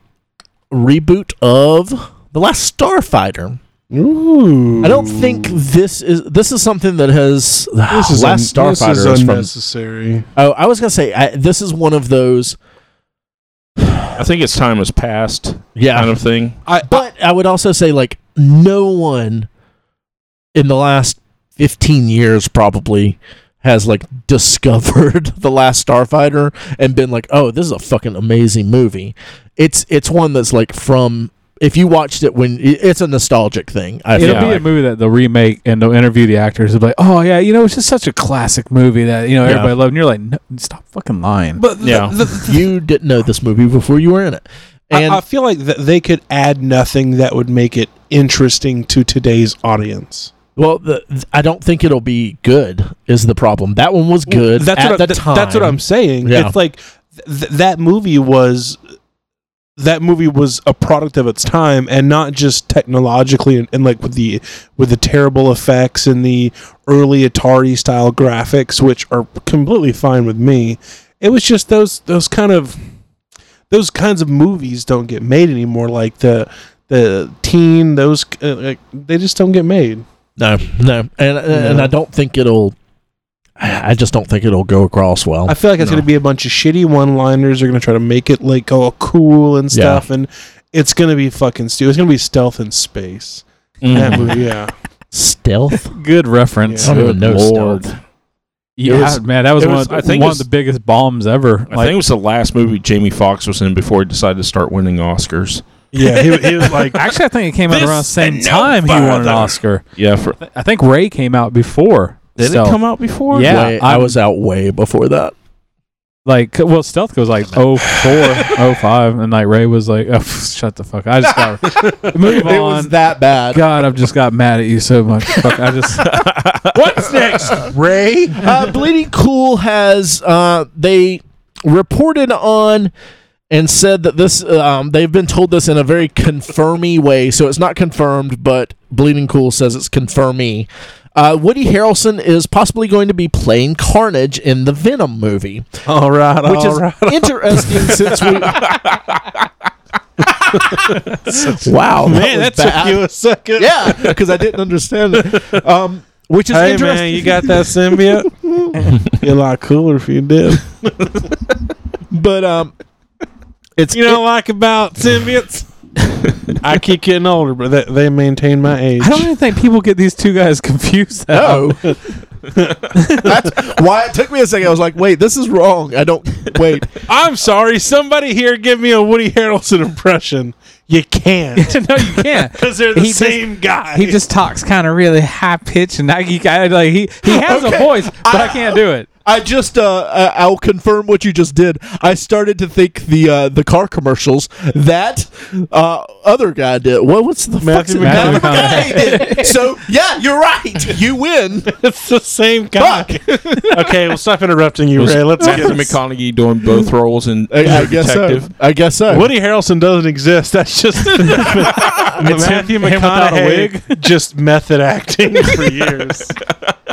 Speaker 1: reboot of the Last Starfighter.
Speaker 2: Ooh.
Speaker 1: I don't think this is this is something that has
Speaker 2: this is
Speaker 1: Last
Speaker 2: un-
Speaker 1: Starfighter
Speaker 2: This
Speaker 1: is
Speaker 2: is
Speaker 1: from
Speaker 2: unnecessary.
Speaker 1: Oh, I was gonna say I, this is one of those.
Speaker 5: I think its time has passed,
Speaker 1: Yeah,
Speaker 5: kind of thing.
Speaker 2: I,
Speaker 1: but I would also say like no one in the last fifteen years probably has like discovered the last Starfighter and been like, oh, this is a fucking amazing movie. It's it's one that's like from if you watched it when it- it's a nostalgic thing. I feel
Speaker 4: It'll be
Speaker 1: like.
Speaker 4: a movie that they'll remake and they'll interview the actors. They'll be like, "Oh yeah, you know, it's just such a classic movie that you know
Speaker 1: Yeah.
Speaker 4: everybody loved." And you're like, no, "Stop fucking lying."
Speaker 2: but th-
Speaker 5: Yeah.
Speaker 2: th- th-
Speaker 1: you didn't know this movie before you were in it,
Speaker 2: I-
Speaker 1: and
Speaker 2: I, feel like th- they could add nothing that would make it interesting to today's audience.
Speaker 1: well, the, I don't think it'll be good. Is the problem that one was good
Speaker 2: That's
Speaker 1: at
Speaker 2: what I-
Speaker 1: the
Speaker 2: th-
Speaker 1: time?
Speaker 2: That's what I'm saying.
Speaker 1: Yeah.
Speaker 2: It's like th- th- that movie was that movie was a product of its time and not just technologically and, and like with the with the terrible effects and the early Atari style graphics which are completely fine with me. It was just those those kind of those kinds of movies don't get made anymore like the the teen those uh, like, they just don't get made.
Speaker 1: No, no, and uh, and
Speaker 2: No.
Speaker 1: I don't think it'll. I I just don't think it'll go across well.
Speaker 2: I feel like it's
Speaker 1: No.
Speaker 2: going to be a bunch of shitty one-liners. They're going to try to make it like all cool and
Speaker 1: Yeah.
Speaker 2: stuff, and it's going to be fucking stupid. It's going to be stealth in space.
Speaker 5: Mm.
Speaker 4: Mm-hmm.
Speaker 2: That movie, yeah.
Speaker 1: stealth.
Speaker 4: Good reference.
Speaker 1: I don't even
Speaker 5: Good
Speaker 1: know
Speaker 5: Lord.
Speaker 1: stealth.
Speaker 4: Yeah,
Speaker 5: It was-
Speaker 4: man, that was,
Speaker 5: it
Speaker 4: one,
Speaker 5: was-
Speaker 4: of, the-
Speaker 5: I think
Speaker 4: one
Speaker 5: it
Speaker 4: of the biggest bombs ever.
Speaker 5: I think it was the last movie Jamie Foxx was in before he decided to start winning Oscars.
Speaker 2: Yeah, he, he was like,
Speaker 4: actually, I think it came out
Speaker 5: This
Speaker 4: around the same
Speaker 5: and no
Speaker 4: time he won an
Speaker 5: further.
Speaker 4: Oscar.
Speaker 5: Yeah, for,
Speaker 4: I think Ray came out before.
Speaker 5: did
Speaker 4: Stealth.
Speaker 5: it come out before?
Speaker 4: Yeah,
Speaker 1: Way- I
Speaker 4: I'm-
Speaker 1: was out way before that.
Speaker 4: Like, well, Stealth goes like 04, 05, and like Ray was like, oh, shut the fuck. I just got move on.
Speaker 1: that bad.
Speaker 4: God, I've just got mad at you so much. Fuck, I just
Speaker 1: What's next, Ray? Uh, Bleeding Cool has uh, they reported on and said that this um, they've been told this in a very confirmy way. So it's not confirmed, but Bleeding Cool says it's confirmy. Uh, Woody Harrelson is possibly going to be playing Carnage in the Venom movie,
Speaker 2: All right,
Speaker 1: which is interesting since we. wow,
Speaker 2: man, that,
Speaker 1: was bad.
Speaker 2: took you a second.
Speaker 1: Yeah, because I didn't understand it. Um, which is
Speaker 2: Hey
Speaker 1: interesting.
Speaker 2: man, you got that symbiote? You're a lot cooler if you did.
Speaker 1: but um, it's
Speaker 2: You know, like about symbiotes. I keep getting older, but they, they maintain my age.
Speaker 4: I don't even think people get these two guys confused. that
Speaker 1: No. oh.
Speaker 2: Oh.
Speaker 1: That's why it took me a second. I was like, wait, this is wrong. I don't wait.
Speaker 2: I'm sorry. Somebody here, give me a Woody Harrelson impression. You can't
Speaker 4: no, you can't.
Speaker 2: because they're the
Speaker 4: He just-
Speaker 2: same guy.
Speaker 4: He just talks kind of really high pitched, and I, he, I like he he has
Speaker 1: Okay.
Speaker 4: a voice, but I,
Speaker 1: I-
Speaker 4: can't do it.
Speaker 1: I just uh, I- I'll confirm what you just did. I started to think the uh, the car commercials that uh, other guy did. What what's the fuck's
Speaker 2: Matthew
Speaker 1: it-
Speaker 4: McConaughey.
Speaker 1: Matthew McConaughey. so yeah, you're right. You win.
Speaker 2: it's the same guy.
Speaker 1: Fuck.
Speaker 2: okay, well, stop interrupting you, Ray. Let's
Speaker 5: Matthew
Speaker 2: get
Speaker 5: McConaughey doing both roles in
Speaker 1: I, I
Speaker 5: True
Speaker 1: guess so.
Speaker 5: Detective.
Speaker 1: I guess so.
Speaker 2: Woody Harrelson doesn't exist. That's just Matthew
Speaker 4: him- him without a
Speaker 2: McConaughey just method acting for years.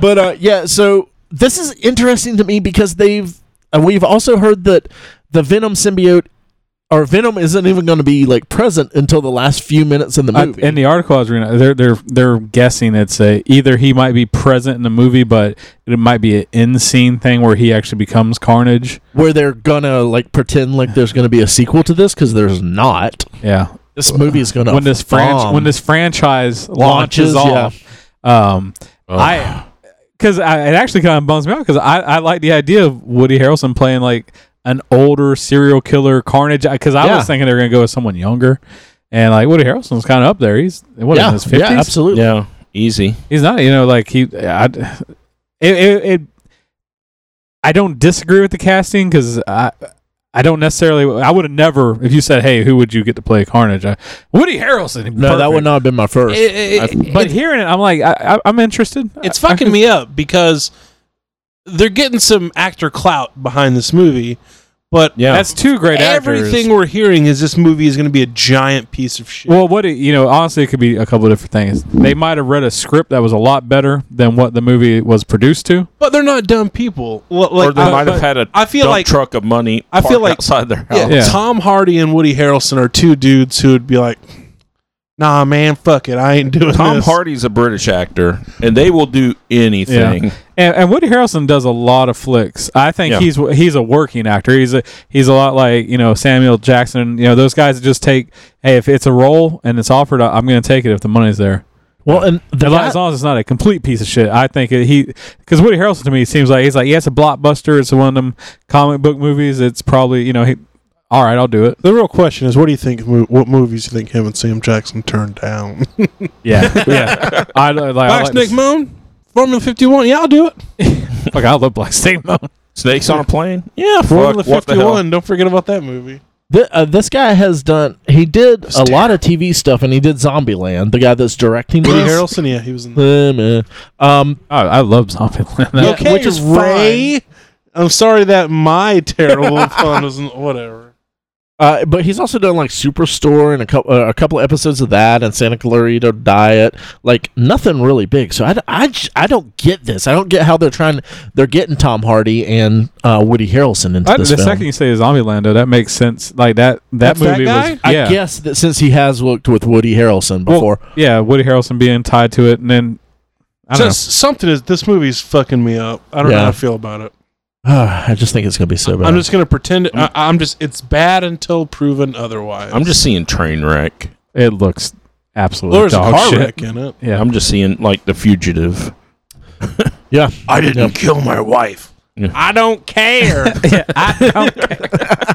Speaker 1: but uh, yeah, so this is interesting to me because they've and we've also heard that the Venom symbiote or Venom isn't even going to be like present until the last few minutes in the
Speaker 4: I,
Speaker 1: movie.
Speaker 4: in the article I was reading, they're they're they're guessing it's a either he might be present in the movie, but it might be an in scene thing where he actually becomes Carnage.
Speaker 1: where they're gonna like pretend like there's gonna be a sequel to this because there's not.
Speaker 4: Yeah,
Speaker 1: This movie is gonna
Speaker 4: when this franchise
Speaker 1: bomb.
Speaker 4: when this franchise launches,
Speaker 1: Launches, yeah.
Speaker 4: off, um, I because I, it actually kind of bums me out because I, I like the idea of Woody Harrelson playing like an older serial killer Carnage because I
Speaker 1: Yeah.
Speaker 4: was thinking they were gonna go with someone younger. And like Woody Harrelson's kind of up there. He's what
Speaker 1: yeah,
Speaker 4: in his fifties.
Speaker 1: yeah, absolutely.
Speaker 5: Yeah, easy.
Speaker 4: He's not. You know, like he. I. It. It. it I don't disagree with the casting because I. I don't necessarily. I would have never. If you said, "Hey, who would you get to play Carnage?" I, Woody Harrelson.
Speaker 1: No, that would not have been my first.
Speaker 4: But hearing it, I'm like, I, I, I'm interested.
Speaker 2: It's
Speaker 4: I- I
Speaker 2: fucking
Speaker 4: could-
Speaker 2: me up because they're getting some actor clout behind this movie, but
Speaker 5: Yeah.
Speaker 4: That's two great actors.
Speaker 2: everything we're hearing is this movie is going to be a giant piece of shit.
Speaker 4: Well, what it, you know, honestly, it could be a couple of different things. They might have read a script that was a lot better than what the movie was produced to.
Speaker 2: but they're not dumb people. Well,
Speaker 5: Or
Speaker 2: like,
Speaker 5: they
Speaker 2: I-
Speaker 5: might have had a
Speaker 2: I feel
Speaker 5: dump
Speaker 2: like-
Speaker 5: truck of money.
Speaker 2: I feel
Speaker 5: parked
Speaker 2: like-
Speaker 5: outside their house.
Speaker 2: yeah,
Speaker 4: Yeah.
Speaker 2: Tom Hardy and Woody Harrelson are two dudes who would be like, "Nah, man, fuck it, I ain't doing
Speaker 5: Tom
Speaker 2: this."
Speaker 5: Hardy's a British actor, and they will do anything.
Speaker 4: And, and Woody Harrelson does a lot of flicks. I think
Speaker 5: Yeah.
Speaker 4: he's he's a working actor. He's a he's a lot like you know Samuel Jackson. You know those guys that just take hey if it's a role and it's offered, I- I'm going to take it if the money's there.
Speaker 1: Well, and the
Speaker 4: As long-
Speaker 1: guy-
Speaker 4: as long as it's not a complete piece of shit, I think it, he because Woody Harrelson to me seems like he's like yeah it's a blockbuster. It's one of them comic book movies. It's probably you know he all right I'll do it.
Speaker 2: The real question is, what do you think? mo- What movies do you think him and Sam Jackson turned down?
Speaker 4: Yeah yeah. I like, I
Speaker 2: Black
Speaker 4: like
Speaker 2: Snake
Speaker 4: this-
Speaker 2: Moon, Formula Fifty One. Yeah, I'll do it.
Speaker 4: fuck, I love Black Snake Moon.
Speaker 5: Snakes on a plane.
Speaker 2: Yeah, Formula
Speaker 5: Fuck, what the
Speaker 2: Fifty One. Don't forget about that movie.
Speaker 1: Th- uh, this guy has done. He did a lot of TV stuff, and he did Zombieland. The guy that's directing
Speaker 2: Woody
Speaker 1: this.
Speaker 2: Harrelson. Yeah, he was in.
Speaker 1: Uh, man. Um,
Speaker 4: Oh, I love Zombieland.
Speaker 1: Yeah.
Speaker 4: That-
Speaker 1: Okay, which is
Speaker 2: Ray. I'm sorry that my terrible fun was n- whatever.
Speaker 1: Uh, but he's also done like Superstore and a couple uh, a couple episodes of that and Santa Clarita Diet, like nothing really big. So I, d- I j- I don't get this. I don't get how they're trying. They're getting Tom Hardy and uh, Woody Harrelson into
Speaker 4: I- the
Speaker 1: this film.
Speaker 4: second you say Zombieland, though, that makes sense. Like that that
Speaker 2: That's that
Speaker 4: movie
Speaker 2: guy?
Speaker 4: was
Speaker 1: I
Speaker 4: yeah.
Speaker 1: guess that since he has worked with Woody Harrelson
Speaker 4: Well,
Speaker 1: before,
Speaker 4: yeah, Woody Harrelson being tied to it, and then I
Speaker 2: So
Speaker 4: don't
Speaker 2: s- something is this movie's fucking me up. I don't know
Speaker 1: Yeah.
Speaker 2: how I feel about it.
Speaker 1: I just think it's gonna be so bad.
Speaker 2: I'm just gonna pretend. I, I'm just. It's bad until proven otherwise.
Speaker 5: I'm just seeing train wreck.
Speaker 4: know. It looks absolutely
Speaker 2: There's a
Speaker 4: dog
Speaker 2: car
Speaker 4: shit.
Speaker 2: wreck in it.
Speaker 4: Yeah,
Speaker 5: I'm just seeing like the fugitive.
Speaker 1: yeah,
Speaker 2: I didn't kill my wife.
Speaker 5: Yeah.
Speaker 2: I don't care.
Speaker 4: I don't care.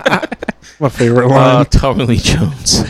Speaker 2: my favorite
Speaker 5: Uh,
Speaker 2: line.
Speaker 5: Tommy Lee Jones.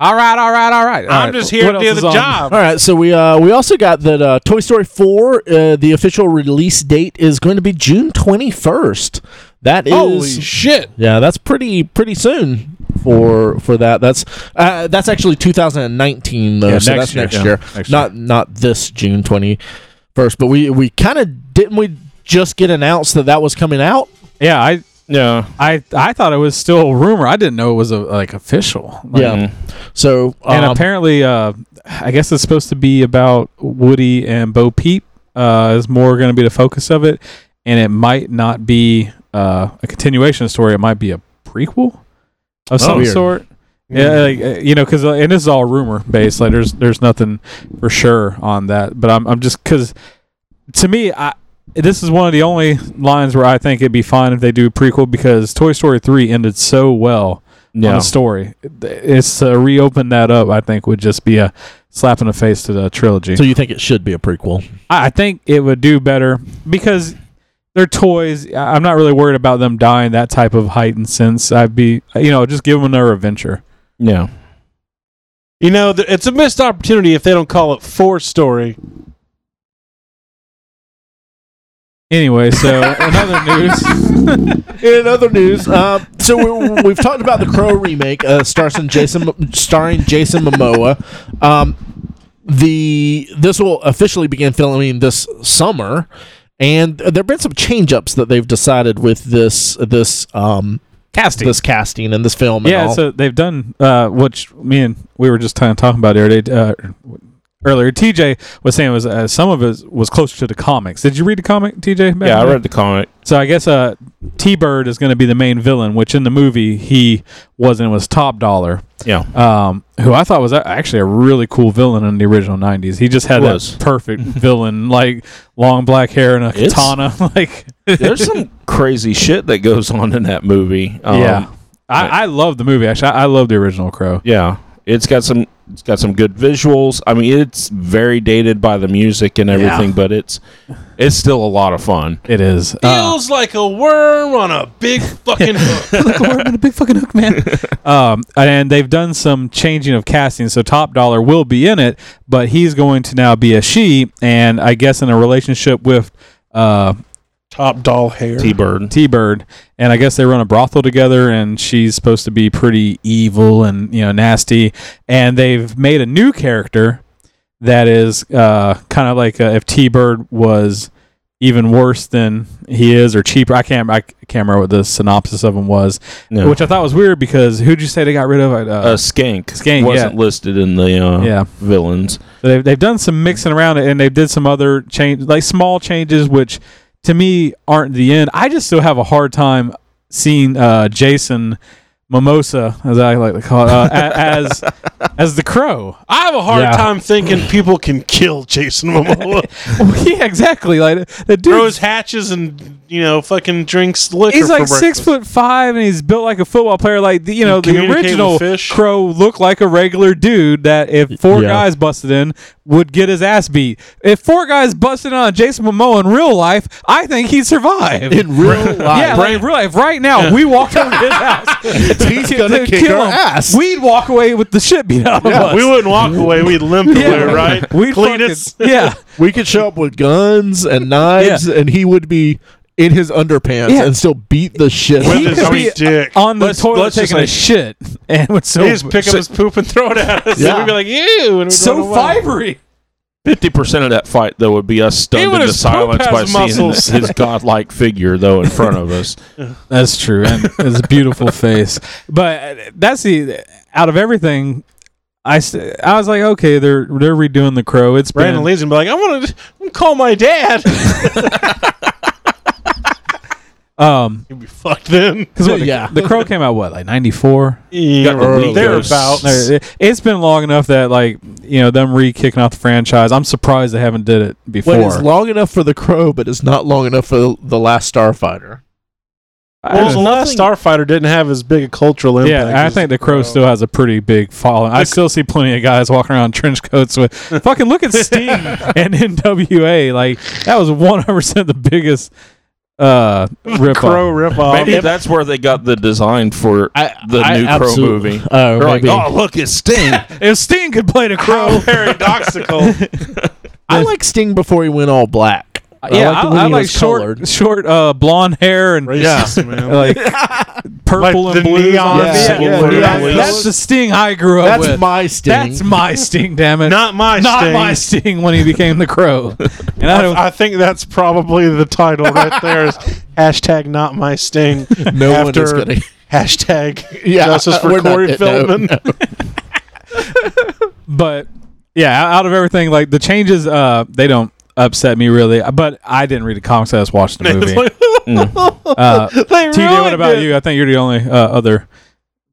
Speaker 4: all right, all right, all right.
Speaker 2: I'm just here to do the job.
Speaker 1: All right, so we uh, we also got that uh, Toy Story four. Uh, the official release date is going to be June twenty first. That is
Speaker 2: Holy shit!
Speaker 1: yeah, that's pretty pretty soon for for that. That's uh, that's actually 2019 though,
Speaker 4: Yeah,
Speaker 1: so that's
Speaker 4: next year,
Speaker 1: next
Speaker 4: yeah,
Speaker 1: year,
Speaker 4: next
Speaker 1: not not this June 21st. But we we kind of didn't we just get announced that that was coming out?
Speaker 4: Yeah, I
Speaker 5: Yeah.
Speaker 4: I I thought it was still a rumor. I didn't know it was a like official. Like,
Speaker 1: Yeah.
Speaker 5: Mm.
Speaker 1: So
Speaker 4: And
Speaker 1: um,
Speaker 4: apparently, uh, I guess it's supposed to be about Woody and Bo Peep. Uh, is more going to be the focus of it, and it might not be uh, a continuation story. It might be a prequel of some
Speaker 1: Oh, weird.
Speaker 4: sort. Yeah, like, uh, you know, because and this is all rumor based. Like, there's there's nothing for sure on that. But I'm I'm just because to me, I this is one of the only lines where I think it'd be fine if they do a prequel because Toy Story three ended so well on
Speaker 5: Yeah.
Speaker 4: a story. It's to reopen that up. I think would just be a slap in the face to the trilogy.
Speaker 1: so you think it should be a prequel?
Speaker 4: I I think it would do better because they're toys. I- I'm not really worried about them dying that type of height and sense. I'd be you know just give them their adventure.
Speaker 5: Yeah.
Speaker 2: You know, th- it's a missed opportunity if they don't call it four story.
Speaker 4: Anyway, so another news.
Speaker 1: In other news, uh, so we, we've talked about the Crow remake, uh, starring Jason, starring Jason Momoa. Um, the this will officially begin filming this summer, and there have been some change ups that they've decided with this this um,
Speaker 4: Casting.
Speaker 1: this casting and this film. and
Speaker 4: yeah,
Speaker 1: all.
Speaker 4: so they've done uh, which me and we were just kind of talking about earlier. Uh, earlier, TJ was saying was uh, some of it was closer to the comics. Did you read the comic, TJ? back
Speaker 5: Yeah. I
Speaker 4: then?
Speaker 5: read the comic.
Speaker 4: So I guess uh, T Bird is going to be the main villain, which in the movie he wasn't. It was Top Dollar,
Speaker 5: Yeah.
Speaker 4: um, who I thought was a- actually a really cool villain in the original '90s. He just had
Speaker 5: Was.
Speaker 4: that perfect villain, like long black hair and a
Speaker 5: It's-
Speaker 4: katana. like,
Speaker 5: There's some crazy shit that goes on in that movie. Um,
Speaker 4: yeah, I, I love the movie. Actually, I, I love the original Crow.
Speaker 5: Yeah. It's got some it's got some good visuals. I mean, it's very dated by the music and everything, but it's it's still a lot of fun.
Speaker 4: It is. Uh,
Speaker 2: Feels like a worm on a big fucking hook.
Speaker 4: like a worm in a big fucking hook, man. um, and they've done some changing of casting, so Top Dollar will be in it, but he's going to now be a she, and I guess in a relationship with uh,
Speaker 2: Top doll hair.
Speaker 5: T Bird.
Speaker 4: T Bird, and I guess they run a brothel together, and she's supposed to be pretty evil and you know nasty, and they've made a new character that is uh, kind of like uh, if T Bird was even worse than he is or cheaper. I can't I can't remember what the synopsis of him was,
Speaker 5: No.
Speaker 4: which I thought was weird because who'd you say they got rid of? Uh,
Speaker 5: Uh, Skank.
Speaker 4: Skank,
Speaker 5: wasn't
Speaker 4: yeah.
Speaker 5: listed in the uh,
Speaker 4: yeah,
Speaker 5: villains.
Speaker 4: So they've, they've done some mixing around it, and they did some other change, like small changes, which to me aren't the end. I just still have a hard time seeing uh, Jason Mimosa, as I like to call it, uh, a- as as the crow.
Speaker 2: I have a hard
Speaker 4: Yeah.
Speaker 2: time thinking people can kill Jason Momoa.
Speaker 4: yeah, exactly. Like the
Speaker 2: Throws
Speaker 4: dude.
Speaker 2: hatches and you know fucking drinks liquor.
Speaker 4: He's
Speaker 2: for
Speaker 4: like six
Speaker 2: breakfast.
Speaker 4: foot five, and he's built like a football player. Like the, you know, the
Speaker 2: communicate with
Speaker 4: original
Speaker 2: fish.
Speaker 4: crow looked like a regular dude that if four
Speaker 1: yeah.
Speaker 4: guys busted in would get his ass beat. If four guys busted on Jason Momoa in real life, I think he'd survive.
Speaker 1: in real
Speaker 4: Yeah,
Speaker 1: life,
Speaker 4: like, real life. Right now, we walk over to his house.
Speaker 1: he's gonna
Speaker 4: to
Speaker 1: kick
Speaker 4: kill
Speaker 1: our
Speaker 4: him.
Speaker 1: ass.
Speaker 4: We'd walk away with the shit beat out of us.
Speaker 2: We wouldn't walk away. We'd limp away, right?
Speaker 4: We'd
Speaker 2: Cletus.
Speaker 4: fucking- yeah.
Speaker 1: We could show up with guns and knives, and he would be in his underpants
Speaker 4: Yeah.
Speaker 1: and still beat the shit.
Speaker 2: With
Speaker 1: out
Speaker 4: He
Speaker 1: of
Speaker 2: his
Speaker 1: us.
Speaker 4: could
Speaker 2: big
Speaker 4: be
Speaker 2: dick.
Speaker 4: On the
Speaker 5: Let's-
Speaker 4: toilet
Speaker 5: let's just
Speaker 4: taking a
Speaker 5: like-
Speaker 4: shit. And was so,
Speaker 2: He'd just pick up his poop and throw it at us.
Speaker 1: Yeah.
Speaker 2: And we'd be like, ew. And we'd run
Speaker 4: so
Speaker 2: away.
Speaker 4: fibery.
Speaker 5: Fifty percent of that fight though would be us
Speaker 2: Even
Speaker 5: stunned into
Speaker 2: his poop
Speaker 5: silence
Speaker 2: has
Speaker 5: by seeing
Speaker 2: muscles.
Speaker 5: his, his godlike figure though in front of us.
Speaker 4: That's true. And it's a beautiful face. But that's the, out of everything, I, st- I was like, okay, they're they're redoing the crow. It's been,
Speaker 2: Brandon leaves and be like, I want to call my dad.
Speaker 4: um,
Speaker 2: You'd be fucked then.
Speaker 4: cause what, the,
Speaker 1: Yeah.
Speaker 4: the crow came out what like ninety four.
Speaker 5: got the League of
Speaker 2: thereabouts.
Speaker 5: Ghosts.
Speaker 4: No, it- It's been long enough that like you know them re kicking off the franchise. I'm surprised they haven't did it before.
Speaker 1: Well, it's long enough for the crow, but it's not long enough for the last Starfighter.
Speaker 4: I
Speaker 2: Well, the
Speaker 4: don't-
Speaker 2: last Starfighter didn't have as big a cultural impact.
Speaker 4: yeah, I
Speaker 2: as-
Speaker 4: think the crow still has a pretty big following. I still see plenty of guys walking around in trench coats with fucking look at Steam and NWA. Like that was one hundred percent the biggest uh rip
Speaker 2: Crow ripoff.
Speaker 5: Maybe that's where they got the design for the new Crow movie.
Speaker 1: Oh,
Speaker 5: They're
Speaker 1: maybe.
Speaker 5: like, oh look, it's Sting.
Speaker 4: If Sting could play the crow,
Speaker 2: paradoxical.
Speaker 1: I like Sting before he went all black.
Speaker 4: yeah,
Speaker 1: like the
Speaker 4: I,
Speaker 1: one
Speaker 4: I
Speaker 1: he
Speaker 4: like
Speaker 1: was
Speaker 4: short,
Speaker 1: colored.
Speaker 4: short uh, blonde hair and
Speaker 2: Racist, man.
Speaker 4: like purple
Speaker 2: Like
Speaker 4: and
Speaker 2: the
Speaker 4: blue.
Speaker 2: neon
Speaker 4: Yeah,
Speaker 1: symbol
Speaker 4: yeah,
Speaker 1: for
Speaker 4: yeah.
Speaker 1: police.
Speaker 4: That's the Sting I grew up
Speaker 1: That's
Speaker 4: with.
Speaker 1: my sting.
Speaker 4: That's my Sting. Damn it!
Speaker 2: Not my
Speaker 4: Not
Speaker 2: sting.
Speaker 4: my Sting when he became the Crow. And I don't.
Speaker 2: I think that's probably the title right there. Is hashtag not my sting.
Speaker 1: No one
Speaker 2: after
Speaker 1: is gonna-
Speaker 2: Hashtag
Speaker 1: Yeah,
Speaker 2: justice for
Speaker 1: we're not-
Speaker 2: Corey
Speaker 1: no,
Speaker 2: Feldman.
Speaker 4: but yeah, out of everything, like the changes, uh, they don't upset me really. uh, But I didn't read the comics. I just watched the movie.
Speaker 2: It's like,
Speaker 4: uh,
Speaker 2: they
Speaker 4: TJ, what
Speaker 2: ruined
Speaker 4: about
Speaker 2: it.
Speaker 4: you? I think you're the only uh, other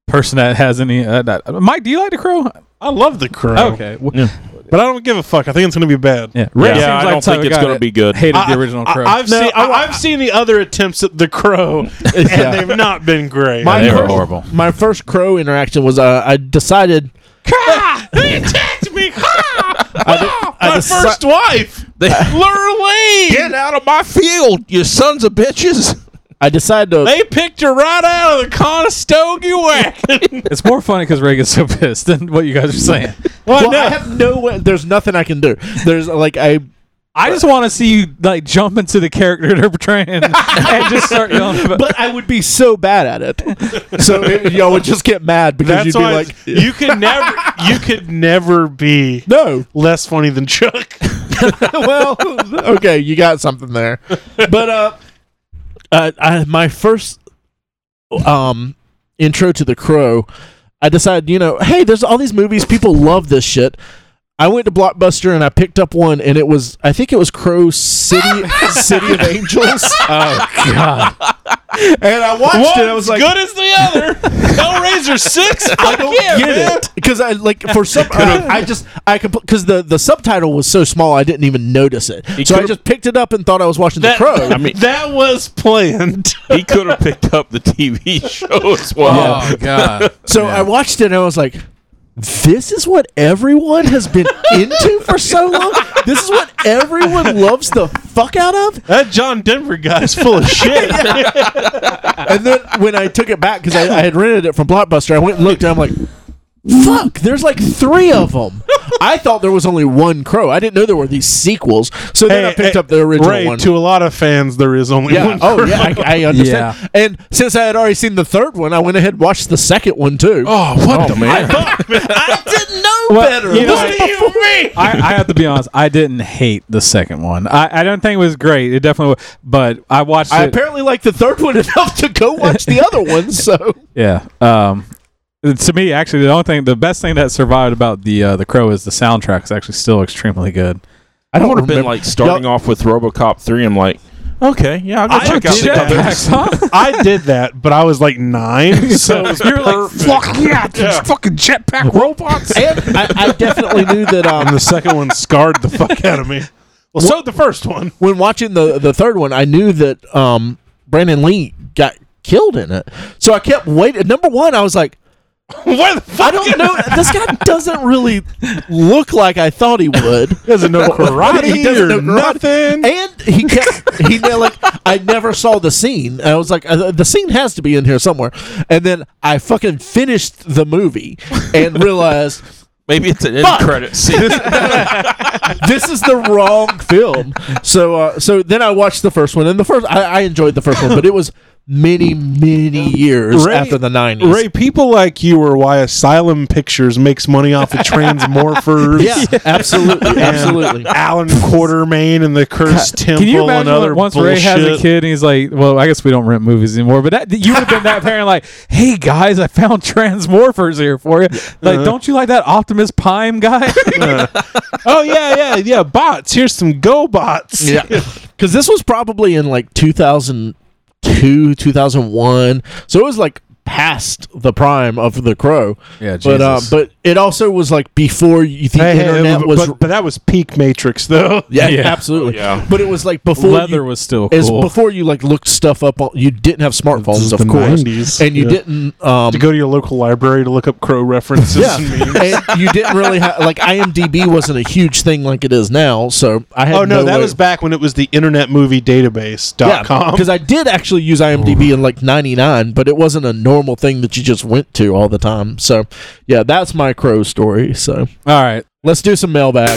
Speaker 4: person that has any. Uh, that- Mike, do you like the Crow? Oh,
Speaker 2: I love the crow.
Speaker 1: Oh,
Speaker 4: Okay. w-
Speaker 5: Yeah.
Speaker 2: But I don't give a fuck. I think it's going to be bad.
Speaker 4: Yeah, Ray
Speaker 5: Yeah,
Speaker 4: seems
Speaker 5: I
Speaker 4: like the
Speaker 5: don't
Speaker 4: type
Speaker 5: think
Speaker 4: of
Speaker 5: it's
Speaker 4: guy
Speaker 5: gonna
Speaker 4: that
Speaker 5: be good.
Speaker 4: Hated
Speaker 2: I-
Speaker 4: the original
Speaker 2: I,
Speaker 4: Crow.
Speaker 2: have
Speaker 1: Oh, No,
Speaker 2: seen, I,
Speaker 1: I-
Speaker 2: have seen the other attempts at the crow, and
Speaker 1: Yeah.
Speaker 2: they've not been great.
Speaker 1: My
Speaker 5: they were
Speaker 1: first-
Speaker 5: horrible.
Speaker 1: My first crow interaction was uh, I decided
Speaker 2: Ah! My
Speaker 1: deci-
Speaker 2: first wife.
Speaker 5: Get out of my field, you sons of bitches!
Speaker 1: I decided to
Speaker 2: They picked her right out of the Conestoga wagon.
Speaker 4: it's more funny because Ray gets so pissed than what you guys are saying.
Speaker 1: well,
Speaker 2: no.
Speaker 1: I have no way, there's nothing I can do. There's like I
Speaker 4: I just want to see you like jump into the character they're portraying and just start yelling. About,
Speaker 1: but I would be so bad at it. So it, y'all would just get mad because
Speaker 2: That's
Speaker 1: you'd be
Speaker 2: why
Speaker 1: like
Speaker 2: you could never, you could never be
Speaker 1: no.
Speaker 2: less funny than Chuck.
Speaker 1: well, okay, you got something there. But uh, uh I, my first um intro to the crow, I decided, you know, hey, there's all these movies people love this shit. I went to Blockbuster and I picked up one and it was I think it was Crow City City of Angels.
Speaker 4: oh god!
Speaker 1: And I watched it. I was like,
Speaker 2: good as the other. Hellraiser six. I don't
Speaker 1: get it because I like for some I, I just I because the the subtitle was so small I didn't even notice it. so I
Speaker 5: could've-
Speaker 1: just picked it up and thought I was watching
Speaker 2: That,
Speaker 1: the crow.
Speaker 5: I mean-
Speaker 2: that was planned.
Speaker 5: He could have picked up the TV show as well.
Speaker 4: Oh god!
Speaker 1: So I watched it and I was like, this is what everyone has been into for so long. This is what everyone loves the fuck out of.
Speaker 2: That John Denver guy's full of shit.
Speaker 1: And then when I took it back because I, I had rented it from Blockbuster, I went and looked and I'm like, fuck, there's like three of them. I thought there was only one crow. I didn't know there were these sequels. So then I
Speaker 2: Hey,
Speaker 1: picked
Speaker 2: hey,
Speaker 1: up the original
Speaker 2: Ray,
Speaker 1: one.
Speaker 2: to a lot of fans, there is only
Speaker 1: yeah.
Speaker 2: one.
Speaker 1: Oh
Speaker 2: Crow.
Speaker 1: yeah, I, I understand. And since I had already seen the third one, I went ahead and watched the second one too.
Speaker 5: Oh, what the man?
Speaker 1: I didn't know
Speaker 4: Well,
Speaker 1: better.
Speaker 4: you know,
Speaker 1: This was before-
Speaker 4: I, I have to be honest. I didn't hate the second one. I, I don't think it was great. It definitely was, but I watched
Speaker 1: I
Speaker 4: it.
Speaker 1: apparently like the third one enough to go watch the other one. So
Speaker 4: Yeah. Um, to me, actually, the only thing, the best thing that survived about the uh, the Crow is the soundtrack is actually still extremely good.
Speaker 1: I
Speaker 5: I would have been like starting off with RoboCop three. I'm like, okay, yeah, I'll go check out
Speaker 4: did
Speaker 5: the
Speaker 4: that
Speaker 5: others.
Speaker 4: back, huh?
Speaker 2: I did that, but I was like nine, so it was
Speaker 4: You're like, fuck yeah, these fucking jetpack robots.
Speaker 1: And I, I definitely knew that
Speaker 2: and
Speaker 1: um,
Speaker 2: the second one scarred the fuck out of me. Well, so did the first one.
Speaker 1: when watching the the third one, I knew that um, Brandon Lee got killed in it. So I kept waiting. Number one, I was like,
Speaker 2: Where the fuck?
Speaker 1: I don't know. this guy doesn't really look like I thought he would.
Speaker 2: doesn't know karate
Speaker 1: He doesn't
Speaker 2: or
Speaker 1: know karate.
Speaker 2: nothing.
Speaker 1: And he kept he did, like I never saw the scene. And I was like, uh, the scene has to be in here somewhere. And then I fucking finished the movie and realized
Speaker 5: Maybe it's an end
Speaker 1: Fuck.
Speaker 5: credit scene.
Speaker 1: this is the wrong film. So uh, so then I watched the first one, and the first I, I enjoyed the first one, but it was many many years
Speaker 2: Ray-
Speaker 1: after the nineties.
Speaker 2: Ray, people like you are why Asylum Pictures makes money off of Transmorphers.
Speaker 1: Yeah, absolutely,
Speaker 2: and
Speaker 1: absolutely.
Speaker 2: Alan Quartermain and the Cursed Temple
Speaker 4: Can you
Speaker 2: and
Speaker 4: imagine
Speaker 2: other
Speaker 4: like, once
Speaker 2: bullshit.
Speaker 4: Ray has a kid and he's like, well, I guess we don't rent movies anymore, but that you would have been that parent like, hey guys, I found Transmorphers here for you. Like, don't you like that Optimus Prime guy?
Speaker 2: Oh yeah, yeah, yeah. Bots. Here's some Go Bots.
Speaker 1: Yeah, because this was probably in like 2002, 2001. So it was like past the prime of the crow.
Speaker 4: Yeah,
Speaker 1: But uh,
Speaker 4: Jesus.
Speaker 1: but it also was like before you the
Speaker 2: Hey, hey,
Speaker 1: internet
Speaker 2: but,
Speaker 1: was.
Speaker 2: but, that was peak Matrix though.
Speaker 1: yeah,
Speaker 4: Yeah.
Speaker 1: absolutely.
Speaker 5: Yeah.
Speaker 1: But it was like before
Speaker 4: Leather
Speaker 1: you-
Speaker 4: was still
Speaker 1: Is
Speaker 4: cool.
Speaker 1: before you like looked stuff up on you didn't have smartphones
Speaker 2: is
Speaker 1: of
Speaker 2: the
Speaker 1: course
Speaker 2: 90s,
Speaker 1: and you
Speaker 2: yeah.
Speaker 1: didn't um
Speaker 2: To go to your local library to look up crow references.
Speaker 1: yeah
Speaker 2: and memes.
Speaker 1: and you didn't really have like IMDb wasn't a huge thing like it is now so I had
Speaker 2: Oh no, that
Speaker 1: way-
Speaker 2: was back when it was the Internet Movie Database dot com.
Speaker 1: because I did actually use IMDb in like '99, but it wasn't a normal thing that you just went to all the time. So, yeah, that's my crow story. So,
Speaker 4: All right.
Speaker 1: let's do some mailbag.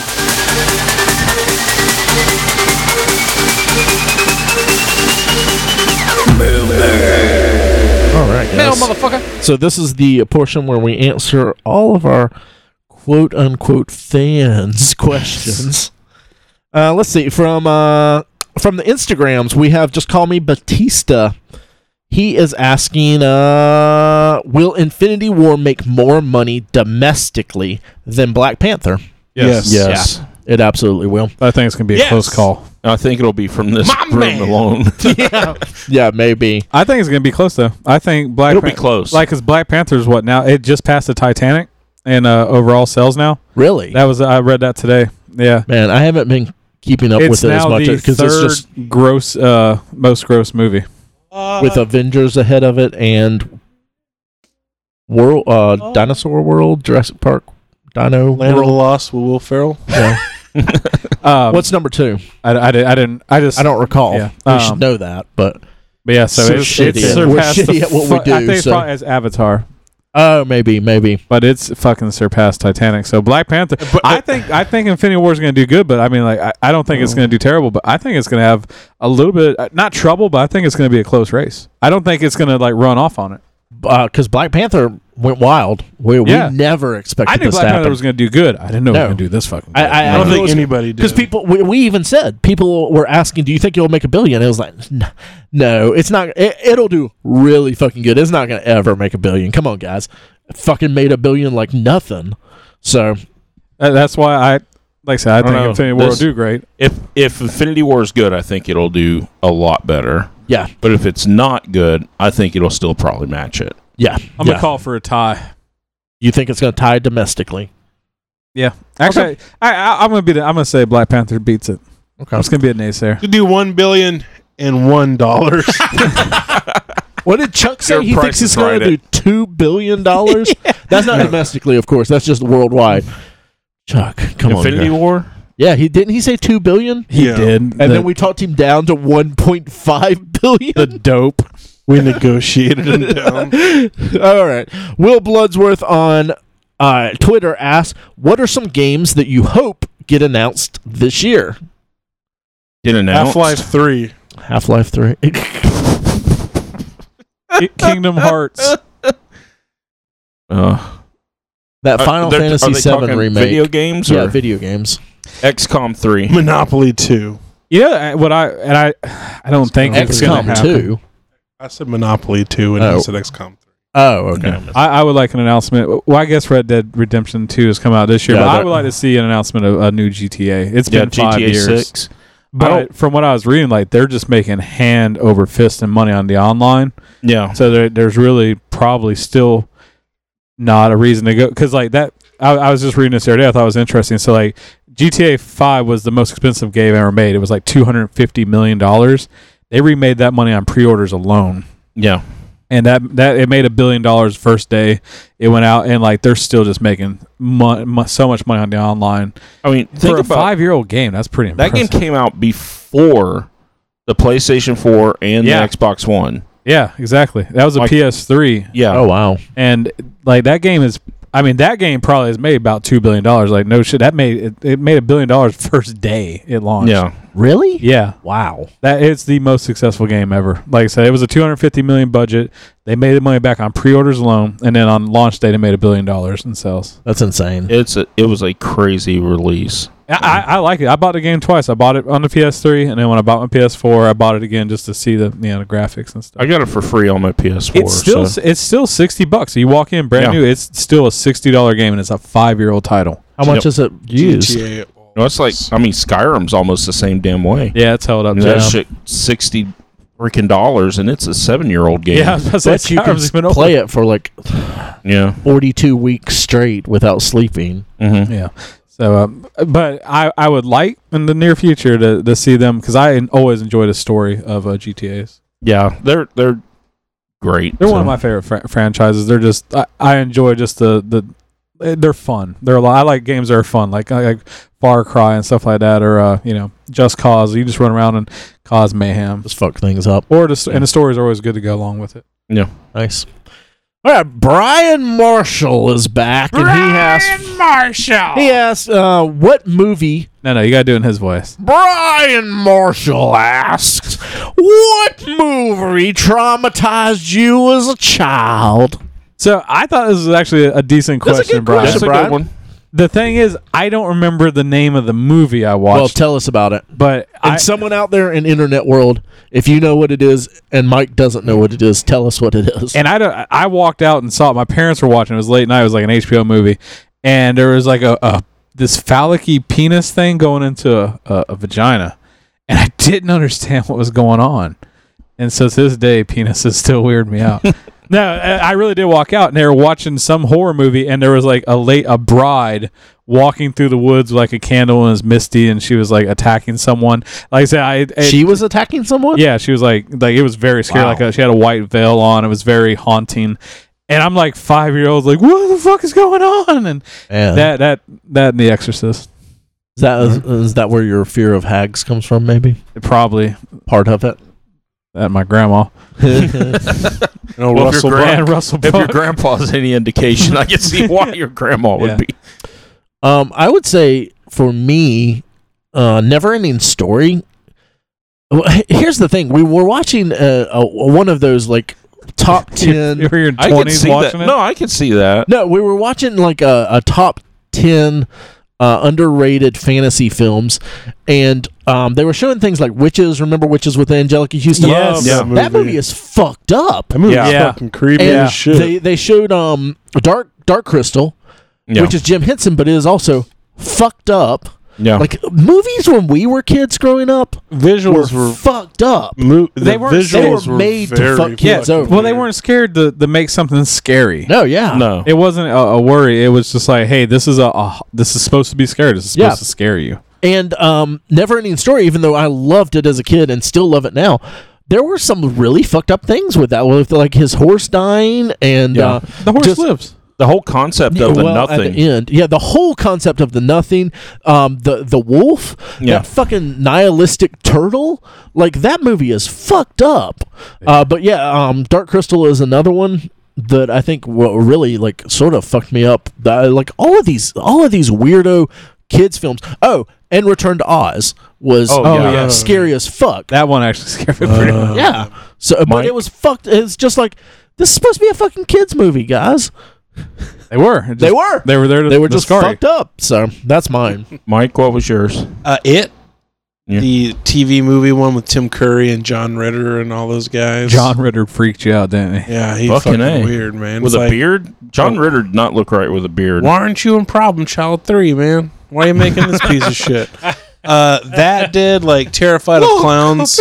Speaker 1: All right, guys.
Speaker 5: motherfucker.
Speaker 1: So this is the portion where we answer all of our quote unquote fans questions. Uh, let's see from uh, from the Instagrams we have just call me Batista. He is asking, uh, will Infinity War make more money domestically than Black Panther?
Speaker 4: Yes.
Speaker 5: Yes.
Speaker 1: It absolutely will.
Speaker 4: I think it's gonna be a
Speaker 5: Yes.
Speaker 4: close call.
Speaker 5: I think it'll be from this room
Speaker 2: man.
Speaker 5: alone.
Speaker 1: Yeah, maybe.
Speaker 4: I think it's gonna be close though. I think Black
Speaker 5: it'll
Speaker 4: Pan-
Speaker 5: be close.
Speaker 4: Like, cause Black Panther's what now? It just passed the Titanic and uh, overall sales now.
Speaker 1: Really?
Speaker 4: That was I read that today. Yeah,
Speaker 1: Man, I haven't been keeping up
Speaker 4: it's
Speaker 1: with it as
Speaker 4: now
Speaker 1: much
Speaker 4: the
Speaker 1: because
Speaker 4: third
Speaker 1: it's just
Speaker 4: gross, uh, most gross movie.
Speaker 2: Uh,
Speaker 1: with Avengers ahead of it and World uh, Dinosaur World, Jurassic Park, Dino
Speaker 2: Land of the
Speaker 1: World.
Speaker 2: Lost with Will Ferrell.
Speaker 1: Yeah.
Speaker 4: Um,
Speaker 1: What's number two?
Speaker 4: I, I, did, I didn't. I just.
Speaker 1: I don't recall.
Speaker 4: Yeah.
Speaker 1: We
Speaker 4: Um,
Speaker 1: should know that, but
Speaker 4: But yeah, so,
Speaker 1: So
Speaker 4: it's,
Speaker 1: shitty
Speaker 4: it's
Speaker 1: at- we're
Speaker 4: surpassed
Speaker 1: shitty
Speaker 4: the
Speaker 1: at what we
Speaker 4: fu- I
Speaker 1: do,
Speaker 4: think it's
Speaker 1: so-
Speaker 4: probably as Avatar,
Speaker 1: oh, maybe, maybe.
Speaker 4: but it's fucking surpassed Titanic. So Black Panther. I think I think Infinity War is going to do good, but I mean, like, I, I don't think it's going to do terrible, but I think it's going to have a little bit uh, not trouble, but I think it's going to be a close race. I don't think it's going to like run off on it.
Speaker 1: Because Uh, Black Panther went wild. We,
Speaker 4: Yeah.
Speaker 1: we never expected
Speaker 4: I knew
Speaker 1: this
Speaker 4: Black
Speaker 1: to
Speaker 4: Panther
Speaker 1: happen.
Speaker 4: was going to do good. I didn't know
Speaker 1: No.
Speaker 4: it was going to do this fucking.
Speaker 1: I,
Speaker 4: good.
Speaker 1: I, I
Speaker 2: I
Speaker 1: don't
Speaker 2: don't think
Speaker 1: think
Speaker 2: anybody did.
Speaker 1: because people we, we even said people were asking, "Do you think you'll make a billion? It was like, "N- no, it's not. It, it'll do really fucking good. It's not gonna ever make a billion. Come on, guys, It fucking made a billion like nothing. So
Speaker 4: Uh, that's why I like I said I,
Speaker 5: don't
Speaker 4: think
Speaker 5: know.
Speaker 4: Infinity War
Speaker 5: This-
Speaker 4: will do great.
Speaker 5: if if Infinity War is good, I think it'll do a lot better.
Speaker 1: yeah,
Speaker 5: But if it's not good, I think it'll still probably match it.
Speaker 1: yeah,
Speaker 4: I'm
Speaker 1: yeah.
Speaker 4: gonna call for a tie.
Speaker 1: You think it's going to tie domestically?
Speaker 4: Actually, I, I, I'm gonna be. The, I'm gonna say Black Panther beats it.
Speaker 1: Okay.
Speaker 4: I'm just gonna be a naysayer.
Speaker 2: could do one billion and one dollars.
Speaker 1: What did Chuck say?
Speaker 5: Your
Speaker 1: He
Speaker 5: price
Speaker 1: thinks
Speaker 5: is
Speaker 1: he's going
Speaker 5: right
Speaker 1: to do two billion dollars. That's not domestically, of course. That's just worldwide. Chuck, come
Speaker 5: Infinity
Speaker 1: on. guy.
Speaker 5: War.
Speaker 1: Yeah, he didn't. He say two billion,
Speaker 4: He
Speaker 2: Yeah.
Speaker 4: did.
Speaker 1: and then we talked him down to one point five billion.
Speaker 4: the dope.
Speaker 2: we negotiated him down.
Speaker 1: All right. Will Bloodsworth on uh, Twitter asks, "What are some games that you hope get announced this year?"
Speaker 5: Did announce
Speaker 2: Half Life Three.
Speaker 1: Half Life Three.
Speaker 4: Kingdom Hearts.
Speaker 5: Uh,
Speaker 1: that
Speaker 5: are-
Speaker 1: uh, Final
Speaker 5: Uh, they're-
Speaker 1: Fantasy
Speaker 5: are they
Speaker 1: VII
Speaker 5: talking
Speaker 1: remake.
Speaker 5: Video games
Speaker 1: yeah,
Speaker 5: or
Speaker 1: video games.
Speaker 5: XCOM three.
Speaker 2: Monopoly Two.
Speaker 4: You know uh, what I and I. I don't think it's gonna
Speaker 1: XCOM
Speaker 4: happen.
Speaker 1: Two.
Speaker 2: I said Monopoly Two, and
Speaker 1: Oh.
Speaker 2: he said XCOM Three.
Speaker 1: Oh, okay.
Speaker 4: I, I would like an announcement. Well, I guess Red Dead Redemption Two has come out this year,
Speaker 1: Yeah,
Speaker 4: but I
Speaker 1: that-
Speaker 4: would like to see an announcement of a new GTA. It's
Speaker 5: Yeah,
Speaker 4: been five
Speaker 5: GTA
Speaker 4: years.
Speaker 5: six.
Speaker 4: But from what I was reading, like they're just making hand over fist and money on the online.
Speaker 5: Yeah,
Speaker 4: So there, there's really probably still not a reason to go because like that. I, I was just reading this the other day. I thought it was interesting. So like GTA Five was the most expensive game ever made. It was like 250 million dollars. They remade that money on pre-orders alone,
Speaker 5: yeah.
Speaker 4: and that that it made a billion dollars first day it went out. And like they're still just making mon- mon- so much money on the online
Speaker 5: I mean, think
Speaker 4: for a
Speaker 5: about
Speaker 4: five-year-old game. That's pretty
Speaker 5: that
Speaker 4: impressive.
Speaker 5: game came out before the PlayStation four and
Speaker 4: Yeah.
Speaker 5: the Xbox One.
Speaker 4: yeah, exactly. That was a
Speaker 5: Like-
Speaker 4: PS3.
Speaker 5: Yeah,
Speaker 1: Oh wow.
Speaker 4: and like that game is i mean that game probably has made about two billion dollars like no shit that made it, it made a billion dollars first day it launched
Speaker 5: yeah.
Speaker 1: Really?
Speaker 4: yeah
Speaker 1: Wow.
Speaker 4: that it's the most successful game ever like i said it was a 250 million budget they made the money back on pre-orders alone and then on launch day they made a billion dollars in sales
Speaker 1: That's insane.
Speaker 5: It's a, it was a crazy release.
Speaker 4: I, I, I like it i bought the game twice i bought it on the ps3 and then when i bought my ps4 i bought it again just to see the you know the graphics and stuff
Speaker 5: I got it for free on my PS4.
Speaker 4: it's still
Speaker 5: so-
Speaker 4: it's still 60 bucks you walk in brand
Speaker 5: Yeah.
Speaker 4: new it's still a 60 dollar game and it's a five year old title
Speaker 1: How much is it used?
Speaker 2: GTA.
Speaker 5: no, it's like I mean, Skyrim's almost the same damn way.
Speaker 4: yeah it's held up
Speaker 5: And that
Speaker 4: yeah.
Speaker 5: shit sixty freaking dollars, and it's a seven year old game.
Speaker 4: Yeah, I was about to say,
Speaker 1: But you can
Speaker 4: Skyrim's been
Speaker 1: play
Speaker 4: open.
Speaker 1: it for like
Speaker 5: yeah.
Speaker 1: 42 weeks straight without sleeping.
Speaker 5: Mm-hmm.
Speaker 4: Yeah. So, um, but I, I would like in the near future to, to see them because I en- always enjoy the story of uh, GTA's.
Speaker 5: yeah, they're they're great.
Speaker 4: They're one of
Speaker 5: so-
Speaker 4: my favorite fra- franchises. They're just I, I enjoy just the the eh, they're fun. They're a lot, I like games that are fun, like I like Far Cry and stuff like that, or uh, you know Just Cause. You just run around and cause mayhem,
Speaker 1: Just fuck things up.
Speaker 4: or just and the stories are always good to go along with it.
Speaker 1: Nice. All right, Brian Marshall is back, and he asked.
Speaker 4: Marshall.
Speaker 1: He asked, uh, "What movie?"
Speaker 4: No, no, you gotta do it in his voice.
Speaker 1: Brian Marshall asks, "What movie traumatized you as a child?"
Speaker 4: So I thought this was actually a decent
Speaker 1: That's a
Speaker 4: question,
Speaker 1: good
Speaker 4: Brian.
Speaker 1: question,
Speaker 5: That's a
Speaker 1: Brian.
Speaker 5: good one.
Speaker 4: The thing is, I don't remember the name of the movie I
Speaker 1: Well,
Speaker 4: watched,
Speaker 1: tell us about it.
Speaker 4: but
Speaker 1: And
Speaker 4: I,
Speaker 1: someone out there in internet world, if you know what it is, and Mike doesn't know what it is, tell us what it is.
Speaker 4: and I don't, I walked out and saw it. My parents were watching. It was late night. It was like an HBO movie, and there was like a, a this phallic penis thing going into a, a, a vagina, and I didn't understand what was going on. And so to this day, penises still weird me out. no, I I really did walk out, and they were watching some horror movie, and there was like a late a bride walking through the woods with like a candle and it was misty, and she was like attacking someone. Like I said, I it-
Speaker 1: she was attacking someone.
Speaker 4: yeah, she was like, like it was very scary. Like uh, she had a white veil on. It was very haunting. And I'm like five year old, like, what the fuck is going on? And
Speaker 1: Yeah.
Speaker 4: that, that, that, and The Exorcist,
Speaker 1: Is that is, is that where your fear of hags comes from? Maybe
Speaker 4: probably
Speaker 1: part of it.
Speaker 4: that my grandma
Speaker 2: You know,
Speaker 5: Well, if
Speaker 2: Russell
Speaker 5: you're
Speaker 2: Brand.
Speaker 5: grand-
Speaker 4: and Russell.
Speaker 5: If your
Speaker 4: Brand.
Speaker 5: grandpa's any indication, I can see why your grandma would
Speaker 4: Yeah.
Speaker 5: be.
Speaker 1: Um, I would say for me, uh, never ending story. Well, h- Here's the thing: we were watching uh, a, one of those like top
Speaker 4: you
Speaker 1: ten.
Speaker 4: you were in
Speaker 5: I can
Speaker 4: twenties
Speaker 5: see
Speaker 4: watching
Speaker 5: that.
Speaker 4: it.
Speaker 5: No, I can see that.
Speaker 1: No, we were watching like a, a top 10 uh, underrated fantasy films, and um, they were showing things like Witches. Remember Witches with Angelica Houston?
Speaker 4: Yes.
Speaker 2: Love
Speaker 1: That movie is fucked up.
Speaker 2: That movie's
Speaker 4: Yeah.
Speaker 2: fucking creepy
Speaker 1: And
Speaker 2: as shit.
Speaker 1: They, they showed um, Dark, Dark Crystal,
Speaker 5: Yeah.
Speaker 1: which is Jim Henson, but it is also fucked up.
Speaker 5: yeah.
Speaker 1: Like movies when we were kids growing up were,
Speaker 2: visuals were.
Speaker 1: fucked up.
Speaker 2: Mo- the
Speaker 4: They weren't- they
Speaker 2: visuals
Speaker 1: were
Speaker 2: were
Speaker 1: made to
Speaker 2: very
Speaker 1: fuck kids
Speaker 2: fucking
Speaker 1: over.
Speaker 4: Well, they
Speaker 2: weird.
Speaker 4: weren't scared to, to make something scary.
Speaker 1: No, yeah.
Speaker 5: no.
Speaker 4: It wasn't a, a worry. It was just like, hey, this is a, a this is supposed to be scary. This is supposed
Speaker 1: Yeah.
Speaker 4: to scare you.
Speaker 1: And um, Never Ending Story, even though I loved it as a kid and still love it now, there were some really fucked up things with that, with like his horse dying and uh,
Speaker 4: The horse
Speaker 1: just-
Speaker 4: lives.
Speaker 5: the whole concept of the
Speaker 1: well,
Speaker 5: nothing.
Speaker 1: at the end. Yeah, the whole concept of the nothing, um, the the wolf,
Speaker 5: Yeah.
Speaker 1: that fucking nihilistic turtle, like that movie is fucked up. Uh, but yeah, um, Dark Crystal is another one that I think what really like sort of fucked me up. That, like all of these, all of these weirdo kids films. Oh, and Return to Oz was
Speaker 5: Oh, Oh, yeah. uh,
Speaker 4: yeah.
Speaker 1: scary as fuck.
Speaker 4: That one actually scared me pretty.
Speaker 2: Uh,
Speaker 4: much.
Speaker 1: yeah. So, but
Speaker 5: Mike?
Speaker 1: it was fucked. It's just like this is supposed to be a fucking kids movie, guys.
Speaker 4: They were. It
Speaker 1: They
Speaker 4: just-
Speaker 1: were.
Speaker 4: They were there. To,
Speaker 1: They were just
Speaker 4: scare you.
Speaker 1: fucked up. So that's mine.
Speaker 5: Mike, what was yours?
Speaker 2: Uh, it.
Speaker 5: Yeah.
Speaker 2: The TV movie one with Tim Curry and John Ritter and all those guys.
Speaker 4: John Ritter freaked you out, didn't he?
Speaker 2: Yeah, he's
Speaker 5: Fucking
Speaker 2: fucking,
Speaker 5: A.
Speaker 2: weird, man.
Speaker 5: With
Speaker 2: It's
Speaker 5: a
Speaker 2: like,
Speaker 5: beard? John Ritter did not look right with a beard.
Speaker 2: Why aren't you in Problem Child 3, man? Why are you making this piece of shit? Uh, that did, like, Terrified of Clowns.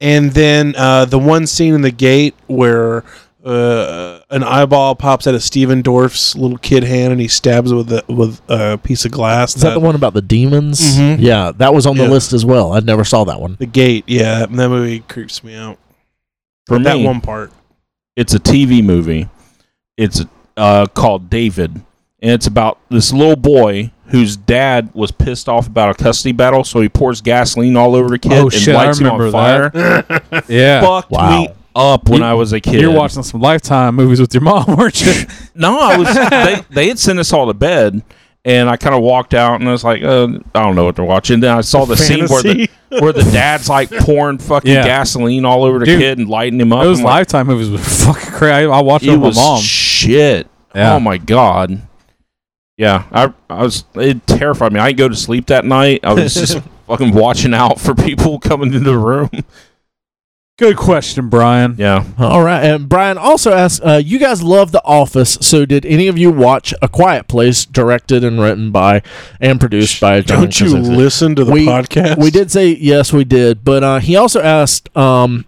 Speaker 2: And then uh, the one scene in the gate where uh, an eyeball pops out of Steven Dorff's little kid hand and he stabs it with a, with a piece of glass.
Speaker 1: Is that the one about the demons?
Speaker 2: Mhm.
Speaker 1: Yeah, that was on the
Speaker 2: Uh, Yeah.
Speaker 1: list as well. I never saw that one.
Speaker 2: The gate, yeah. That that movie creeps me out.
Speaker 5: For
Speaker 2: that
Speaker 5: me,
Speaker 2: one part.
Speaker 5: it's a TV movie. It's uh, called David, and it's about this little boy whose dad was pissed off about a custody battle, so he pours gasoline all over the kid
Speaker 4: Oh,
Speaker 5: and
Speaker 4: shit, I
Speaker 5: lights him on
Speaker 4: remember
Speaker 5: fire.
Speaker 4: that. Yeah.
Speaker 5: Fucked
Speaker 1: Wow.
Speaker 5: me up when
Speaker 4: You-
Speaker 5: I was a kid.
Speaker 4: You're watching some Lifetime movies with your mom, weren't you?
Speaker 5: No, I was. they, they had sent us all to bed, and I kind of walked out, and I was like, uh, I don't know what they're watching. Then I saw the scene where the where the dad's like pouring fucking
Speaker 4: Yeah.
Speaker 5: gasoline all over the
Speaker 4: Dude,
Speaker 5: kid and lighting him up.
Speaker 4: Those
Speaker 5: I'm like,
Speaker 4: Lifetime movies were fucking crazy. I, I watched
Speaker 5: it
Speaker 4: them
Speaker 5: was
Speaker 4: with my mom.
Speaker 5: shit.
Speaker 4: Yeah.
Speaker 5: Oh my god. Yeah, I I was it terrified me. I didn't go to sleep that night. I was just fucking watching out for people coming into the room.
Speaker 4: Good question, Brian.
Speaker 5: Yeah.
Speaker 1: All right. And Brian also asked, uh, you guys love The Office, so did any of you watch A Quiet Place, directed and written by and produced by John
Speaker 2: Don't you
Speaker 1: Krasinski?
Speaker 2: listen to the
Speaker 1: We-
Speaker 2: podcast?
Speaker 1: We did say yes, we did, but uh, he also asked. Um,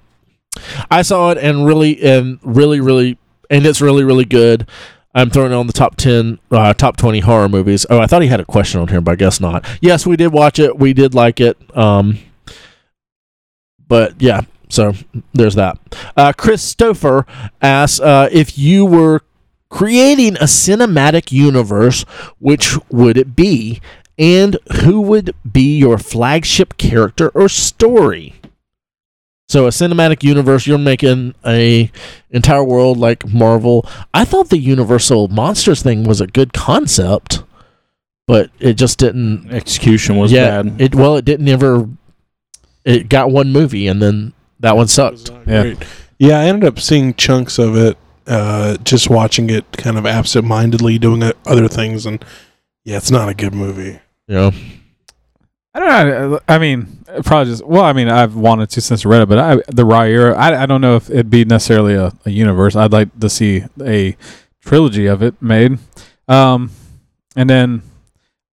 Speaker 1: I saw it and really and really really and it's really really good. I'm throwing it on the top ten, uh, top twenty horror movies. Oh, I thought he had a question on here, but I guess not. Yes, we did watch it. We did like it. Um, but yeah, so there's that. Uh, Christopher asks uh, if you were creating a cinematic universe, which would it be? And who would be your flagship character or story? So a cinematic universe, you're making a entire world like Marvel. I thought the Universal Monsters thing was a good concept, but it just didn't.
Speaker 5: Execution was
Speaker 1: yeah,
Speaker 5: bad.
Speaker 1: it well, it didn't ever. It got one movie, and then that one sucked.
Speaker 4: Yeah.
Speaker 2: Great. Yeah, I ended up seeing chunks of it, uh, just watching it kind of absent mindedly, doing o- other things. And yeah, it's not a good movie.
Speaker 1: You know,
Speaker 4: I don't know. I mean, probably just well. I mean, I've wanted to since I read it, but I, the Ryera. I, I don't know if it'd be necessarily a, a universe. I'd like to see a trilogy of it made. Um, and then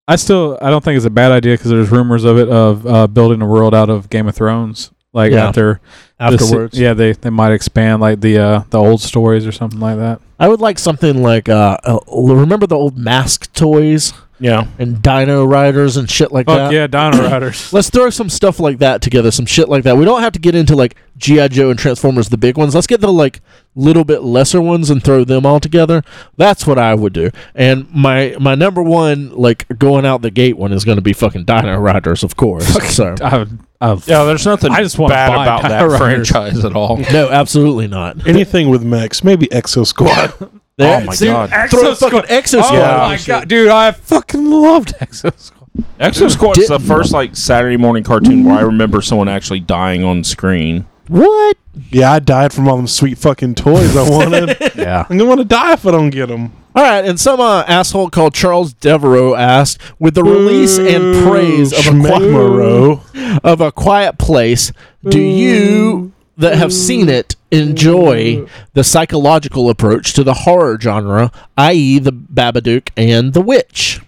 Speaker 4: I still I don't think it's a bad idea because there's rumors of it of uh, building a world out of Game of Thrones. Like
Speaker 1: Yeah.
Speaker 4: after the se-
Speaker 1: afterwards,
Speaker 4: yeah, they they might expand like the uh the old stories or something like that.
Speaker 1: I would like something like uh, uh, remember the old mask toys
Speaker 5: yeah.
Speaker 1: and Dino Riders and shit like that.
Speaker 4: Fuck yeah, Dino Riders.
Speaker 1: Let's throw some stuff like that together, some shit like that. We don't have to get into like GI Joe and Transformers, the big ones. Let's get the like little bit lesser ones and throw them all together. That's what I would do. And my my number one like going out the gate one is going to be fucking Dino Riders, of course. so
Speaker 4: I, I,
Speaker 5: Yeah, there's nothing
Speaker 4: I just wanna
Speaker 5: bad
Speaker 4: buy
Speaker 5: about that
Speaker 4: Power Rangers.
Speaker 5: franchise at all.
Speaker 1: no, absolutely not.
Speaker 4: Oh
Speaker 2: Anything with mechs, maybe Exo Squad.
Speaker 5: oh
Speaker 1: There-
Speaker 5: my
Speaker 1: see,
Speaker 5: god.
Speaker 1: Throw fucking Exo
Speaker 4: Oh
Speaker 1: Squad.
Speaker 4: my god, dude! I fucking loved Exo Squad.
Speaker 5: Exo Squad's the
Speaker 1: didn't-
Speaker 5: first like Saturday morning cartoon where I remember someone actually dying on screen.
Speaker 1: What?
Speaker 2: yeah, I died from all them sweet fucking toys I wanted.
Speaker 4: Yeah.
Speaker 2: I'm going to die if I don't get them.
Speaker 1: All right, and some uh, asshole called Charles Devereaux asked, with the release and praise of a quiet, of a quiet place, do you that have seen it enjoy the psychological approach to the horror genre, i.e., the Babadook and the Witch?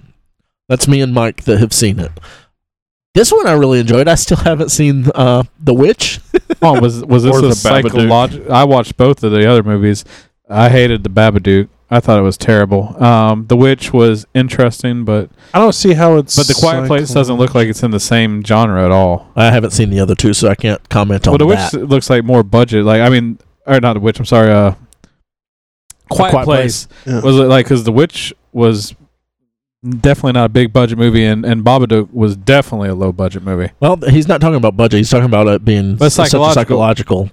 Speaker 1: That's me and Mike that have seen it. This one I really enjoyed. I still haven't seen uh, the Witch.
Speaker 4: Oh, was was this
Speaker 5: Or
Speaker 4: a
Speaker 5: the Babadook.
Speaker 4: psychological? I watched both of the other movies. I hated the Babadook. I thought it was terrible. Um, the Witch was interesting, but
Speaker 2: I don't see how it's.
Speaker 4: but the Quiet Place doesn't look like it's in the same genre at all.
Speaker 1: I haven't seen the other two, so I can't comment on
Speaker 4: Well, the
Speaker 1: that.
Speaker 4: Witch looks like more budget. Like I mean, or not the Witch. I'm sorry. Uh, Quiet,
Speaker 1: Quiet
Speaker 4: Place,
Speaker 2: Place. Yeah.
Speaker 4: was it like because the Witch was definitely not a big budget movie, and and Babadook was definitely a low budget movie.
Speaker 1: Well, th- he's not talking about budget. He's talking about it being
Speaker 4: But
Speaker 1: s- such a
Speaker 4: psychological.
Speaker 1: psychological.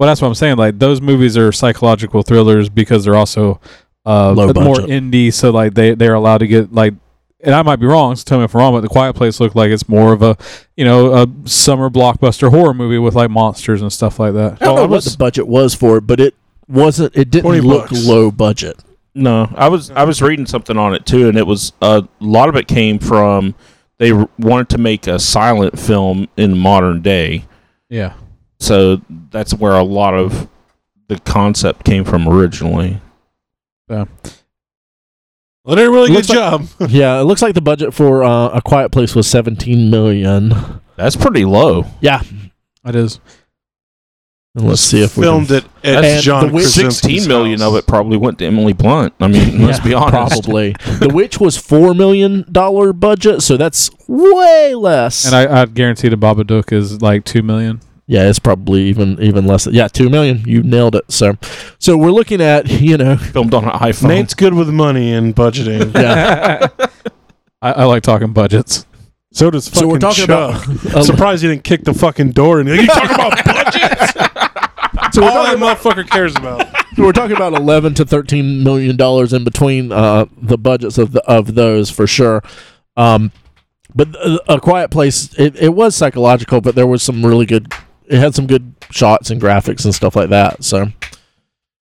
Speaker 4: Well, that's what I'm saying. Like those movies are psychological thrillers because they're also uh,
Speaker 1: Low
Speaker 4: more
Speaker 1: budget.
Speaker 4: indie. So like they they're allowed to get like, and I might be wrong. So tell me if I'm wrong. But The Quiet Place looked like it's more of a you know a summer blockbuster horror movie with like monsters and stuff like that.
Speaker 1: I don't
Speaker 5: Oh, I
Speaker 1: know what
Speaker 5: was-
Speaker 1: the budget was for it, but it wasn't. It didn't
Speaker 2: 20
Speaker 1: look
Speaker 2: bucks.
Speaker 1: low budget.
Speaker 5: No, I was I was reading something on it too, and it was a lot of it came from they r- wanted to make a silent film in modern day,
Speaker 4: Yeah.
Speaker 5: so that's where a lot of the concept came from originally.
Speaker 2: Well, they did a really
Speaker 1: Looks
Speaker 2: good
Speaker 1: like-
Speaker 2: job.
Speaker 1: yeah, it looks like the budget for uh, A Quiet Place was 17 million.
Speaker 5: That's pretty low.
Speaker 1: Yeah,
Speaker 4: It is.
Speaker 1: and let's see if we
Speaker 2: filmed
Speaker 1: can-
Speaker 2: it at
Speaker 1: And
Speaker 2: John
Speaker 1: the Witch-
Speaker 2: Krasinski's
Speaker 5: Sixteen million
Speaker 2: house.
Speaker 5: of it probably went to Emily Blunt. I mean, let's be honest.
Speaker 1: Probably the witch was four million dollar budget, so that's way less.
Speaker 4: And I, I guarantee the Babadook is like two million.
Speaker 1: yeah, it's probably even even less. Than, yeah, two million. You nailed it. So, so we're looking at you know
Speaker 5: filmed on an iPhone.
Speaker 2: Nate's good with money and budgeting.
Speaker 1: yeah.
Speaker 4: I, I like talking budgets.
Speaker 2: so does fucking
Speaker 1: so we're talking
Speaker 2: Chuck.
Speaker 1: about a-
Speaker 2: Surprised he didn't kick the fucking door and you talking about budgets? so we're All that motherfucker cares about.
Speaker 1: we're talking about 11 to 13 million dollars in between uh, the budgets of the, of those for sure um, but uh, a quiet place it, it was psychological but there was some really good it had some good shots and graphics and stuff like that so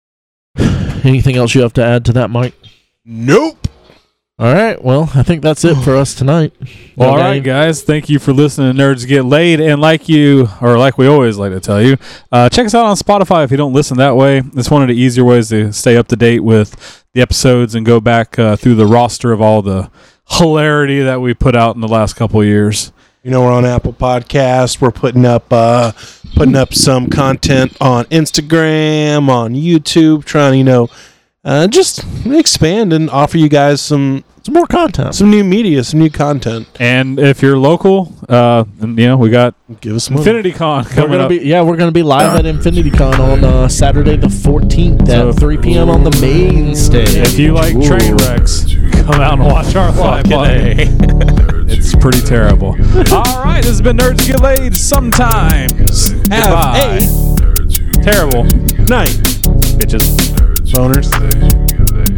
Speaker 1: anything else you have to add to that mike
Speaker 2: Nope.
Speaker 1: all right well i think that's it for us tonight
Speaker 4: Well, all
Speaker 1: Okay.
Speaker 4: right, guys. Thank you for listening to Nerds Get Laid. And like you, or like we always like to tell you, uh, check us out on Spotify if you don't listen that way. It's one of the easier ways to stay up to date with the episodes and go back uh, through the roster of all the hilarity that we put out in the last couple of years.
Speaker 2: You know we're on Apple Podcast. We're putting up uh putting up some content on Instagram, on YouTube, trying to, you know, uh, just expand and offer you guys some
Speaker 1: some more content
Speaker 2: some new media, some new content.
Speaker 4: And if you're local, uh, and, you know, we got
Speaker 2: Give us money.
Speaker 4: Infinity Con
Speaker 1: we're
Speaker 4: coming
Speaker 1: gonna
Speaker 4: up.
Speaker 1: be yeah we're gonna be live at InfinityCon on uh, Saturday the 14th
Speaker 4: So-
Speaker 1: at 3 p.m. on the main stage.
Speaker 4: if you like train wrecks, come out and watch our live play. It's pretty terrible. All right, this has been Nerds Get Laid sometimes. Have a terrible
Speaker 2: Night.
Speaker 4: bitches.
Speaker 2: Boners.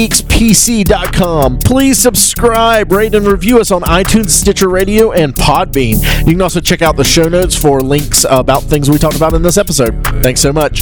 Speaker 1: Please subscribe, rate, and review us on iTunes, Stitcher Radio, and Podbean. You can also check out the show notes for links about things we talked about in this episode. Thanks so much.